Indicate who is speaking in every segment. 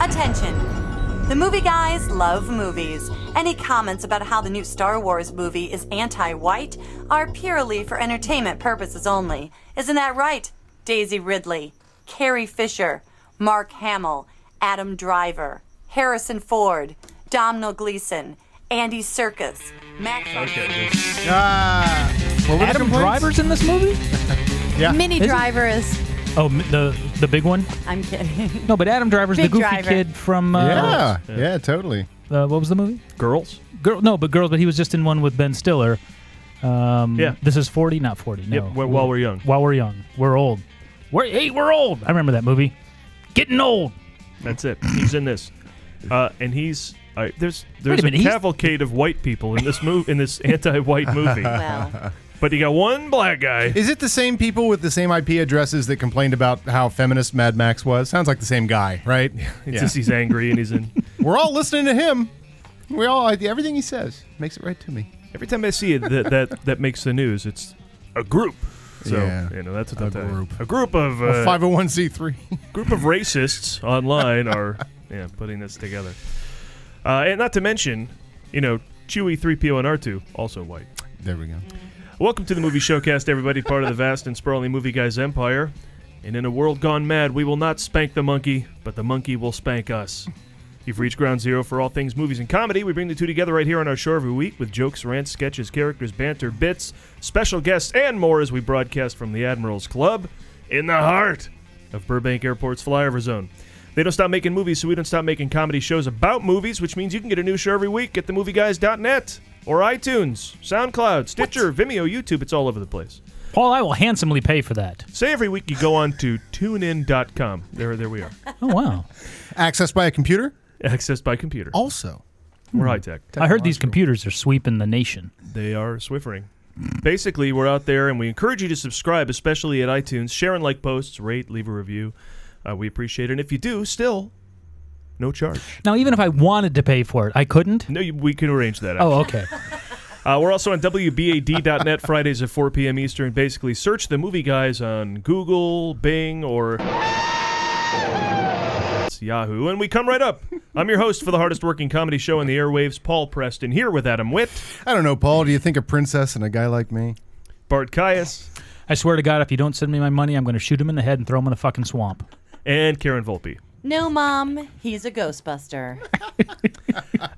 Speaker 1: Attention! The movie guys love movies. Any comments about how the new Star Wars movie is anti white are purely for entertainment purposes only. Isn't that right? Daisy Ridley, Carrie Fisher, Mark Hamill, Adam Driver, Harrison Ford, Domhnall Gleeson, Andy Serkis, Max.
Speaker 2: Ah, what were the
Speaker 3: Adam
Speaker 2: complaints?
Speaker 3: Driver's in this movie?
Speaker 2: Yeah.
Speaker 4: Mini
Speaker 3: Isn't-
Speaker 4: Driver is.
Speaker 5: Oh, m- the the big one.
Speaker 4: I'm kidding.
Speaker 3: No, but Adam Driver's the
Speaker 4: Big
Speaker 3: goofy
Speaker 4: Driver.
Speaker 3: kid from uh,
Speaker 2: yeah, yeah, totally.
Speaker 3: uh, what was the movie?
Speaker 5: Girls.
Speaker 3: Girl, no, but girls. But he was just in one with Ben Stiller. Um,
Speaker 5: Yeah.
Speaker 3: this is forty, not forty. No,
Speaker 5: Yep, Wh- While we're young.
Speaker 3: while we're young, we're old. We're hey, we're old. I remember that movie. Getting old.
Speaker 5: That's it. He's in this, uh, and he's uh, there's
Speaker 3: Wait
Speaker 5: there's
Speaker 3: a
Speaker 5: a,
Speaker 3: minute, he's-
Speaker 5: cavalcade of white people in this move in this anti-white movie.
Speaker 4: well,
Speaker 5: But you got one black guy.
Speaker 2: Is it the same people with the same IP addresses that complained about how feminist Mad Max was? Sounds like the same guy, right?
Speaker 5: It's
Speaker 2: Yeah.
Speaker 5: just he's angry and he's in.
Speaker 2: We're all listening to him. We all everything he says makes it right to me.
Speaker 5: Every time I see it, that that, that makes the news. It's a group. So
Speaker 2: Yeah.
Speaker 5: you know that's what
Speaker 2: A
Speaker 5: that-
Speaker 2: group.
Speaker 5: A group of
Speaker 2: A
Speaker 5: uh,
Speaker 2: 501c3.
Speaker 5: group of racists online are yeah, putting this together. Uh, and not to mention, you know, Chewie, 3PO, and R2, also white.
Speaker 2: There we go.
Speaker 5: Welcome to the Movie Showcast, everybody, part of the vast and sprawling Movie Guys empire. And in a world gone mad, we will not spank the monkey, but the monkey will spank us. You've reached ground zero for all things movies and comedy. We bring the two together right here on our show every week with jokes, rants, sketches, characters, banter, bits, special guests, and more as we broadcast from the Admiral's Club in the heart of Burbank Airport's flyover zone. They don't stop making movies, so we don't stop making comedy shows about movies, which means you can get a new show every week at themovieguys.net or iTunes, SoundCloud, Stitcher, Vimeo, YouTube. It's all over the place.
Speaker 3: Paul, I will handsomely pay for that.
Speaker 5: Say every week you go on to tunein.com. There, there we are.
Speaker 3: Oh wow!
Speaker 2: Accessed by a computer?
Speaker 5: Accessed by computer.
Speaker 2: Also.
Speaker 5: We're high tech.
Speaker 3: I heard these computers are sweeping the nation.
Speaker 5: They are Swiffering. Basically, we're out there and we encourage you to subscribe, especially at iTunes. Share and like posts, rate, leave a review. Uh, we appreciate it. And if you do, still, no charge.
Speaker 3: Now, even if I wanted to pay for it, I couldn't.
Speaker 5: No, you, we can arrange that.
Speaker 3: Oh, okay.
Speaker 5: Uh, we're also on WBAD.net Fridays at 4 p.m. Eastern. Basically, search the movie guys on Google, Bing, or. That's Yahoo. And we come right up. I'm your host for the hardest working comedy show in the airwaves, Paul Preston, here with Adam Witt,
Speaker 2: I don't know, Paul. Do you think a princess and a guy like me?
Speaker 5: Bart Caius,
Speaker 3: I swear to God, if you don't send me my money, I'm going to shoot him in the head and throw him in the fucking swamp.
Speaker 5: and Karen Volpe.
Speaker 4: no, Mom, he's a Ghostbuster.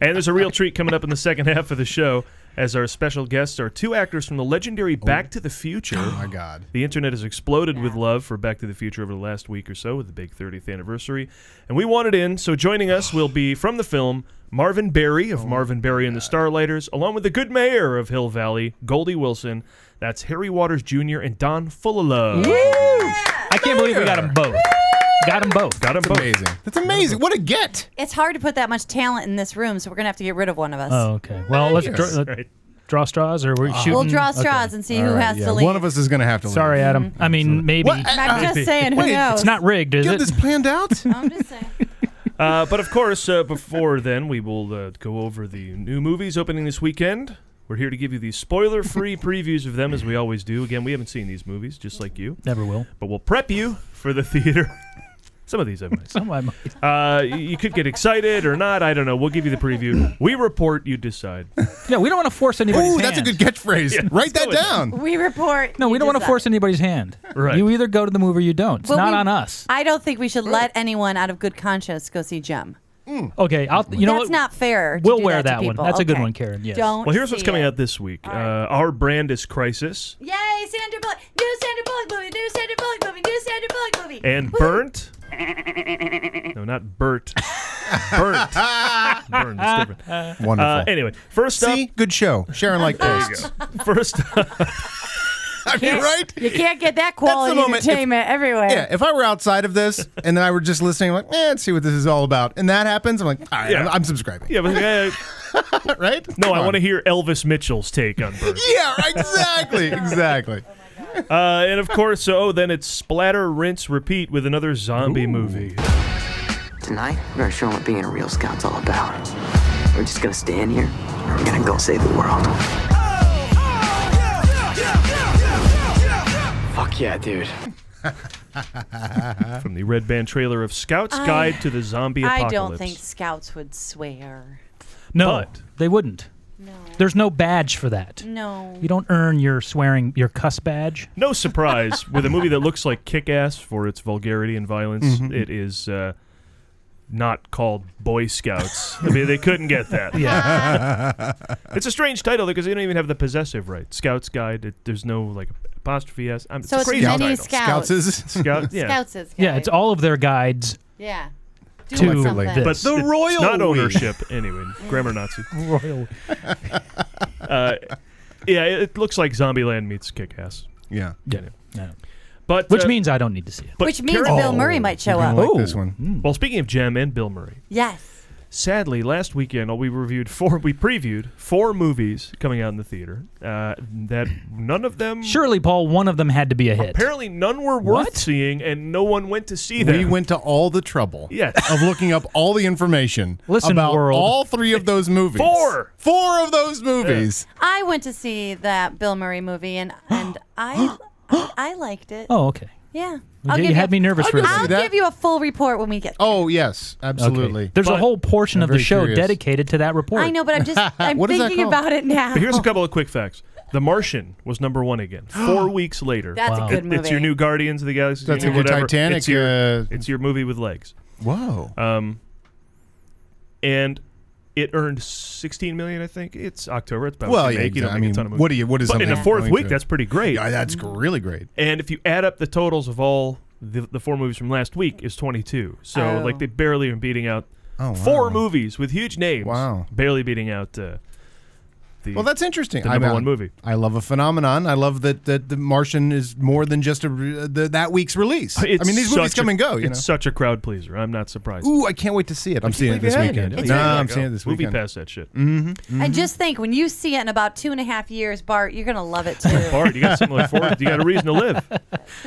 Speaker 5: And there's a real treat coming up in the second half of the show as our special guests are two actors from the legendary Back to the Future.
Speaker 2: My God.
Speaker 5: The internet has exploded with love for Back to the Future over the last week or so with the big 30th anniversary. And we wanted in, so joining us will be from the film Marvin Berry of Marvin Berry and the Starlighters, along with the good mayor of Hill Valley, Goldie Wilson. That's Harry Waters Jr. and Don Fullalove.
Speaker 3: I can't believe we got them both. Got them both.
Speaker 5: Got 'em
Speaker 2: That's
Speaker 5: both.
Speaker 2: amazing. That's amazing. What a get.
Speaker 4: It's hard to put that much talent in this room, so we're gonna have to get rid of one of us.
Speaker 3: Oh, okay. Well, let's
Speaker 2: Nice.
Speaker 3: draw, let-
Speaker 5: Right.
Speaker 3: draw straws, or we're shooting.
Speaker 4: We'll draw
Speaker 3: Mm, okay.
Speaker 4: straws Mm-hmm. and see who
Speaker 2: All right,
Speaker 4: has
Speaker 2: yeah,
Speaker 4: to leave.
Speaker 2: One of us is going to have to leave.
Speaker 3: Sorry, Adam. I mean, maybe
Speaker 2: What?
Speaker 3: it's
Speaker 4: I'm just saying. Who
Speaker 2: Wait,
Speaker 4: knows?
Speaker 3: not rigged, is
Speaker 2: You have
Speaker 3: it?
Speaker 2: this planned out?
Speaker 4: I'm just saying.
Speaker 5: Uh, but of course, uh, before then, we will uh, go over the new movies opening this weekend. We're here to give you the spoiler free previews of them, as we always do. Again, we haven't seen these movies, just like you,
Speaker 3: Never will.
Speaker 5: but we'll prep you for the theater. Some of these I might.
Speaker 3: Some of my-
Speaker 5: Uh, y- you could get excited or not. I don't know. We'll give you the preview. We report, you decide.
Speaker 3: yeah, we don't want to force anybody's
Speaker 2: Ooh,
Speaker 3: hand.
Speaker 2: that's a good catchphrase. Write that
Speaker 5: let's go
Speaker 2: down.
Speaker 4: We report.
Speaker 3: No, we
Speaker 4: you
Speaker 3: don't want to
Speaker 4: decide.
Speaker 3: force anybody's hand.
Speaker 5: Right.
Speaker 3: You either go to the movie or you don't. It's
Speaker 4: Well,
Speaker 3: not
Speaker 4: we-
Speaker 3: on us.
Speaker 4: I don't think we should let anyone out of good conscience go see Jem.
Speaker 3: Okay, I'll. You know
Speaker 4: That's
Speaker 3: what?
Speaker 4: not fair. to
Speaker 3: We'll
Speaker 4: do
Speaker 3: wear
Speaker 4: to
Speaker 3: that one.
Speaker 4: people.
Speaker 3: That's a good
Speaker 4: Okay.
Speaker 3: one, Karen. Yes.
Speaker 4: Don't.
Speaker 5: Well, here's what's
Speaker 4: see
Speaker 5: coming
Speaker 4: it.
Speaker 5: out this week. Uh, our brand is Crisis
Speaker 4: Yay, Sandra Bullock! New Sandra Bullock movie. New Sandra Bullock movie. New Sandra Bullock movie.
Speaker 5: and Burnt. No, not Bert. Burnt. Burnt is different.
Speaker 2: Wonderful.
Speaker 5: Uh, anyway, first
Speaker 2: See?
Speaker 5: up.
Speaker 2: Good show. Sharon like posts.
Speaker 5: First up.
Speaker 2: I mean, right?
Speaker 4: You can't get that quality
Speaker 2: moment if-
Speaker 4: entertainment everywhere.
Speaker 2: Yeah, if I were outside of this and then I were just listening, like, eh, let's see what this is all about. And that happens, I'm like, all right,
Speaker 5: Yeah.
Speaker 2: I'm, I'm subscribing.
Speaker 5: Yeah, but, uh,
Speaker 2: Right?
Speaker 5: no,
Speaker 2: Come
Speaker 5: I
Speaker 2: on.
Speaker 5: want to hear Elvis Mitchell's take on Burnt.
Speaker 2: Yeah, exactly. exactly.
Speaker 5: Uh, and of course, oh, then it's splatter, rinse, repeat with another zombie movie.
Speaker 6: Tonight, we're showing what being a real scout's all about. We're just gonna stand here, and we're gonna go save the world. Fuck yeah, dude.
Speaker 5: from the red band trailer of Scout's
Speaker 4: I-
Speaker 5: Guide to the Zombie
Speaker 4: I
Speaker 5: Apocalypse.
Speaker 4: don't think scouts would swear.
Speaker 3: No,
Speaker 5: But-
Speaker 3: they wouldn't.
Speaker 4: No.
Speaker 3: There's no badge for that.
Speaker 4: No.
Speaker 3: You don't earn your swearing, your cuss badge.
Speaker 5: No surprise with a movie that looks like Kick Ass for its vulgarity and violence.
Speaker 2: Mm-hmm.
Speaker 5: It is uh, not called Boy Scouts. I mean, they couldn't get that.
Speaker 3: Yeah.
Speaker 5: It's a strange title because they don't even have the possessive right. Scouts Guide. It, there's no like apostrophe s.
Speaker 4: So
Speaker 5: I'm, it's a
Speaker 4: it's
Speaker 5: crazy
Speaker 4: many
Speaker 5: title.
Speaker 4: scout- Scouts.
Speaker 2: is
Speaker 5: Scout. Yeah.
Speaker 4: Scouts is
Speaker 3: yeah, it's all of their guides
Speaker 4: Yeah. Do
Speaker 3: to
Speaker 2: Collectively.
Speaker 4: something.
Speaker 5: But
Speaker 3: this.
Speaker 2: The
Speaker 5: it's
Speaker 2: royal
Speaker 5: not
Speaker 2: we.
Speaker 5: ownership anyway. Grammar Nazi.
Speaker 3: royal.
Speaker 5: Uh, yeah, it, it looks like Zombieland meets Kick Ass.
Speaker 2: yeah.
Speaker 3: Yeah. yeah.
Speaker 5: But
Speaker 3: Which
Speaker 5: uh,
Speaker 3: means I don't need to see it.
Speaker 5: but
Speaker 1: Which means
Speaker 5: Karen-
Speaker 1: Bill Murray might show up.
Speaker 2: like
Speaker 3: Oh.
Speaker 2: this one.
Speaker 5: Well, speaking of Jem and Bill Murray,
Speaker 4: Yes.
Speaker 5: Sadly, last weekend oh, we reviewed four. We previewed four movies coming out in the theater. Uh, that none of them.
Speaker 3: Surely, Paul, one of them had to be a hit.
Speaker 5: Apparently, none were worth
Speaker 3: What?
Speaker 5: seeing, and no one went to see them.
Speaker 2: We went to all the trouble
Speaker 5: Yes.
Speaker 2: of looking up all the information
Speaker 3: Listen,
Speaker 2: about
Speaker 3: world.
Speaker 2: all three of those movies.
Speaker 5: Four.
Speaker 2: Four of those movies.
Speaker 4: I went to see that Bill Murray movie and and I I, I liked it.
Speaker 3: Oh, okay.
Speaker 4: Yeah.
Speaker 3: Yeah, you
Speaker 4: you
Speaker 3: had
Speaker 4: a-
Speaker 3: me nervous for a
Speaker 4: I'll
Speaker 2: See
Speaker 3: second.
Speaker 2: that?
Speaker 4: give you a full report when we get.
Speaker 2: Oh, yes,
Speaker 3: Okay.
Speaker 2: absolutely.
Speaker 3: There's a
Speaker 5: But-
Speaker 3: whole portion
Speaker 2: I'm
Speaker 3: of the
Speaker 2: very
Speaker 3: show
Speaker 2: curious.
Speaker 3: dedicated to that report.
Speaker 4: I know, but I'm just I'm
Speaker 2: What is that
Speaker 4: thinking
Speaker 2: called?
Speaker 4: about it now.
Speaker 5: But here's a couple of quick facts: The Martian was number one again, four weeks later.
Speaker 4: That's
Speaker 3: Wow.
Speaker 4: a
Speaker 5: It-
Speaker 4: good movie.
Speaker 5: It's your new Guardians of the Galaxy.
Speaker 2: That's
Speaker 5: your
Speaker 2: like your
Speaker 5: whatever.
Speaker 2: Titanic,
Speaker 5: It's your,
Speaker 2: uh,
Speaker 5: it's your movie with legs.
Speaker 2: Whoa.
Speaker 5: Um, and it earned 16 million, I think. It's October. It's about
Speaker 2: well,
Speaker 5: to
Speaker 2: yeah,
Speaker 5: make, you know,
Speaker 2: I
Speaker 5: make
Speaker 2: mean,
Speaker 5: a ton of movies.
Speaker 2: what do you? What is
Speaker 5: but
Speaker 2: something
Speaker 5: in the fourth
Speaker 2: going
Speaker 5: week,
Speaker 2: to-
Speaker 5: that's pretty great. Mm.
Speaker 2: Yeah, that's g- really great.
Speaker 5: And if you add up the totals of all the, the four movies from last week, is 22. So
Speaker 4: Oh.
Speaker 5: like they barely are beating out
Speaker 2: Oh, wow.
Speaker 5: four movies with huge names.
Speaker 2: Wow.
Speaker 5: barely beating out uh, the.
Speaker 2: Well, that's interesting.
Speaker 5: The
Speaker 2: I
Speaker 5: number
Speaker 2: mean,
Speaker 5: one movie.
Speaker 2: I love a phenomenon. I love that, that the Martian is more than just a re- the, that week's release.
Speaker 5: It's
Speaker 2: I mean, these movies
Speaker 5: such
Speaker 2: come
Speaker 5: a-
Speaker 2: and go. You
Speaker 5: it's such a crowd pleaser. I'm not surprised.
Speaker 2: know. Ooh, I can't wait to see it. I'm seeing it this weekend.
Speaker 5: No,
Speaker 2: No, I'm seeing it this
Speaker 5: movie
Speaker 2: weekend. Mm.
Speaker 5: pass that shit.
Speaker 4: And just think, when you see it in about two and a half years, Bart, you're gonna love it too.
Speaker 5: Bart, you got something to look forward. to. You got a reason to live.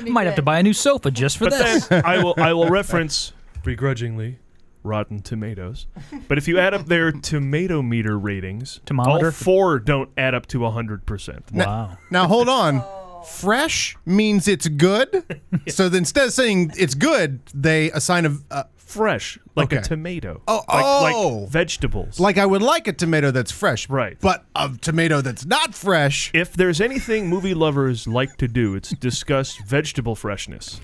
Speaker 3: Might have to buy a new sofa just for
Speaker 5: But
Speaker 3: this.
Speaker 5: then I will I will reference begrudgingly Rotten Tomatoes. But if you add up their tomato meter ratings, all
Speaker 3: Tomometer?
Speaker 5: four don't add up to hundred percent.
Speaker 3: wow.
Speaker 2: Now hold on. Fresh means it's good. So then instead of saying it's good, they assign a, a
Speaker 5: Fresh, like a
Speaker 2: Okay.
Speaker 5: tomato.
Speaker 2: Oh,
Speaker 5: like,
Speaker 2: oh.
Speaker 5: like vegetables.
Speaker 2: like I would like a tomato that's fresh,
Speaker 5: Right.
Speaker 2: But a tomato that's not fresh.
Speaker 5: if there's anything movie lovers like to do, it's discuss vegetable freshness.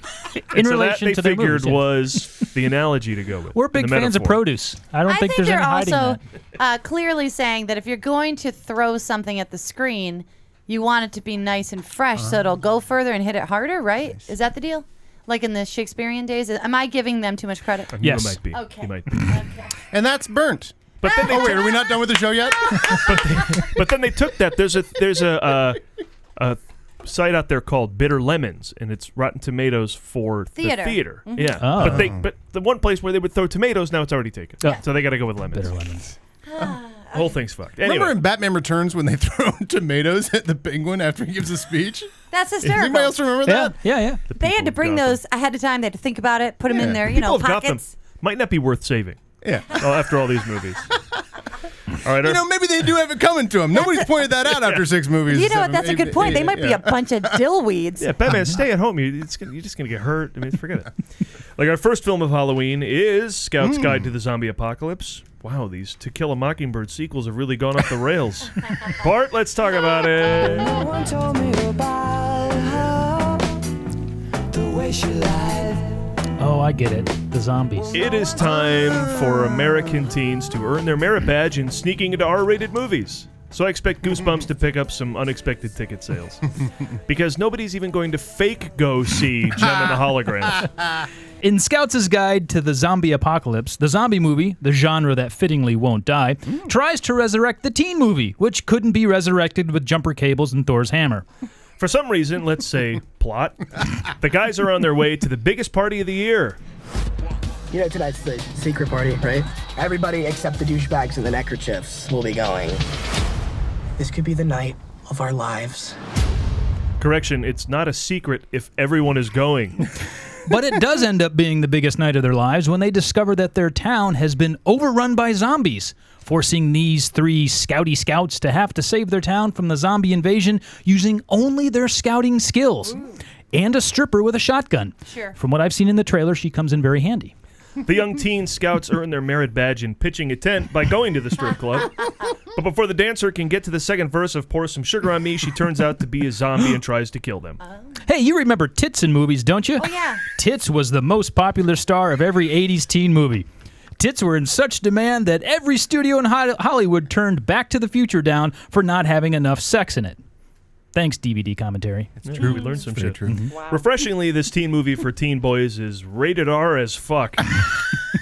Speaker 3: In
Speaker 5: so
Speaker 3: relation
Speaker 5: that
Speaker 3: to
Speaker 5: they
Speaker 3: their
Speaker 5: figured
Speaker 3: movies, yeah.
Speaker 5: was the analogy to go with.
Speaker 3: We're
Speaker 5: and the
Speaker 3: big fans of
Speaker 5: metaphor.
Speaker 3: produce. I don't
Speaker 4: I
Speaker 3: think,
Speaker 4: think
Speaker 3: there's
Speaker 4: they're
Speaker 3: any hiding
Speaker 4: also
Speaker 3: that.
Speaker 4: uh, clearly saying that if you're going to throw something at the screen, you want it to be nice and fresh, so it'll go further and hit it harder. Right? Is that the deal? Like in the Shakespearean days? Am I giving them too much credit?
Speaker 3: Yes.
Speaker 5: You might be.
Speaker 4: Okay.
Speaker 5: You might be.
Speaker 2: And that's burnt.
Speaker 5: But then they
Speaker 2: Oh wait, are we not done with the show yet?
Speaker 5: but then they took that. There's a there's a uh, a site out there called Bitter Lemons, and it's Rotten Tomatoes for
Speaker 4: Theater.
Speaker 5: The theater. Yeah,
Speaker 3: Oh.
Speaker 5: but they but the one place where they would throw tomatoes now it's already taken.
Speaker 3: Yeah.
Speaker 5: So they got to go with lemons.
Speaker 3: Bitter lemons.
Speaker 5: The whole thing's fucked.
Speaker 2: Remember
Speaker 5: Anyway,
Speaker 2: in Batman Returns when they throw tomatoes at the penguin after he gives a speech?
Speaker 4: That's
Speaker 2: Does
Speaker 4: hysterical.
Speaker 2: anybody else remember
Speaker 3: Yeah,
Speaker 2: that?
Speaker 3: yeah, yeah.
Speaker 5: the
Speaker 4: They had
Speaker 5: people
Speaker 4: to
Speaker 5: of
Speaker 4: bring
Speaker 5: Gotham-
Speaker 4: those ahead of time. They had to think about it, put them
Speaker 2: Yeah.
Speaker 4: in their,
Speaker 5: the
Speaker 4: you know,
Speaker 5: people of Gotham
Speaker 4: pockets.
Speaker 5: might not be worth saving
Speaker 2: Yeah.
Speaker 5: oh, after all these movies. All right,
Speaker 2: You
Speaker 5: our-
Speaker 2: know, maybe they do have it coming to them. Nobody's pointed that out after six movies.
Speaker 4: You know what?
Speaker 2: seven,
Speaker 4: That's a
Speaker 2: eight,
Speaker 4: good point. They
Speaker 2: eight,
Speaker 4: might be
Speaker 2: yeah.
Speaker 4: a bunch of dill weeds.
Speaker 5: Yeah, Batman, stay at home. You, it's gonna, you're just going to get hurt. I mean, forget it. Like, our first film of Halloween is Scout's Guide to the Zombie Apocalypse. Wow, these To Kill a Mockingbird sequels have really gone off the rails. Bart, let's talk about it.
Speaker 7: No one told me about her. The way she lied.
Speaker 3: Oh, I get it. The zombies.
Speaker 5: It is time for American teens to earn their merit badge in sneaking into R rated movies. So I expect Goosebumps to pick up some unexpected ticket sales. because nobody's even going to fake go see Gem and the Holograms.
Speaker 3: In Scouts' Guide to the Zombie Apocalypse, the zombie movie, the genre that fittingly won't die,
Speaker 4: Mm.
Speaker 3: tries to resurrect the teen movie, which couldn't be resurrected with jumper cables and Thor's hammer.
Speaker 5: For some reason, let's say plot, the guys are on their way to the biggest party of the year.
Speaker 8: You know, tonight's the secret party, right? Everybody except the douchebags and the neckerchiefs will be going. This could be the night of our lives.
Speaker 5: Correction, it's not a secret if everyone is going.
Speaker 3: But it does end up being the biggest night of their lives when they discover that their town has been overrun by zombies, forcing these three scouty scouts to have to save their town from the zombie invasion using only their scouting skills. and a stripper with a shotgun.
Speaker 4: Sure.
Speaker 3: From what I've seen in the trailer, she comes in very handy.
Speaker 5: The young teen scouts earn their merit badge in pitching a tent by going to the strip club. But before the dancer can get to the second verse of Pour Some Sugar on Me, she turns out to be a zombie and tries to kill them.
Speaker 3: Hey, you remember Tits in movies, don't you?
Speaker 4: Oh, yeah.
Speaker 3: Tits was the most popular star of every 80s teen movie. Tits were in such demand that every studio in Ho- Hollywood turned Back to the Future down for not having enough sex in it. Thanks, DVD commentary.
Speaker 5: It's true. We learned some
Speaker 2: Very
Speaker 5: shit.
Speaker 2: true.
Speaker 5: Refreshingly, this teen movie for teen boys is rated R as fuck.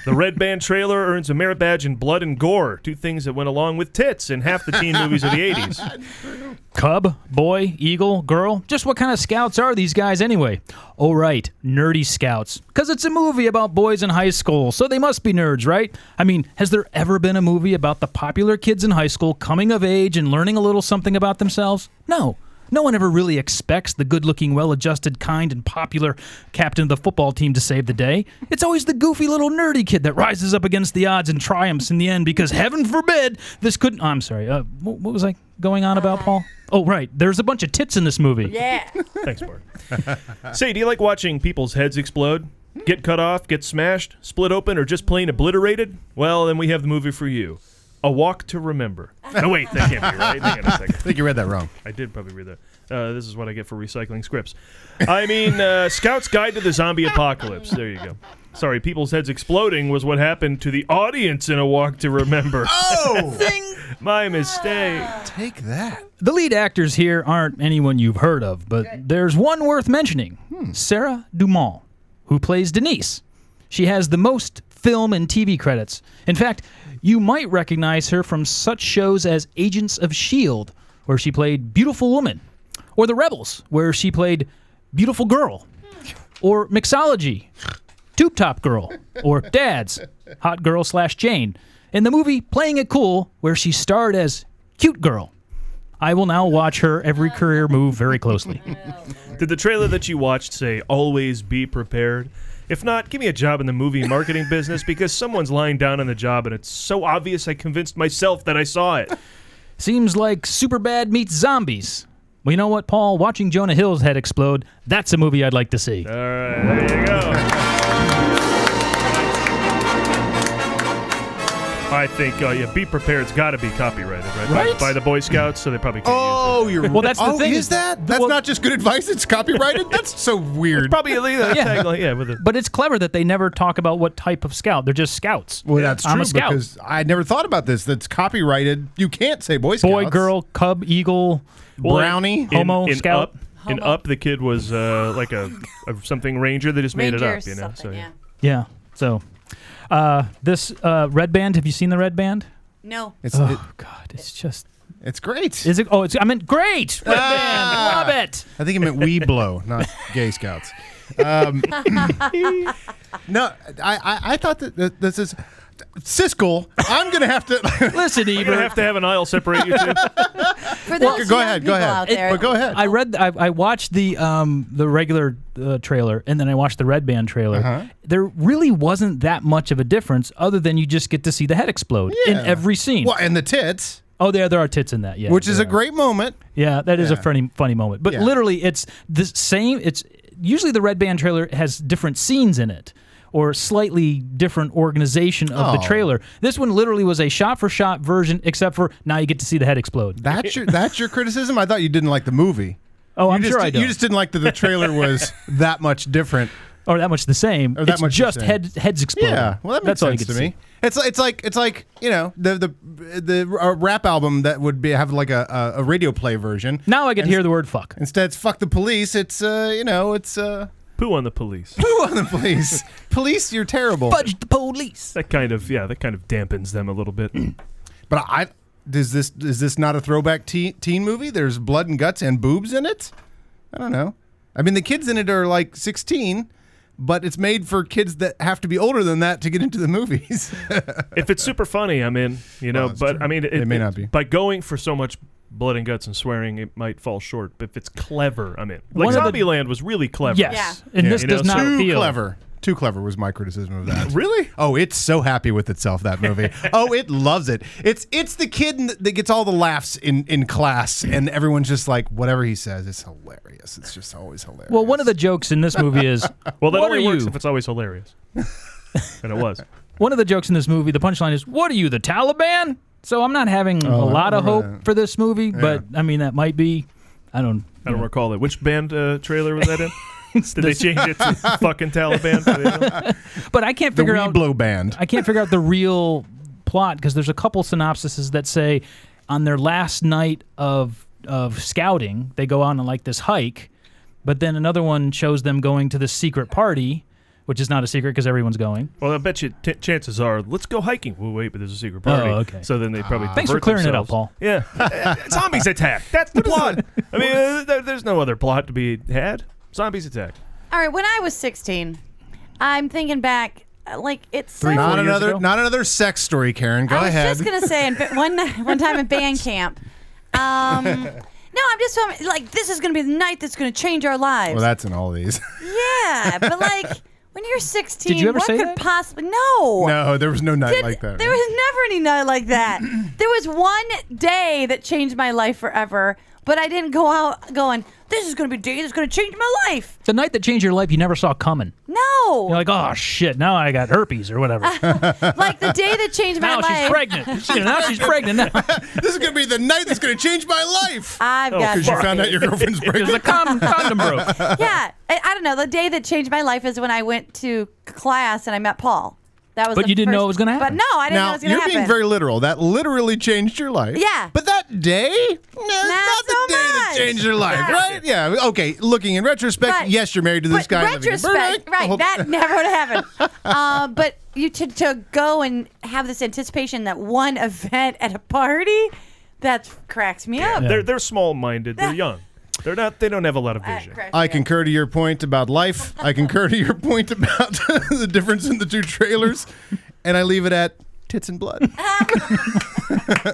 Speaker 5: the Red Band trailer earns a merit badge in blood and gore, two things that went along with tits in half the teen movies of the 80s.
Speaker 3: Cub, boy, eagle, girl. Just what kind of scouts are these guys anyway? Oh, right, nerdy scouts. Because it's a movie about boys in high school, so they must be nerds, right? I mean, has there ever been a movie about the popular kids in high school coming of age and learning a little something about themselves? No. No one ever really expects the good looking, well adjusted, kind, and popular captain of the football team to save the day. It's always the goofy little nerdy kid that rises up against the odds and triumphs in the end because heaven forbid this couldn't. I'm sorry. Uh, wh- what was I going on about, Paul? Oh, right. There's a bunch of tits in this movie.
Speaker 4: Yeah.
Speaker 5: Thanks, Bart. Say, do you like watching people's heads explode? Get cut off, get smashed, split open, or just plain obliterated? Well, then we have the movie for you. A Walk to Remember. No, wait, that can't be right. Hang on a second.
Speaker 2: I think you read that wrong.
Speaker 5: I did probably read that. Uh, this is what I get for recycling scripts. I mean, uh, Scout's Guide to the Zombie Apocalypse. There you go. Sorry, people's heads exploding was what happened to the audience in A Walk to Remember.
Speaker 2: Oh,
Speaker 5: My mistake.
Speaker 2: take that.
Speaker 3: The lead actors here aren't anyone you've heard of, but there's one worth mentioning Sarah Dumont, who plays Denise. She has the most film and TV credits. In fact, you might recognize her from such shows as Agents of S.H.I.E.L.D., E where she played Beautiful Woman, or The Rebels, where she played Beautiful Girl, or Mixology, Tube Top Girl, or Dad's, Hot Girl slash Jane, in the movie Playing It Cool, where she starred as Cute Girl. I will now watch her every career move very closely.
Speaker 5: Did the trailer that you watched say, always be prepared? If not, give me a job in the movie marketing business because someone's lying down on the job and it's so obvious I convinced myself that I saw it.
Speaker 3: Seems like Superbad meets zombies. Well, you know what, Paul? Watching Jonah Hill's head explode, that's a movie I'd like to see.
Speaker 5: All right, there you go. I think, uh, yeah, be prepared's got to be copyrighted, right? By-
Speaker 3: Right?
Speaker 5: By, the Boy Scouts, so they probably can't use
Speaker 2: Oh, you're
Speaker 3: Well, that's the
Speaker 2: oh,
Speaker 3: thing
Speaker 2: Is
Speaker 3: is-
Speaker 2: that? That's
Speaker 3: well-
Speaker 2: not just good advice. It's copyrighted. that's so
Speaker 5: it.
Speaker 2: weird.
Speaker 5: Probably at least
Speaker 3: Yeah.
Speaker 5: yeah. yeah, with a
Speaker 3: But it's clever that they never talk about what type of scout. They're just scouts.
Speaker 2: Well, that's true
Speaker 3: I'm a scout.
Speaker 2: because I never thought about this. That's copyrighted. You can't say Boy Scouts.
Speaker 3: Boy, girl, cub, eagle.
Speaker 2: brownie.
Speaker 5: in-
Speaker 3: Homo
Speaker 5: in
Speaker 3: Scout.
Speaker 5: Up, In Up, the kid was uh, like a, a something ranger. They just made it up, you know. So yeah.
Speaker 3: Yeah. So, uh, this uh, red band. Have you seen the red band?
Speaker 4: No.
Speaker 2: It's it,
Speaker 3: Oh God, it's just.
Speaker 2: it's great.
Speaker 3: Is it? Oh, it's. I meant great. Red
Speaker 2: Ah.
Speaker 3: band. Love it.
Speaker 2: I think it meant we blow, not gay scouts. Um, no, I, I I thought that that this is Siskel. I'm gonna have to.
Speaker 3: Listen,
Speaker 5: You're gonna
Speaker 3: Ebert.
Speaker 5: have to have an aisle separate you two.
Speaker 4: For those
Speaker 2: go
Speaker 4: young
Speaker 2: ahead, go
Speaker 4: people
Speaker 2: ahead.
Speaker 4: out
Speaker 2: It-
Speaker 4: there,
Speaker 2: but go ahead.
Speaker 3: I read. I, I watched the um the regular uh, trailer, and then I watched the Red Band trailer.
Speaker 2: Uh-huh.
Speaker 3: There really wasn't that much of a difference, other than you just get to see the head explode
Speaker 2: Yeah.
Speaker 3: in every scene.
Speaker 2: well, and the tits,
Speaker 3: Oh, there there are tits in that. Yeah,
Speaker 2: which is
Speaker 3: there
Speaker 2: a
Speaker 3: are.
Speaker 2: great moment.
Speaker 3: Yeah, that is
Speaker 2: Yeah.
Speaker 3: a funny funny moment. But
Speaker 2: Yeah.
Speaker 3: literally, it's the same. It's usually the Red Band trailer has different scenes in it. Or slightly different organization of
Speaker 2: Oh.
Speaker 3: the trailer. This one literally was a shot-for-shot version, except for now you get to see the head explode.
Speaker 2: That's your that's your criticism. I thought you didn't like the movie.
Speaker 3: Oh,
Speaker 2: you
Speaker 3: I'm
Speaker 2: just,
Speaker 3: sure I don't.
Speaker 2: You just didn't like that the trailer was that much different.
Speaker 3: or that much the same.
Speaker 2: Or that
Speaker 3: it's
Speaker 2: much the
Speaker 3: just
Speaker 2: same.
Speaker 3: head heads exploding.
Speaker 2: Yeah, well, that makes
Speaker 3: That's all you
Speaker 2: sense
Speaker 3: get
Speaker 2: to me. It's like it's like it's like you know the the the uh, rap album that would be have like a a, a radio play version.
Speaker 3: Now I can hear the word "fuck."
Speaker 2: Instead, it's fuck the police. It's uh you know it's uh
Speaker 5: Poo on the police.
Speaker 2: poo on the police. police, you're terrible. But,
Speaker 3: Fudge the police.
Speaker 5: That kind of yeah, that kind of dampens them a little bit.
Speaker 2: I does this is this not a throwback teen, teen movie? There's blood and guts and boobs in it. I don't know. I mean, the kids in it are like 16. But it's made for kids that have to be older than that to get into the movies.
Speaker 5: if it's super funny, I'm in. You know,
Speaker 2: Well, that's
Speaker 5: but
Speaker 2: true.
Speaker 5: I mean, it,
Speaker 2: It may
Speaker 5: it-
Speaker 2: not be.
Speaker 5: By going for so much blood and guts and swearing, it might fall short. But if it's clever, I'm in. Like
Speaker 3: One of the-
Speaker 5: Zombieland was really clever.
Speaker 3: Yes, and
Speaker 2: Yeah.
Speaker 3: this
Speaker 5: You know,
Speaker 3: does not
Speaker 5: so-
Speaker 2: Too
Speaker 3: feel
Speaker 2: clever. Too clever was my criticism of that.
Speaker 5: Really?
Speaker 2: Oh, it's so happy with itself that movie. oh, it loves it. It's it's the kid in the, that gets all the laughs in in class, and everyone's just like whatever he says. It's hilarious. It's just always hilarious.
Speaker 3: Well, one of the jokes in this movie is,
Speaker 5: Well, that
Speaker 3: "What are
Speaker 5: only works
Speaker 3: you?"
Speaker 5: if it's always hilarious. and it was.
Speaker 3: One of the jokes in this movie, the punchline is, "What are you, the Taliban?" So I'm not having a lot of hope
Speaker 2: Oh, remember that.
Speaker 3: for this movie, but I mean that might be. I don't.
Speaker 5: I don't recall it. Which band uh, trailer was that in? Did they change it to fucking Taliban? for the-
Speaker 3: But I can't
Speaker 2: the
Speaker 3: figure out.
Speaker 2: Weeblo band.
Speaker 3: I can't figure out the real plot because there's a couple synopsises that say on their last night of of scouting they go on like this hike, but then another one shows them going to this secret party, which is not a secret because everyone's going.
Speaker 5: well, I bet you t- chances are, let's go hiking. Well, wait, but there's a secret party.
Speaker 3: Oh, okay.
Speaker 5: So then they probably.
Speaker 3: Thanks for
Speaker 5: divert
Speaker 3: clearing it up,
Speaker 5: themselves.
Speaker 3: Paul.
Speaker 5: Yeah. Uh, Zombies attack. That's the plot. I mean, uh, there, there's no other plot to be had. Zombies attack.
Speaker 4: All right, when I was 16, I'm thinking back, uh, like it's so-
Speaker 2: not
Speaker 3: four years
Speaker 2: another
Speaker 3: ago?
Speaker 2: not another sex story, Karen. Go
Speaker 4: I was
Speaker 2: ahead.
Speaker 4: just gonna say, in, ba- one night- one time in band camp. Um, no, I'm just so- like this is gonna be the night that's gonna change our lives.
Speaker 2: well, that's in all these.
Speaker 4: yeah, but like when you're 16,
Speaker 3: Did you ever
Speaker 4: what
Speaker 3: say
Speaker 4: could
Speaker 3: that?
Speaker 4: possibly no?
Speaker 2: no, there was no night
Speaker 4: Did-
Speaker 2: like that.
Speaker 4: There was never any night like that. there was one day that changed my life forever, but I didn't go out going, this is going to be the day that's going to change my life.
Speaker 3: The night that changed your life, you never saw coming.
Speaker 4: No.
Speaker 3: You're like, oh shit, now I got herpes or whatever.
Speaker 4: like the day that changed my
Speaker 3: now
Speaker 4: life.
Speaker 3: she's pregnant. Shit, now she's pregnant. Now
Speaker 2: this is gonna be the night that's gonna change my life.
Speaker 4: I've got
Speaker 2: Because you
Speaker 4: herpes.
Speaker 2: found out your girlfriend's
Speaker 3: there's
Speaker 2: pregnant.
Speaker 3: a con- condom broke.
Speaker 4: Yeah. I, I don't know. The day that changed my life is when I went to class and I met Paul. That was
Speaker 3: But
Speaker 4: the
Speaker 3: you didn't know
Speaker 4: first-
Speaker 3: it was gonna happen.
Speaker 4: But no, I didn't know it
Speaker 2: Now
Speaker 4: was going
Speaker 2: you're
Speaker 4: to happen.
Speaker 2: being very literal. That literally changed your life.
Speaker 4: Yeah.
Speaker 2: But that day, no, it's not, the
Speaker 4: so
Speaker 2: day that
Speaker 4: much.
Speaker 2: changed your life,
Speaker 4: Yeah.
Speaker 2: right? Yeah. Okay. Looking in retrospect,
Speaker 4: But-
Speaker 2: yes, you're married to this
Speaker 4: but
Speaker 2: guy. living in
Speaker 4: Retrospect,
Speaker 2: Burbank. Oh.
Speaker 4: right?
Speaker 2: Hold-
Speaker 4: That never would have happened. uh, but you to to go and have this anticipation that one event at a party, that cracks me up.
Speaker 5: They're they're small minded. They're young. They're not. They don't have a lot of
Speaker 4: That
Speaker 5: vision.
Speaker 4: cracks
Speaker 2: I
Speaker 4: me up.
Speaker 2: concur to your point about life. I concur to your point about the difference in the two trailers, and I leave it at tits and blood.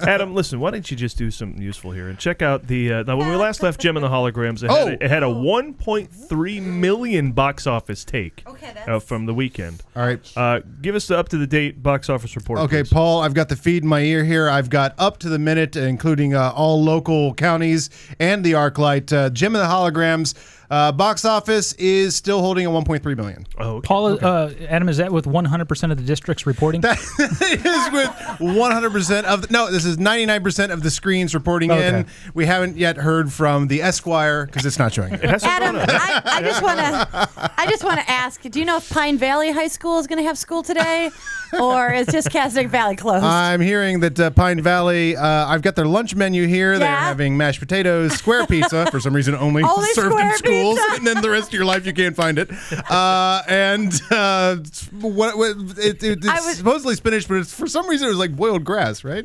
Speaker 5: Adam, listen. Why don't you just do something useful here and check out the uh, now when we last left Gem and the Holograms, it,
Speaker 2: Oh.
Speaker 5: had, a, it had a 1.3 million box office take
Speaker 4: Okay,
Speaker 5: uh,
Speaker 4: that's-
Speaker 5: from the weekend.
Speaker 2: All right.
Speaker 5: Uh, give us the up to the date box office report.
Speaker 2: Okay,
Speaker 5: please.
Speaker 2: Paul, I've got the feed in my ear here. I've got up to the minute, including uh, all local counties and the ArcLight. Uh, Jim and the Holograms uh, box office is still holding a 1.3 million.
Speaker 5: Oh, okay.
Speaker 3: Paul, uh, Adam, is that with 100% of the districts reporting?
Speaker 2: it is with 100% of the, no, this is 99% of the screens reporting in.
Speaker 3: Okay.
Speaker 2: We haven't yet heard from the Esquire because it's not showing. yet.
Speaker 5: Hasn't
Speaker 4: Adam,
Speaker 5: gone up.
Speaker 4: I, I just want to, I just want to ask: Do you know if Pine Valley High School is going to have school today, or is just Casnick Valley closed?
Speaker 2: I'm hearing that uh, Pine Valley. Uh, I've got their lunch menu here. They're
Speaker 4: Yeah.
Speaker 2: having mashed potatoes, square pizza for some reason only,
Speaker 4: Only
Speaker 2: served in
Speaker 4: square
Speaker 2: schools,
Speaker 4: pizza.
Speaker 2: and then the rest of your life you can't find it. Uh, and uh, what, what it, it, it's
Speaker 4: I was- Uh,
Speaker 2: supposedly spinach, but it's, for some reason it was like boiled grass, right?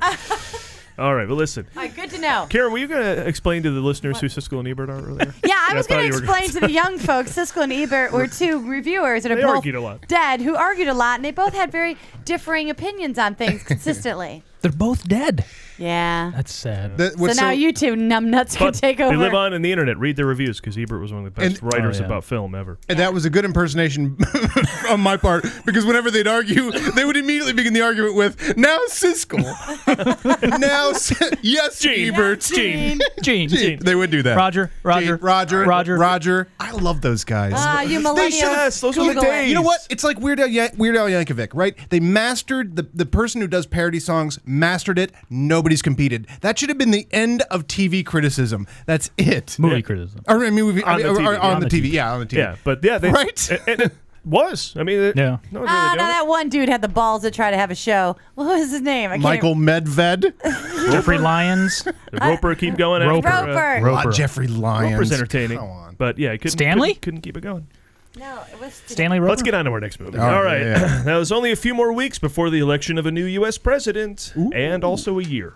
Speaker 5: All right, well, listen.
Speaker 4: All right, good to know.
Speaker 5: Karen, were you going to explain to the listeners who Siskel and Ebert are earlier?
Speaker 4: Yeah, I
Speaker 5: Yeah, I
Speaker 4: was
Speaker 5: thought
Speaker 4: going
Speaker 5: you
Speaker 4: to
Speaker 5: were
Speaker 4: explain to the young folks, Siskel and Ebert were two reviewers that are
Speaker 5: They
Speaker 4: both
Speaker 5: argued a lot.
Speaker 4: dead, who argued a lot, and they both had very differing opinions on things consistently.
Speaker 3: They're both dead.
Speaker 4: Yeah.
Speaker 3: That's sad.
Speaker 2: That-
Speaker 4: So
Speaker 2: what's
Speaker 4: now you two numbnuts can
Speaker 5: But
Speaker 4: take over.
Speaker 5: They live on in the internet. Read their reviews because Ebert was one of the best
Speaker 2: And-
Speaker 5: writers
Speaker 3: Oh, yeah.
Speaker 5: about film ever.
Speaker 2: And that was a good impersonation on my part because whenever they'd argue, they would immediately begin the argument with "Now Siskel, now S- yes
Speaker 5: Gene.
Speaker 2: Ebert,
Speaker 5: Gene.
Speaker 3: Gene.
Speaker 2: Gene. They would do that.
Speaker 3: Roger, Roger,
Speaker 2: Gene, Roger,
Speaker 3: Roger.
Speaker 2: Roger. I love those guys.
Speaker 4: Ah, you millennials.
Speaker 5: yes, those were the
Speaker 4: Google it.
Speaker 5: days.
Speaker 2: you know what? It's like Weird Al, Yan- Weird Al Yankovic, right? They mastered the the person who does parody songs mastered it. Nobody's competed. That should have been the end of TV criticism. That's it.
Speaker 3: Movie criticism.
Speaker 2: Or, I mean, we've-
Speaker 5: On the
Speaker 2: or- or-
Speaker 5: TV.
Speaker 2: on,
Speaker 5: On
Speaker 2: the
Speaker 3: the
Speaker 2: TV. Yeah, on the TV.
Speaker 5: Yeah, but yeah, they,
Speaker 2: Right?
Speaker 5: It, it, it was. I mean, it,
Speaker 3: Yeah.
Speaker 5: No, one's really
Speaker 4: Ah,
Speaker 5: doing
Speaker 4: now
Speaker 5: it.
Speaker 4: that one dude had the balls to try to have a show. What was his name? I can't
Speaker 2: Michael Medved.
Speaker 3: Jeffrey Lyons.
Speaker 5: Did Roper keep going.
Speaker 3: Roper.
Speaker 5: After, uh,
Speaker 4: Roper.
Speaker 2: Ah,
Speaker 3: Roper.
Speaker 2: Jeffrey Lyons.
Speaker 5: Roper's entertaining.
Speaker 2: Come on.
Speaker 5: But yeah, he couldn't,
Speaker 3: Stanley?
Speaker 5: couldn't, couldn't keep it going.
Speaker 4: No, it was
Speaker 3: Stanley Roper.
Speaker 5: Let's get on to our next movie.
Speaker 2: All
Speaker 5: All
Speaker 2: right,
Speaker 5: right.
Speaker 2: yeah.
Speaker 5: now, there's only a few more weeks before the election of a new U.S. president and also a year.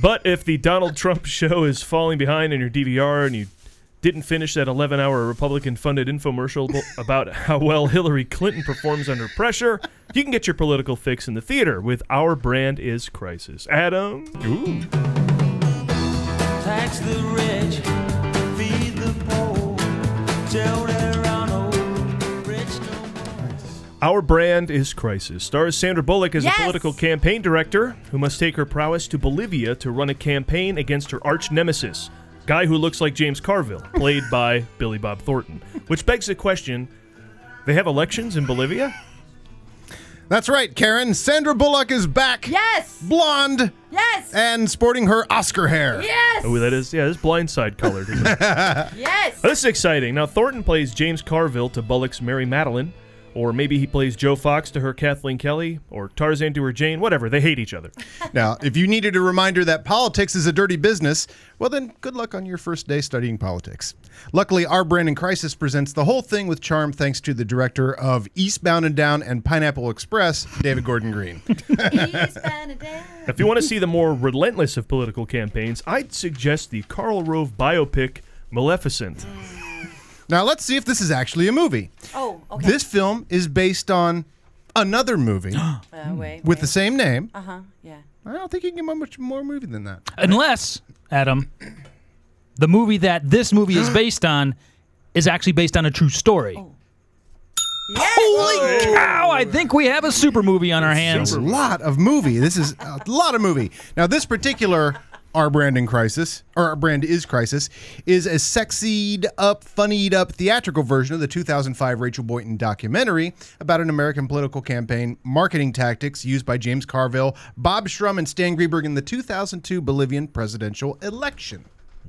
Speaker 5: but if the Donald Trump show is falling behind in your DVR and you didn't finish that 11 hour Republican funded infomercial bo- about how well Hillary Clinton performs under pressure, you can get your political fix in the theater with Our Brand is Crisis. Adam. Ooh.
Speaker 7: Tax the rich, feed the poor, tell their rich no more.
Speaker 5: Our Brand is Crisis stars Sandra Bullock as
Speaker 4: Yes!
Speaker 5: a political campaign director who must take her prowess to Bolivia to run a campaign against her arch nemesis, guy who looks like James Carville, played by Billy Bob Thornton. Which begs the question they have elections in Bolivia?
Speaker 2: That's right, Karen. Sandra Bullock is back.
Speaker 4: Yes.
Speaker 2: Blonde
Speaker 4: Yes.
Speaker 2: and sporting her Oscar hair.
Speaker 4: Yes.
Speaker 5: Oh, that is, yeah, it's blindside colored. isn't it?
Speaker 4: Yes.
Speaker 5: This is exciting. Now, Thornton plays James Carville to Bullock's Mary Madeline, or maybe he plays Joe Fox to her Kathleen Kelly, or Tarzan to her Jane, whatever. They hate each other.
Speaker 2: Now, if you needed a reminder that politics is a dirty business, well, then good luck on your first day studying politics. Luckily, our brand in crisis presents the whole thing with charm thanks to the director of Eastbound and Down and Pineapple Express, David Gordon Green.
Speaker 4: He's been a day.
Speaker 5: If you want to see the more relentless of political campaigns, I'd suggest the Karl Rove biopic Maleficent.
Speaker 2: now, let's see if this is actually a movie.
Speaker 4: Oh, okay.
Speaker 2: This film is based on another movie
Speaker 4: Uh, wait.
Speaker 2: with the same name.
Speaker 4: Uh huh. Yeah.
Speaker 2: I don't think you can get much more movie than that.
Speaker 3: Unless, Adam, the movie that this movie is based on is actually based on a true story.
Speaker 4: Oh.
Speaker 3: Holy cow! I think we have a Oh. super movie on our hands.
Speaker 2: It's a lot of movie. This is a lot of movie. Now, this particular our brand in crisis, or our brand is crisis, is a sexied up, funnied up theatrical version of the 2005 Rachel Boynton documentary about an American political campaign marketing tactics used by James Carville, Bob Shrum, and Stan Greenberg in the 2002 Bolivian presidential election.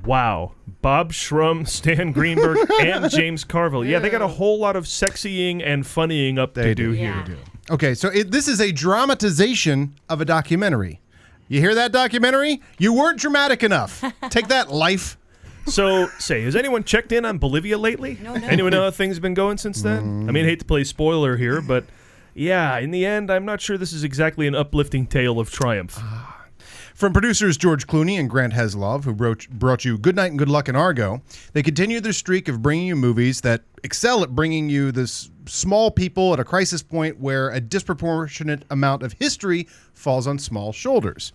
Speaker 5: Wow. Bob Shrum, Stan Greenberg, and James Carville. Yeah, they got a whole lot of sexying and funnying up to do here.
Speaker 2: Okay, so it, this is a dramatization of a documentary. You hear that documentary? You weren't dramatic enough. Take that, life.
Speaker 5: So, say, has anyone checked in on Bolivia lately? No, no. Anyone know how things have been going since then? I mean, I hate to play spoiler here, but yeah, in the end, I'm not sure this is exactly an uplifting tale of triumph.
Speaker 2: From producers George Clooney and Grant Heslov, who brought, brought you Good Night and Good Luck and Argo, they continue their streak of bringing you movies that excel at bringing you this small people at a crisis point where a disproportionate amount of history falls on small shoulders.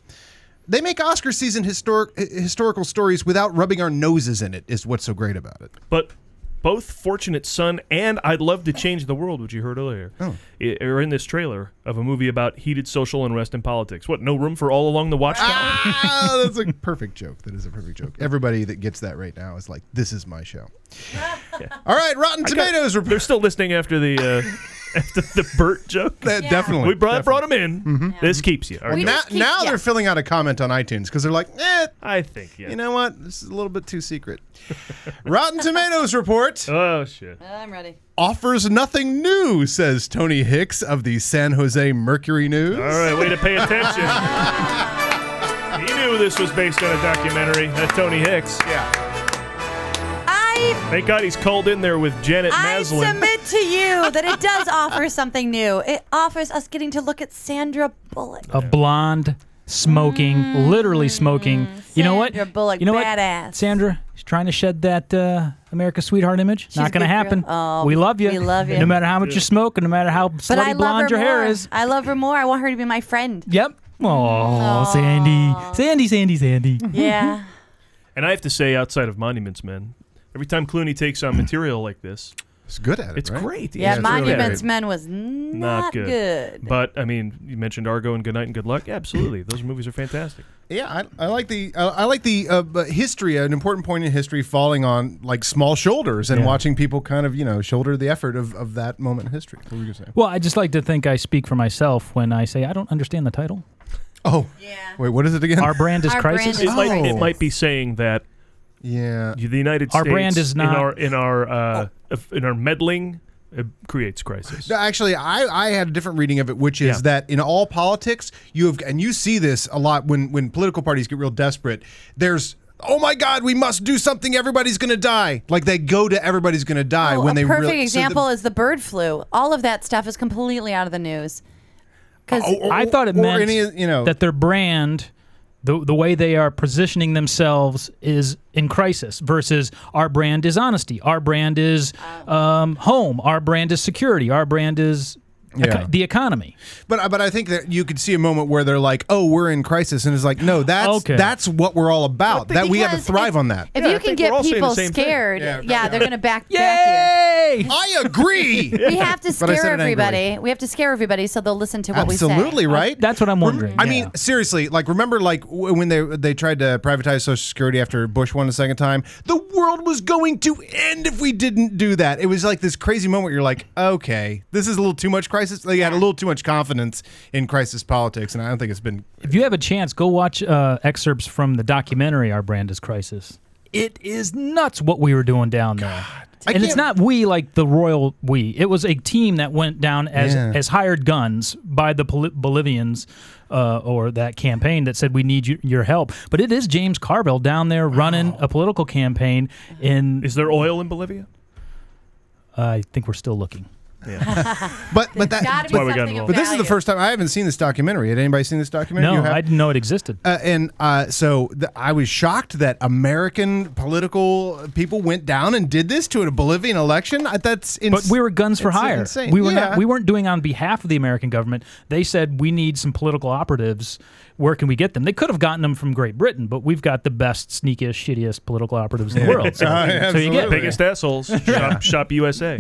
Speaker 2: They make Oscar season historic, hi- historical stories without rubbing our noses in it, is what's so great about it.
Speaker 5: But both Fortunate Son and I'd Love to Change the World, which you heard earlier,
Speaker 2: Oh.
Speaker 5: i- are in this trailer of a movie about heated social unrest and politics. What, no room for All Along the Watchtower?
Speaker 2: Ah, that's a perfect joke. That is a perfect joke. Everybody that gets that right now is like, this is my show. All right, Rotten Tomatoes report.
Speaker 5: They're still listening after the uh, after the Burt joke.
Speaker 2: Definitely. Mm-hmm.
Speaker 5: we brought, brought him in. This keeps you. All right.
Speaker 4: We
Speaker 2: now,
Speaker 4: just keep-
Speaker 2: now
Speaker 4: yeah.
Speaker 2: they're filling out a comment on iTunes because they're like, eh,
Speaker 5: I think, yeah.
Speaker 2: you know what? This is a little bit too secret. Rotten Tomatoes report
Speaker 5: oh, shit.
Speaker 4: I'm ready.
Speaker 2: offers nothing new, says Tony Hicks of the San Jose Mercury News.
Speaker 5: All right, way to pay attention. he knew this was based on a documentary. That's Tony Hicks.
Speaker 4: I
Speaker 5: Thank God he's called in there with Janet
Speaker 4: I
Speaker 5: Maslin.
Speaker 4: submit to you that it does offer something new. It offers us getting to look at Sandra Bullock.
Speaker 3: a blonde smoking, literally smoking. you know what?
Speaker 4: Mm. Sandra Bullock,
Speaker 3: you know
Speaker 4: badass.
Speaker 3: What? Sandra, she's trying to shed that uh, America sweetheart image.
Speaker 4: a
Speaker 3: Not
Speaker 4: good
Speaker 3: gonna
Speaker 4: girl.
Speaker 3: happen.
Speaker 4: Oh,
Speaker 3: we love you.
Speaker 4: we love you.
Speaker 3: No matter how much you smoke, and no matter how
Speaker 4: But I
Speaker 3: slutty
Speaker 4: love
Speaker 3: blonde
Speaker 4: her
Speaker 3: your hair
Speaker 4: more.
Speaker 3: is.
Speaker 4: I love her more. I want her to be my friend.
Speaker 3: Yep. Oh, Sandy, Sandy, Sandy, Sandy.
Speaker 4: Yeah.
Speaker 5: and I have to say, outside of Monuments Men, every time Clooney takes on material like this,
Speaker 2: It's good at it.
Speaker 5: it's
Speaker 2: right?
Speaker 5: great.
Speaker 4: Yeah,
Speaker 5: It's really
Speaker 4: Monuments
Speaker 5: great.
Speaker 4: Men was not,
Speaker 5: Not good.
Speaker 4: good.
Speaker 5: But I mean, you mentioned Argo and Good Night and Good Luck. Yeah, absolutely, those movies are fantastic.
Speaker 2: Yeah, I, I like the I, I like the uh, uh, history, an important point in history, falling on like small shoulders and watching people kind of you know shoulder the effort of, of that moment in history. What were you gonna say?
Speaker 3: Well, I just like to think I speak for myself when I say I don't understand the title.
Speaker 2: Oh,
Speaker 4: Yeah.
Speaker 2: Wait, what is it again?
Speaker 3: Our brand is
Speaker 4: Our brand
Speaker 3: crisis.
Speaker 4: is-
Speaker 5: It, might, it
Speaker 2: Oh.
Speaker 5: might be saying that
Speaker 2: yeah,
Speaker 5: the United
Speaker 3: Our
Speaker 5: States,
Speaker 3: brand is not-
Speaker 5: in our in our uh,
Speaker 2: Oh.
Speaker 5: if- in our meddling, it creates crisis.
Speaker 2: No, actually, I, I had a different reading of it, which is
Speaker 5: Yeah.
Speaker 2: that in all politics, you have, and you see this a lot when, when political parties get real desperate. There's, oh my God, we must do something. Everybody's going to die. Like they go to everybody's going to die
Speaker 4: Oh,
Speaker 2: when
Speaker 4: a
Speaker 2: they
Speaker 4: perfect
Speaker 2: really- so the-
Speaker 4: example is the bird flu. All of that stuff is completely out of the news. Because
Speaker 2: Oh, oh,
Speaker 3: I thought it
Speaker 2: or
Speaker 3: meant
Speaker 2: any, you know,
Speaker 3: that their brand, the the way they are positioning themselves is in crisis versus our
Speaker 4: Uh,
Speaker 3: brand is honesty, our brand is um, home, our brand is security, our brand is
Speaker 2: Yeah.
Speaker 3: the economy.
Speaker 2: But I- but I think that you could see a moment where they're like, "Oh, we're in crisis," and it's like, "No, that's
Speaker 3: Okay.
Speaker 2: that's what we're all about. That we have to
Speaker 4: Because
Speaker 2: thrive
Speaker 4: if-
Speaker 2: on that."
Speaker 4: If
Speaker 5: Yeah, I
Speaker 4: you
Speaker 5: think
Speaker 4: can
Speaker 5: we're all
Speaker 4: get
Speaker 5: saying the
Speaker 4: people
Speaker 5: same thing.
Speaker 4: scared,
Speaker 2: Yeah,
Speaker 4: yeah,
Speaker 2: yeah.
Speaker 4: they're going to back back
Speaker 3: Yay!
Speaker 2: I agree.
Speaker 4: you. We have to
Speaker 2: But I said
Speaker 4: scare
Speaker 2: it angrily.
Speaker 4: everybody. We have to scare everybody so they'll listen to what
Speaker 2: Absolutely
Speaker 4: we say.
Speaker 2: right.
Speaker 3: That's what I'm
Speaker 2: Rem-
Speaker 3: wondering,
Speaker 2: I
Speaker 3: yeah.
Speaker 2: mean, seriously, like remember, like w- when they they tried to privatize Social Security after Bush won the second time, the world was going to end if we didn't do that. It was like this crazy moment. Where you're like, okay, this is a little too much crisis. They had a little too much confidence in crisis politics, and I don't think it's been.
Speaker 3: If you have a chance, go watch uh, excerpts from the documentary "Our Brand Is Crisis." It is nuts what we were doing down there,
Speaker 2: I
Speaker 3: and it's
Speaker 2: can't-
Speaker 3: not we like the royal we. It was a team that went down as
Speaker 2: Yeah.
Speaker 3: as hired guns by the Bol- Bolivians uh, or that campaign that said we need you, your help. But it is James Carville down there running a political campaign in.
Speaker 5: Is there oil in Bolivia?
Speaker 3: I think we're still looking.
Speaker 2: But but
Speaker 4: Gotta be
Speaker 2: that.
Speaker 5: That's why we got
Speaker 4: something
Speaker 5: involved.
Speaker 4: of
Speaker 2: But this is the
Speaker 4: value.
Speaker 2: first time I haven't seen this documentary. Had anybody seen this documentary?
Speaker 3: No,
Speaker 2: You have?
Speaker 3: I didn't know it existed.
Speaker 2: Uh, and uh, so th- I was shocked that American political people went down and did this to a Bolivian election. I, that's ins-
Speaker 3: But we were guns for
Speaker 2: it's
Speaker 3: hire.
Speaker 2: insane.
Speaker 3: We were
Speaker 2: Yeah.
Speaker 3: not. We weren't doing on behalf of the American government. They said we need some political operatives. Where can we get them? They could have gotten them from Great Britain, but we've got the best, sneakiest, shittiest political operatives in the world. So,
Speaker 2: Yeah,
Speaker 3: so you
Speaker 2: absolutely.
Speaker 3: get it.
Speaker 5: Biggest assholes. Shop, shop USA.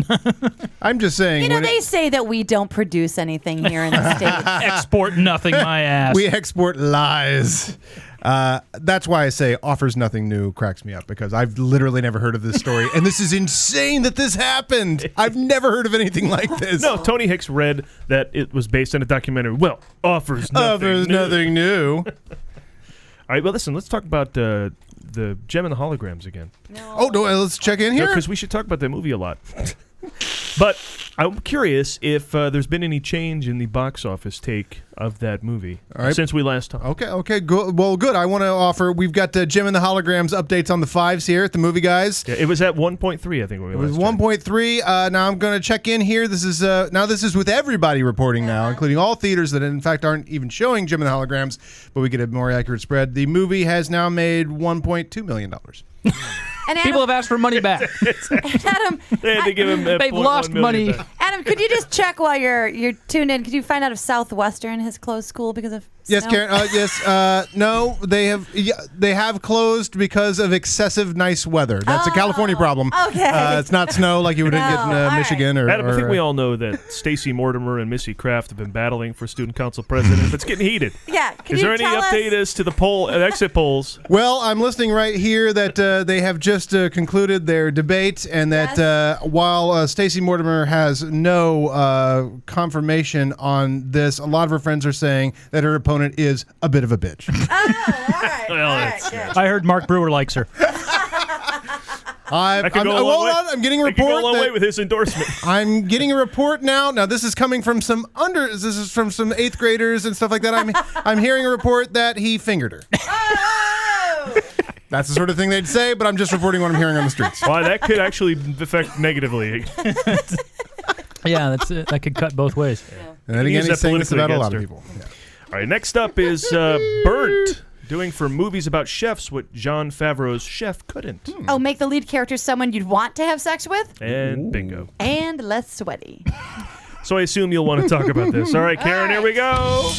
Speaker 2: I'm just saying.
Speaker 4: You know,
Speaker 2: when
Speaker 4: they
Speaker 2: it-
Speaker 4: say that we don't produce anything here in the States.
Speaker 3: export nothing. My ass.
Speaker 2: we export lies. Uh, that's why I say offers nothing new cracks me up because I've literally never heard of this story, and this is insane that this happened. I've never heard of anything like this.
Speaker 5: No, Tony Hicks read that it was based on a documentary. Well, offers nothing.
Speaker 2: offers
Speaker 5: new.
Speaker 2: nothing new.
Speaker 5: All right, well, listen, let's talk about uh, the Gem and the Holograms again.
Speaker 2: Oh, no, let's check in here.
Speaker 5: Because we should talk about that movie a lot. but I'm curious if uh, there's been any change in the box office take of that movie
Speaker 2: All right. Oh.
Speaker 5: since we last talked.
Speaker 2: Okay, okay, go- well, good. I want to offer. We've got uh, Jim and the Holograms updates on the fives here at the movie guys.
Speaker 5: Yeah, it was at 1.3, I think. When we
Speaker 2: It was
Speaker 5: last checked.
Speaker 2: 1.3. Uh, now I'm going to check in here. This is uh, now this is with everybody reporting now, including all theaters that in fact aren't even showing Jim and the Holograms, but we get a more accurate spread. The movie has now made 1.2 million dollars.
Speaker 4: And Adam,
Speaker 3: People have asked for money back.
Speaker 4: Adam,
Speaker 5: They had to give him. uh,
Speaker 3: They've
Speaker 5: 0.1
Speaker 3: lost
Speaker 5: million
Speaker 3: money.
Speaker 5: back.
Speaker 4: Adam, could you just check while you're you're tuned in? Could you find out if Southwestern has closed school because of
Speaker 2: Yes,
Speaker 4: snow?
Speaker 2: Karen. Uh, yes. Uh, no, they have yeah, they have closed because of excessive nice weather. That's a California problem.
Speaker 4: okay.
Speaker 2: Uh, it's not snow like you would get in
Speaker 4: No, all
Speaker 2: uh,
Speaker 4: right.
Speaker 2: Michigan or.
Speaker 5: Adam, I think
Speaker 2: or,
Speaker 5: we
Speaker 2: uh,
Speaker 5: all know that Stacy Mortimer and Missy Kraft have been battling for student council president. It's getting heated.
Speaker 4: Yeah. Can
Speaker 5: Is
Speaker 4: you
Speaker 5: there any
Speaker 4: tell us-
Speaker 5: update as to the poll uh, exit polls?
Speaker 2: Well, I'm listening right here that uh, they have just uh, concluded their debate, and that
Speaker 4: Yes.
Speaker 2: uh, while uh, Stacey Mortimer has no uh, confirmation on this, a lot of her friends are saying that her opponent is a bit of a bitch.
Speaker 4: Oh, all right. all right,
Speaker 5: that's-
Speaker 4: good.
Speaker 3: I heard Mark Brewer likes her.
Speaker 2: I,
Speaker 5: That could
Speaker 2: I'm,
Speaker 5: go a
Speaker 2: oh,
Speaker 5: long
Speaker 2: hold
Speaker 5: way.
Speaker 2: on, I'm getting a
Speaker 5: They could go
Speaker 2: report.
Speaker 5: a long
Speaker 2: that-
Speaker 5: way with his endorsement.
Speaker 2: I'm getting a report now. Now this is coming from some under. This is from some eighth graders and stuff like that. I'm I'm hearing a report that he fingered her. That's the sort of thing they'd say, but I'm just reporting what I'm hearing on the streets.
Speaker 5: Why that could actually affect negatively.
Speaker 3: Yeah, that's it. That could cut both ways.
Speaker 2: And then
Speaker 5: He
Speaker 2: again,
Speaker 5: used
Speaker 2: he's
Speaker 5: that
Speaker 2: saying this
Speaker 5: politically
Speaker 2: about a lot of
Speaker 5: against
Speaker 2: people. Yeah.
Speaker 5: All right, next up is uh, Burnt, doing for movies about chefs what John Favreau's chef couldn't.
Speaker 4: Oh, make the lead character someone you'd want to have sex with
Speaker 5: And bingo.
Speaker 4: and less sweaty.
Speaker 5: So I assume you'll want to talk about this. All right, Karen, here we go.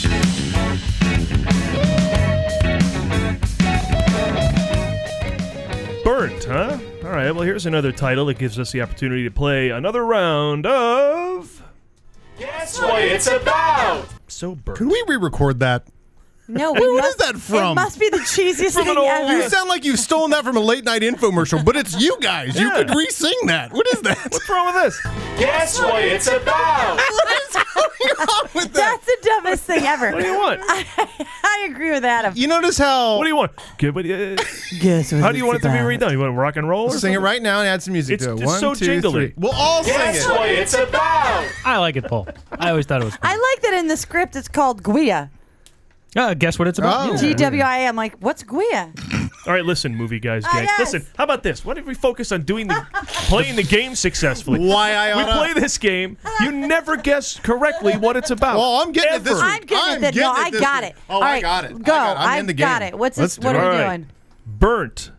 Speaker 5: Burnt, huh? All right, well, here's another title that gives us the opportunity to play another round of. Guess what it's about! So burnt.
Speaker 2: Can we re-record that?
Speaker 4: No, we
Speaker 2: What is
Speaker 4: must,
Speaker 2: that from?
Speaker 4: It must be the cheesiest
Speaker 5: From an
Speaker 4: thing
Speaker 5: old-
Speaker 2: You
Speaker 4: ever.
Speaker 2: sound like you've stolen that from a late night infomercial, but it's you guys. You could re-sing that. What is that?
Speaker 5: What's wrong with this? Guess what it's about!
Speaker 2: what is going on with that?
Speaker 4: That's the dumbest thing ever.
Speaker 5: What do you want?
Speaker 4: I agree with Adam.
Speaker 2: You notice how?
Speaker 5: What do you want? Good, what, do you- uh, how do you want it to be redone? You want rock and roll? or
Speaker 2: Sing it
Speaker 5: something?
Speaker 2: right now and add some music
Speaker 5: It's
Speaker 2: to it.
Speaker 5: just
Speaker 2: One,
Speaker 5: so
Speaker 2: two,
Speaker 5: jingly.
Speaker 2: three. We'll all sing it.
Speaker 5: it's about.
Speaker 3: I like it, Paul. I always thought it was.
Speaker 4: I
Speaker 3: Fun.
Speaker 4: like that in the script it's called Guia.
Speaker 3: Uh, guess what it's about?
Speaker 2: Oh.
Speaker 3: Yeah.
Speaker 4: G W I A. I'm like, what's Guia?
Speaker 5: All right, listen, movie guys,
Speaker 4: Ah,
Speaker 5: gang.
Speaker 4: yes.
Speaker 5: Listen, how about this? Why don't we focus on doing the playing the game successfully?
Speaker 2: Why I
Speaker 5: we
Speaker 2: oughta-
Speaker 5: play this game. You never guess correctly what it's about.
Speaker 2: Oh, I'm getting it this
Speaker 5: Ever.
Speaker 2: week.
Speaker 4: I'm getting
Speaker 2: I'm
Speaker 4: it. That,
Speaker 2: getting
Speaker 4: no,
Speaker 2: it
Speaker 4: I
Speaker 2: this
Speaker 4: got
Speaker 2: week.
Speaker 4: it.
Speaker 2: Oh, I
Speaker 4: All right,
Speaker 2: got it. I
Speaker 4: Go.
Speaker 2: got it. I'm in the
Speaker 4: got
Speaker 2: game.
Speaker 4: it. What's
Speaker 2: Let's
Speaker 4: this?
Speaker 2: do
Speaker 4: What
Speaker 2: it.
Speaker 4: are
Speaker 5: All
Speaker 4: we
Speaker 5: right.
Speaker 4: doing?
Speaker 5: Burnt.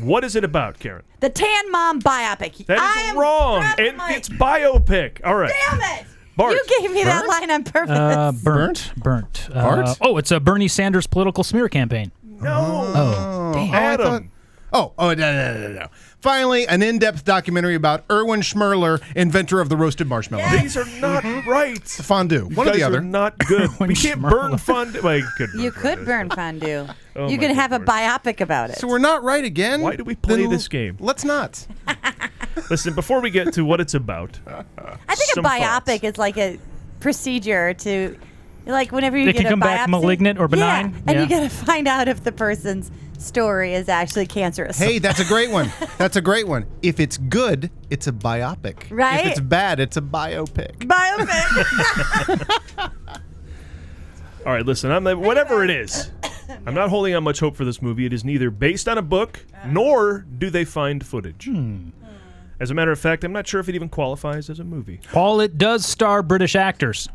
Speaker 5: What is it about, Karen?
Speaker 4: The Tan Mom biopic.
Speaker 5: That is
Speaker 4: I am
Speaker 5: wrong.
Speaker 4: grabbing
Speaker 5: And
Speaker 4: my-
Speaker 5: it's biopic. All right.
Speaker 4: Damn it!
Speaker 5: Bart.
Speaker 4: You gave me that
Speaker 2: Burnt?
Speaker 4: line on purpose.
Speaker 3: Uh, burnt, burnt. Uh,
Speaker 2: Bart?
Speaker 3: oh, it's a Bernie Sanders political smear campaign.
Speaker 5: no.
Speaker 3: Oh,
Speaker 2: Oh,
Speaker 5: Adam.
Speaker 2: I thought- oh, oh, no, no, no, no, no. Finally, an in-depth documentary about Erwin Schmerler, inventor of the roasted marshmallow.
Speaker 5: These are not right.
Speaker 2: Fondue, Mm-hmm. one or
Speaker 5: Guys
Speaker 2: the
Speaker 5: are
Speaker 2: other.
Speaker 5: not good. we can't
Speaker 3: Schmerler.
Speaker 5: burn fund. Well, you could.
Speaker 4: you could
Speaker 5: burn.
Speaker 4: burn fondue.
Speaker 5: Oh
Speaker 4: you
Speaker 5: my
Speaker 4: could
Speaker 5: good
Speaker 4: have a
Speaker 5: lord.
Speaker 4: biopic about it.
Speaker 2: so we're not right again.
Speaker 5: Why do we play
Speaker 2: Then
Speaker 5: this game?
Speaker 2: Let's not.
Speaker 5: fondue. Listen, before we get to what it's about,
Speaker 4: I think a
Speaker 5: some
Speaker 4: biopic
Speaker 5: thoughts.
Speaker 4: is like a procedure to, like whenever you
Speaker 3: It
Speaker 4: get
Speaker 3: can
Speaker 4: a
Speaker 3: come
Speaker 4: biopsy,
Speaker 3: back malignant or benign?
Speaker 4: Yeah, and you
Speaker 3: Yeah.
Speaker 4: got to find out if the person's story is actually cancerous.
Speaker 2: Hey, that's a great one. That's a great one. If it's good, it's a biopic.
Speaker 4: Right?
Speaker 2: If it's bad, it's a biopic.
Speaker 4: biopic.
Speaker 5: all right. Listen, I'm whatever it is. I'm not holding out much hope for this movie. It is neither based on a book nor do they find footage. As a matter of fact, I'm not sure if it even qualifies as a movie.
Speaker 3: all it does star British actors.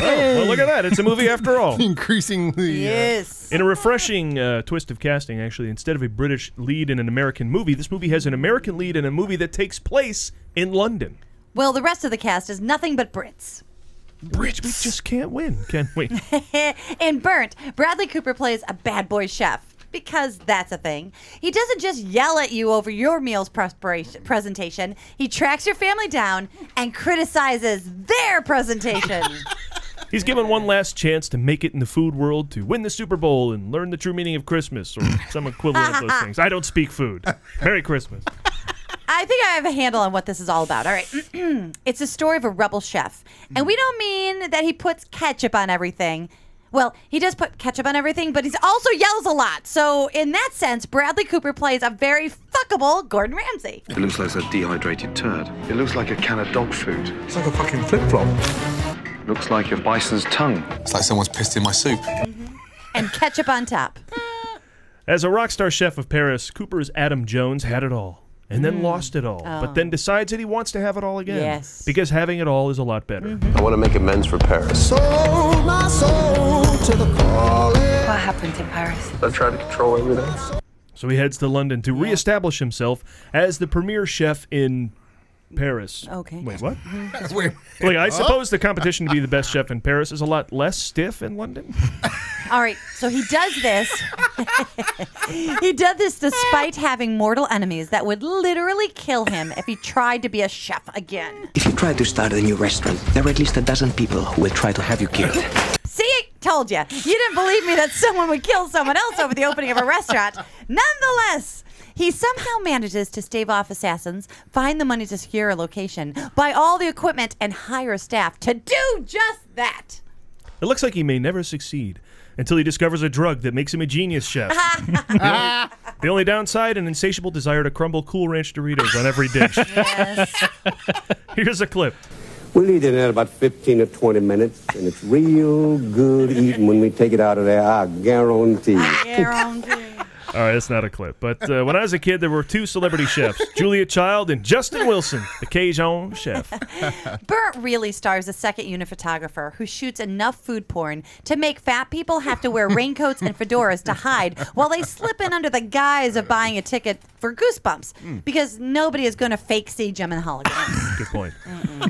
Speaker 5: Well, look at that. It's a movie after all.
Speaker 2: Increasingly. uh,
Speaker 1: Yes.
Speaker 5: In a refreshing uh, twist of casting, actually, instead of a British lead in an American movie, this movie has an American lead in a movie that takes place in London.
Speaker 4: well, the rest of the cast is nothing but Brits.
Speaker 5: Which we just can't win, can we?
Speaker 4: In Burnt, Bradley Cooper plays a bad boy chef because that's a thing. He doesn't just yell at you over your meal's preparation presentation. He tracks your family down and criticizes their presentation.
Speaker 5: He's given one last chance to make it in the food world, to win the Super Bowl, and learn the true meaning of Christmas or some equivalent of those things. I don't speak food. Merry Christmas.
Speaker 4: I think I have a handle on what this is all about. All right. it's a story of a rebel chef. And we don't mean that he puts ketchup on everything. Well, he does put ketchup on everything, but he also yells a lot. So, in that sense, Bradley Cooper plays a very fuckable Gordon Ramsay.
Speaker 9: It looks like a dehydrated turd.
Speaker 10: It looks like a can of dog food.
Speaker 9: It's like a fucking flip flop. Looks like a bison's tongue. It's like someone's pissed in my soup.
Speaker 4: and ketchup on top.
Speaker 5: As a rock star chef of Paris, Cooper's Adam Jones had it all and then lost it all, but then decides that he wants to have it all again.
Speaker 4: Mm. Oh. Yes. Mm-hmm.
Speaker 5: Because having it all is a lot better.
Speaker 10: I want to make amends for Paris.
Speaker 7: Sold my soul to the calling.
Speaker 11: What happened in Paris?
Speaker 10: I tried to control everything.
Speaker 5: So he heads to London to reestablish himself as the premier chef in Paris.
Speaker 4: Okay. Mm-hmm.
Speaker 5: Wait, what? Wait, I suppose the competition to be the best chef in Paris is a lot less stiff in London.
Speaker 4: All right, so he does this. he did this despite having mortal enemies that would literally kill him if he tried to be a chef again.
Speaker 6: If you try to start a new restaurant, there are at least a dozen people who will try to have you killed.
Speaker 4: See, told you. You didn't believe me that someone would kill someone else over the opening of a restaurant. Nonetheless, he somehow manages to stave off assassins, find the money to secure a location, buy all the equipment, and hire staff to do just that.
Speaker 5: It looks like he may never succeed until he discovers a drug that makes him a genius chef. the, only, the only downside an insatiable desire to crumble Cool Ranch Doritos on every dish. Here's a clip.
Speaker 10: We'll eat in there about 15 or 20 minutes, and it's real good eating when we take it out of there, I guarantee.
Speaker 5: All right, that's not a clip. But uh, when I was a kid, there were two celebrity chefs, Julia Child and Justin Wilson, the Cajun chef.
Speaker 4: Burt really stars a second unit photographer who shoots enough food porn to make fat people have to wear raincoats and fedoras to hide while they slip in under the guise of buying a ticket for Goosebumps because nobody is going to fake see Jim and Holligan.
Speaker 5: Good point.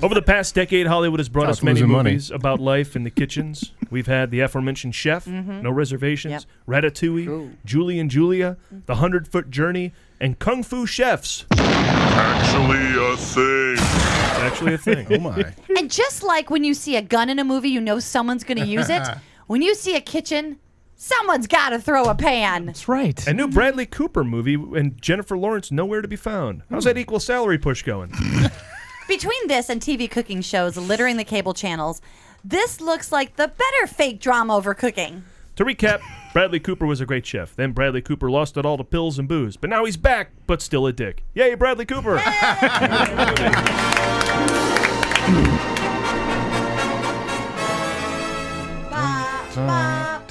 Speaker 5: Over the past decade, Hollywood has brought
Speaker 2: Stop
Speaker 5: us many
Speaker 2: losing money.
Speaker 5: movies about life in the kitchens. We've had the aforementioned Chef, No Reservations, Ratatouille, Julie and Julia, The Hundred Foot Journey, and Kung Fu Chefs. Actually a thing. actually a
Speaker 2: Oh
Speaker 5: thing.
Speaker 2: my.
Speaker 4: and just like when you see a gun in a movie, you know someone's going to use it. When you see a kitchen, someone's got to throw a pan.
Speaker 3: That's right.
Speaker 5: A new Bradley Cooper movie and Jennifer Lawrence nowhere to be found. How's that equal salary push going?
Speaker 4: Between this and TV cooking shows littering the cable channels, this looks like the better fake drama over cooking.
Speaker 5: To recap, Bradley Cooper was a great chef. Then Bradley Cooper lost it all to pills and booze. But now he's back, but still a dick. Yay, Bradley Cooper!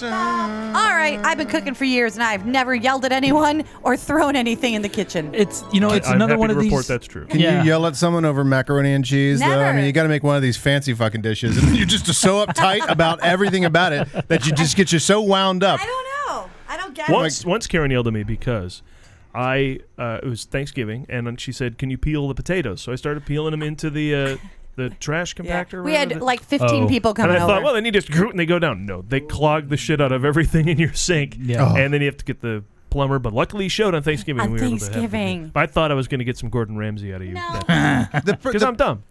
Speaker 4: All right, I've been cooking for years and I've never yelled at anyone or thrown anything in the kitchen.
Speaker 3: It's you know it's
Speaker 5: I'm
Speaker 3: another
Speaker 5: happy
Speaker 3: one
Speaker 5: to
Speaker 3: of
Speaker 5: report
Speaker 3: these.
Speaker 5: that's true.
Speaker 2: Can
Speaker 3: Yeah.
Speaker 2: you yell at someone over macaroni and cheese? Though? I
Speaker 4: Never.
Speaker 2: mean, you got to make one of these fancy fucking dishes, and you're just so uptight about everything about it that you just get you so wound up.
Speaker 4: I don't know. I don't get it.
Speaker 5: Once, once Karen yelled at me because I uh, it was Thanksgiving and then she said, "Can you peel the potatoes?" So I started peeling them into the uh, the trash compactor. or
Speaker 4: We had,
Speaker 5: whatever?
Speaker 4: like, 15 people coming
Speaker 5: Oh. And I thought,
Speaker 4: over.
Speaker 5: well, then you just groot and they go down. No, they clog the shit out of everything in your sink.
Speaker 3: Yeah. Oh.
Speaker 5: And then you have to get the plumber. But luckily, he showed on Thanksgiving.
Speaker 1: On
Speaker 5: we were able to have the-
Speaker 1: Thanksgiving.
Speaker 5: I thought I was going to get some Gordon Ramsay out of you.
Speaker 2: Because
Speaker 5: I'm dumb.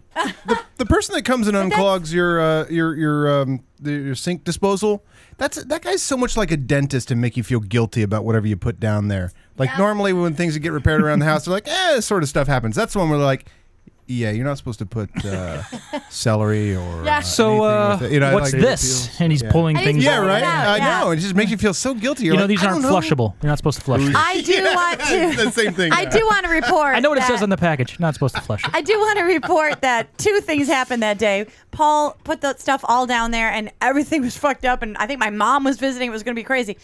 Speaker 2: The person that comes and unclogs your uh, your your um, the- your sink disposal, that's that guy's so much like a dentist to make you feel guilty about whatever you put down there. Like normally when things get repaired around the house, they're like, eh, this sort of stuff happens. That's the one where they're like, yeah, you're not supposed to put uh, celery or
Speaker 3: Yeah.
Speaker 2: anything
Speaker 3: So, uh,
Speaker 2: with it. You know,
Speaker 3: what's
Speaker 2: like-
Speaker 3: this? And he's pulling And he's things
Speaker 2: Yeah,
Speaker 3: pulling it
Speaker 2: right.
Speaker 3: out,
Speaker 2: I
Speaker 3: yeah.
Speaker 2: know. It just makes you feel so guilty. You're
Speaker 3: you know
Speaker 2: like,
Speaker 3: these
Speaker 2: "I
Speaker 3: aren't
Speaker 2: don't know."
Speaker 3: flushable. You're not supposed to flush. them.
Speaker 4: I do want to.
Speaker 2: the same thing.
Speaker 4: I do want to report.
Speaker 3: I know what it
Speaker 4: that-
Speaker 3: says on the package. Not supposed to flush it.
Speaker 4: I do want to report that two things happened that day. Paul put the stuff all down there, and everything was fucked up. And I think my mom was visiting; it was going to be crazy.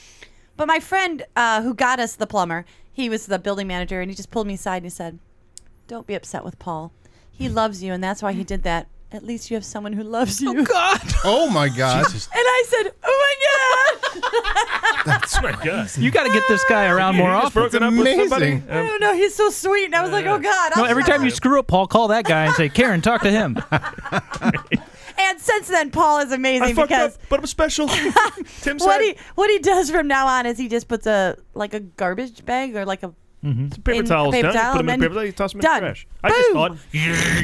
Speaker 4: But my friend uh, who got us the plumber, he was the building manager, and he just pulled me aside and he said, "Don't be upset with Paul. He loves you, and that's why he did that. At least you have someone who loves you." Oh
Speaker 3: God!
Speaker 2: Oh my God.
Speaker 4: And I said, "Oh my God!"
Speaker 5: That's my God.
Speaker 3: You got to get this guy around
Speaker 5: You
Speaker 3: more
Speaker 5: just
Speaker 3: often.
Speaker 5: broken up with somebody?
Speaker 4: I
Speaker 5: Um,
Speaker 4: don't know. He's so sweet, and I was like, "Oh God!"
Speaker 3: No,
Speaker 4: I'll
Speaker 3: every
Speaker 4: shut
Speaker 3: time you
Speaker 4: up."
Speaker 3: screw up, Paul, call that guy and say, "Karen, talk to him."
Speaker 4: And since then, Paul is amazing
Speaker 5: I fucked
Speaker 4: because
Speaker 5: up, but I'm special. Tim
Speaker 4: what
Speaker 5: said.
Speaker 4: he what he does from now on is he just puts a like a garbage bag or like a
Speaker 5: paper
Speaker 4: in a
Speaker 5: towels
Speaker 4: paper
Speaker 5: done.
Speaker 4: towel
Speaker 5: put them in
Speaker 4: and
Speaker 5: paper
Speaker 4: then
Speaker 5: towel. You toss them in
Speaker 4: done.
Speaker 5: the trash. I just thought,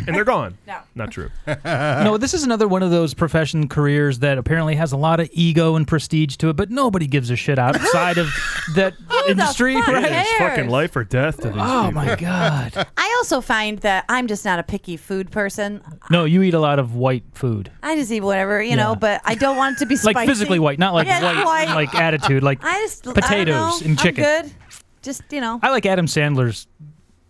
Speaker 5: and they're gone. No, not true.
Speaker 3: no, this is another one of those profession careers that apparently has a lot of ego and prestige to it, but nobody gives a shit outside of that industry.
Speaker 4: fuck
Speaker 3: right?
Speaker 5: It is fucking
Speaker 4: cares?
Speaker 5: life or death to these
Speaker 3: Oh
Speaker 5: people.
Speaker 3: my god!
Speaker 4: I also find that I'm just not a picky food person.
Speaker 3: No, you eat a lot of white food,
Speaker 4: I just eat whatever you know,
Speaker 3: Yeah.
Speaker 4: but I don't want it to be spicy.
Speaker 3: like physically white, not like
Speaker 4: Yeah,
Speaker 3: white, like attitude, like
Speaker 4: I just I don't
Speaker 3: potatoes
Speaker 4: know.
Speaker 3: and chicken.
Speaker 4: I'm good. Just you know,
Speaker 3: I like Adam Sandler's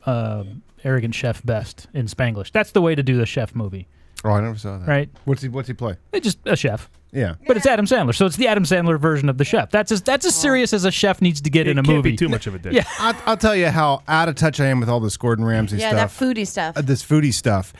Speaker 3: uh, arrogant chef best in Spanglish. That's the way to do the chef movie,
Speaker 2: Oh, I never saw that.
Speaker 3: right?
Speaker 2: What's he What's he play?
Speaker 3: It's just a chef.
Speaker 2: Yeah.
Speaker 3: But it's Adam Sandler, so it's the Adam Sandler version of the chef. That's as that's
Speaker 4: Oh.
Speaker 3: as serious as a chef needs to get
Speaker 5: It
Speaker 3: in a
Speaker 5: can't
Speaker 3: movie.
Speaker 5: be too much of a dick.
Speaker 3: Yeah.
Speaker 2: I'll, I'll tell you how out of touch I am with all this Gordon Ramsay
Speaker 4: yeah,
Speaker 2: stuff.
Speaker 4: that foodie stuff.
Speaker 2: uh, this foodie stuff.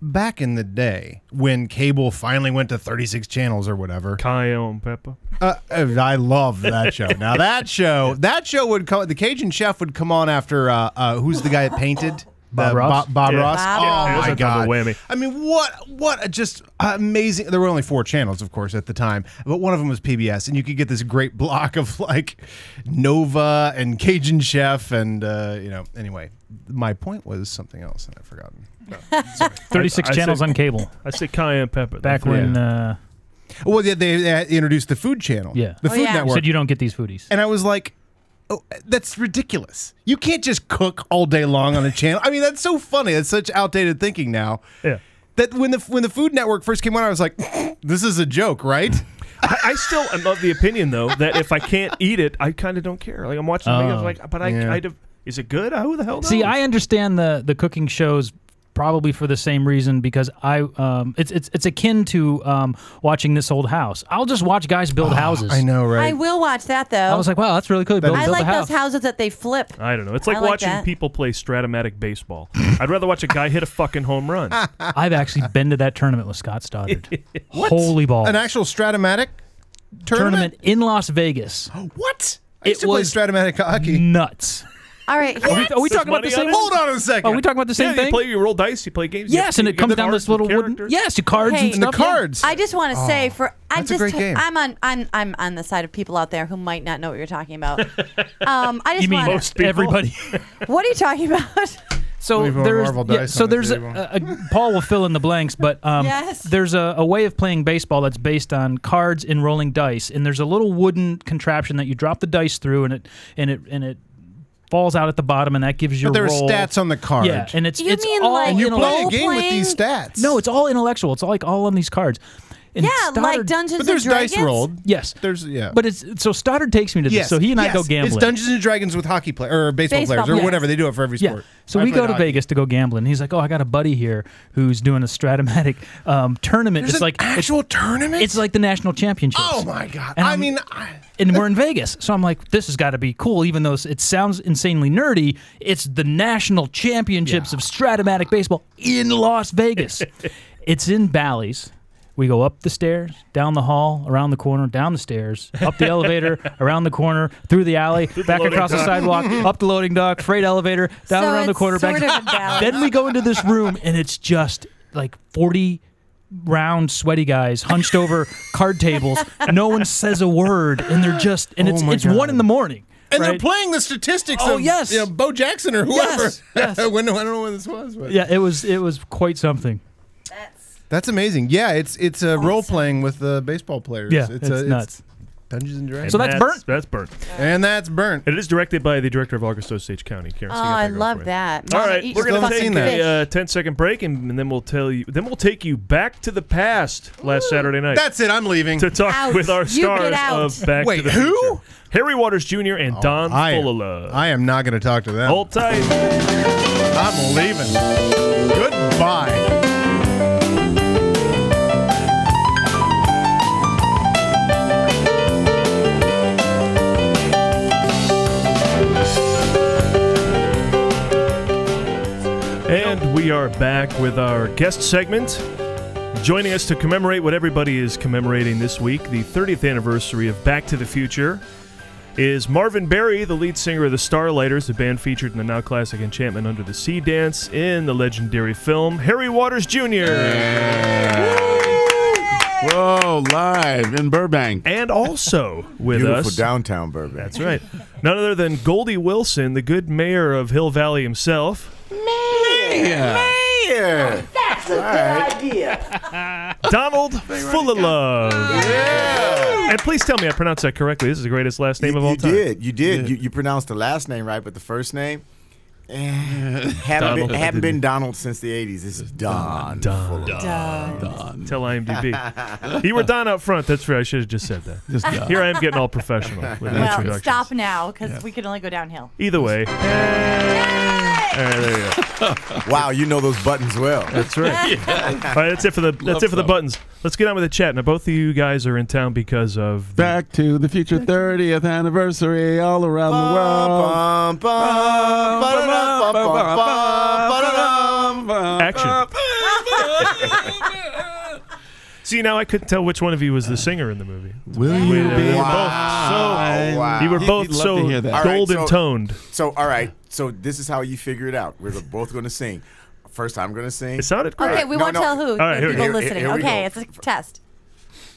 Speaker 2: Back in the day, when cable finally went to 36 channels or whatever,
Speaker 5: Cayenne pepper.
Speaker 2: uh, uh, I love that show. Now that show, that show would come. The Cajun Chef would come on after uh, uh, who's the guy that painted
Speaker 3: Bob
Speaker 2: The
Speaker 3: Ross?
Speaker 2: Bo- Bob
Speaker 5: Yeah.
Speaker 2: Ross.
Speaker 4: Bob
Speaker 2: Oh
Speaker 4: Ross.
Speaker 5: That's
Speaker 2: my
Speaker 5: a
Speaker 2: god!
Speaker 5: double whammy.
Speaker 2: I mean, what what a just amazing. There were only four channels, of course, at the time, but one of them was PBS, and you could get this great block of like Nova and Cajun Chef, and uh, you know. Anyway, my point was something else, and I've forgotten.
Speaker 3: Thirty-six
Speaker 5: I- I
Speaker 3: channels
Speaker 5: said-
Speaker 3: on cable
Speaker 5: I say cayenne pepper.
Speaker 3: back
Speaker 5: That's what
Speaker 3: when uh,
Speaker 2: Well, yeah, they, they introduced the Food Channel.
Speaker 3: Yeah.
Speaker 2: the
Speaker 3: Oh,
Speaker 2: Food
Speaker 4: yeah.
Speaker 3: you
Speaker 2: Network.
Speaker 3: said you don't get these foodies.
Speaker 2: and I was like, oh, that's ridiculous. You can't just cook all day long on a channel. I mean, that's so funny. That's such outdated thinking now.
Speaker 5: Yeah.
Speaker 2: That when the when the Food Network first came on, I was like, this is a joke, right?
Speaker 5: I, I still am of the opinion though that if I can't eat it, I kind of don't care. Like I'm watching, the thing, I was
Speaker 3: Oh.
Speaker 5: like, but I,
Speaker 2: Yeah.
Speaker 5: I, is it good? Who the hell knows?
Speaker 3: See, I understand the the cooking shows probably for the same reason because I um, it's it's it's akin to um, watching this old house. I'll just watch guys
Speaker 5: Ah,
Speaker 3: build houses.
Speaker 2: I know, right?
Speaker 4: I will watch that though.
Speaker 3: I was like, wow, that's really cool. Build,
Speaker 2: is-
Speaker 4: I
Speaker 3: build
Speaker 4: like
Speaker 3: a house.
Speaker 4: those houses that they flip.
Speaker 5: I don't know. It's like,
Speaker 4: I like
Speaker 5: watching
Speaker 4: that.
Speaker 5: people play Stratomatic baseball. I'd rather watch a guy hit a fucking home run.
Speaker 3: I've actually been to that tournament with Scott Stoddard. Holy ball!
Speaker 2: An actual Stratomatic
Speaker 3: tournament
Speaker 2: tournament.
Speaker 3: in Las Vegas.
Speaker 2: What? I
Speaker 3: It
Speaker 2: used to play
Speaker 3: was-
Speaker 2: Stratomatic hockey.
Speaker 3: Nuts.
Speaker 4: All right,
Speaker 2: Oh,
Speaker 3: Are we, are we
Speaker 5: There's
Speaker 3: talking about the
Speaker 5: money on
Speaker 3: same?
Speaker 5: it?
Speaker 2: Hold on a second.
Speaker 3: Are we talking about the same
Speaker 5: yeah,
Speaker 3: thing?
Speaker 5: you play, you roll dice, you play games. you have
Speaker 3: yes, and
Speaker 5: to-
Speaker 3: it
Speaker 5: you have
Speaker 3: comes down to
Speaker 5: cards
Speaker 3: this little
Speaker 5: and
Speaker 3: wooden.
Speaker 5: characters.
Speaker 3: Yes, your cards
Speaker 4: Hey,
Speaker 3: and stuff.
Speaker 2: the cards.
Speaker 4: I just want to say for I
Speaker 2: Oh, that's a
Speaker 4: just
Speaker 2: great game.
Speaker 4: I'm on I'm I'm on the side of people out there who might not know what you're talking about. um, I just
Speaker 3: You mean
Speaker 4: wanna-
Speaker 5: most people?
Speaker 3: everybody?
Speaker 4: What are you talking about?
Speaker 3: So
Speaker 2: Leave them on
Speaker 3: there's,
Speaker 2: Marvel
Speaker 3: yeah,
Speaker 2: dice
Speaker 3: so
Speaker 2: on the
Speaker 3: there's a,
Speaker 2: table.
Speaker 3: a- a- Paul will fill in the blanks, but um,
Speaker 4: Yes.
Speaker 3: there's a, a way of playing baseball that's based on cards and rolling dice, and there's a little wooden contraption that you drop the dice through, and it and it and it falls out at the bottom, and that gives you.
Speaker 2: But there
Speaker 3: a
Speaker 2: are
Speaker 3: roll.
Speaker 2: stats on the card.
Speaker 3: Yeah, and it's
Speaker 4: You
Speaker 3: it's
Speaker 4: mean
Speaker 3: all
Speaker 4: like
Speaker 2: And you play a
Speaker 4: Role
Speaker 3: intellectual.
Speaker 2: game with these
Speaker 4: playing?
Speaker 2: stats.
Speaker 3: No, it's all intellectual. It's all like all on these cards. And
Speaker 4: yeah, like
Speaker 3: Stoddard-
Speaker 4: Dungeons
Speaker 2: but there's
Speaker 4: and Dragons.
Speaker 2: dice rolled.
Speaker 3: Yes,
Speaker 2: There's yeah.
Speaker 3: but it's so Stoddard takes me to this.
Speaker 2: yes,
Speaker 3: So he and I
Speaker 2: yes.
Speaker 3: go gambling.
Speaker 2: It's Dungeons and Dragons with hockey players or baseball,
Speaker 4: Baseball
Speaker 2: players or
Speaker 4: players.
Speaker 2: whatever they do it for every
Speaker 3: Yeah.
Speaker 2: sport.
Speaker 3: So
Speaker 2: I
Speaker 3: we go
Speaker 2: played
Speaker 3: to
Speaker 2: hockey.
Speaker 3: Vegas to go gambling. He's like, "Oh, I got a buddy here who's doing a Stratomatic um, tournament.
Speaker 2: There's
Speaker 3: it's
Speaker 2: an
Speaker 3: like it's-
Speaker 2: actual tournament.
Speaker 3: it's like the national championships."
Speaker 2: Oh my god!
Speaker 3: And
Speaker 2: I
Speaker 3: I'm-
Speaker 2: mean, I,
Speaker 3: and we're in Vegas, so I'm like, "This has got to be cool." Even though it sounds insanely nerdy, it's the national championships of Stratomatic baseball in Las Vegas. it's in Bally's. We go up the stairs, down the hall, around the corner, down the stairs, up the elevator, around the corner, through the alley, back
Speaker 5: loading
Speaker 3: across the
Speaker 5: dock.
Speaker 3: sidewalk, up the loading dock, freight elevator, down
Speaker 4: So
Speaker 3: around the
Speaker 4: it's
Speaker 3: corner,
Speaker 4: sort
Speaker 3: back
Speaker 4: of a balance.
Speaker 3: then we go into this room and it's just like 40 round sweaty guys hunched over card tables. No one says a word and they're just and
Speaker 2: Oh
Speaker 3: it's
Speaker 2: my
Speaker 3: it's
Speaker 2: God.
Speaker 3: 1 in the morning.
Speaker 2: And they're
Speaker 3: right?
Speaker 2: playing the statistics
Speaker 3: Oh,
Speaker 2: of
Speaker 3: yes.
Speaker 2: you know, Bo Jackson or whoever.
Speaker 3: Yes, yes.
Speaker 2: When- I don't know when this was. But.
Speaker 3: Yeah, it was it was quite something.
Speaker 2: That's amazing. Yeah, it's it's uh, role playing with uh, baseball players.
Speaker 3: Yeah,
Speaker 2: uh,
Speaker 3: it's nuts.
Speaker 2: Dungeons and Dragons.
Speaker 5: And That's burnt.
Speaker 2: And that's burnt.
Speaker 5: And it is directed by the director of August Osage County, Karen.
Speaker 4: Oh,
Speaker 5: so you got
Speaker 4: I
Speaker 5: that going for
Speaker 4: love
Speaker 5: you.
Speaker 4: that.
Speaker 5: All
Speaker 4: Mama,
Speaker 5: right,
Speaker 4: eat
Speaker 5: we're
Speaker 4: your
Speaker 5: gonna
Speaker 4: fucking
Speaker 5: take a
Speaker 4: fish.
Speaker 5: uh, 10 second break, and, and then we'll tell you. Then we'll take you back to the past last Saturday night.
Speaker 2: That's it. I'm leaving.
Speaker 5: to talk
Speaker 4: Out.
Speaker 5: with our
Speaker 4: You get
Speaker 5: stars
Speaker 4: out.
Speaker 5: of Back
Speaker 2: Wait,
Speaker 5: to the
Speaker 2: who? Oh,
Speaker 5: Future. Harry Waters Jr. and Don
Speaker 2: I am-
Speaker 5: Fulala.
Speaker 2: I am not going to talk to them.
Speaker 3: Oh.
Speaker 5: Hold tight.
Speaker 2: I'm leaving. Goodbye.
Speaker 5: And we are back with our guest segment. Joining us to commemorate what everybody is commemorating this week, the 30th anniversary of Back to the Future, is Marvin Berry, the lead singer of the Starlighters, a band featured in the now classic Enchantment Under the Sea dance in the legendary film Harry Waters Jr.
Speaker 11: Whoa, live in Burbank.
Speaker 5: And also with
Speaker 11: Beautiful
Speaker 5: us,
Speaker 11: downtown Burbank.
Speaker 5: That's right. None other than Goldie Wilson, the good mayor of Hill Valley himself.
Speaker 11: Yeah. Yeah.
Speaker 7: That's a good idea.
Speaker 5: Donald Full of Love. And please tell me I pronounced that correctly. This is the greatest last name of all
Speaker 11: You
Speaker 5: time.
Speaker 11: did. You did. You, you pronounced the last name right, but the first name eh, haven't,
Speaker 5: Donald.
Speaker 11: been, haven't been Donald since the 80s. This is Don. Don.
Speaker 5: Tell IMDb. you were Don out front. That's right. I should have just said that.
Speaker 11: Just Don.
Speaker 5: Here I am getting all professional with the
Speaker 4: Well,
Speaker 5: introduction.
Speaker 4: stop now because we can only go downhill.
Speaker 5: Either way. All right, there you go.
Speaker 11: Wow, you know those buttons well.
Speaker 5: That's right. All right, that's it for the that's it for the buttons. Let's get on with the chat. Now both of you guys are in town because of the
Speaker 11: Back to the future 30th anniversary all around the world.
Speaker 5: action. See now I couldn't tell which one of you was the singer in the movie.
Speaker 11: Will you
Speaker 5: They were both so- You were
Speaker 11: He'd-
Speaker 5: both
Speaker 11: Ah. he'd love
Speaker 5: so
Speaker 11: to hear that. All right,
Speaker 5: golden
Speaker 11: so-
Speaker 5: toned.
Speaker 11: So, all right. So, this is how you figure it out. We're both going to sing. First, I'm going to sing.
Speaker 5: It sounded great.
Speaker 4: Okay, we
Speaker 11: No,
Speaker 4: won't
Speaker 11: no.
Speaker 4: tell who.
Speaker 5: right,
Speaker 4: the
Speaker 5: here we
Speaker 4: people
Speaker 11: go. Here-
Speaker 4: listening.
Speaker 11: here we
Speaker 4: okay,
Speaker 11: go.
Speaker 4: it's a test.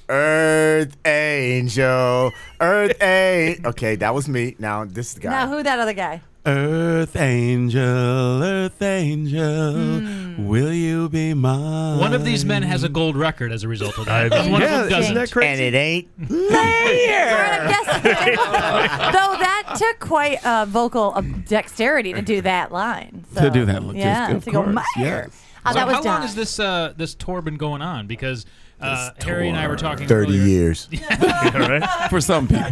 Speaker 11: Earth Angel. Earth Angel. Okay, that was me. Now, this is the guy.
Speaker 4: Now, who that other guy?
Speaker 11: Earth Angel. Earth Angel.
Speaker 12: Hmm.
Speaker 11: Will you be mine?
Speaker 13: One of these men has a gold record as a result of that.
Speaker 5: I-
Speaker 13: One
Speaker 5: yeah,
Speaker 13: of them doesn't.
Speaker 5: isn't that crazy?
Speaker 11: And it ain't.
Speaker 4: We're gonna guess it. Though that took quite uh, vocal uh, dexterity to do that line. So,
Speaker 11: To do that, just-
Speaker 4: yeah,
Speaker 11: of
Speaker 4: to go
Speaker 11: course,
Speaker 4: Meyer.
Speaker 11: yes.
Speaker 4: Oh,
Speaker 13: So
Speaker 4: that was
Speaker 13: how long
Speaker 4: Don.
Speaker 13: has this uh, this tour been going on? Because uh, Harry and I were talking
Speaker 11: 30
Speaker 13: earlier,
Speaker 11: years
Speaker 5: All right.
Speaker 11: for some people.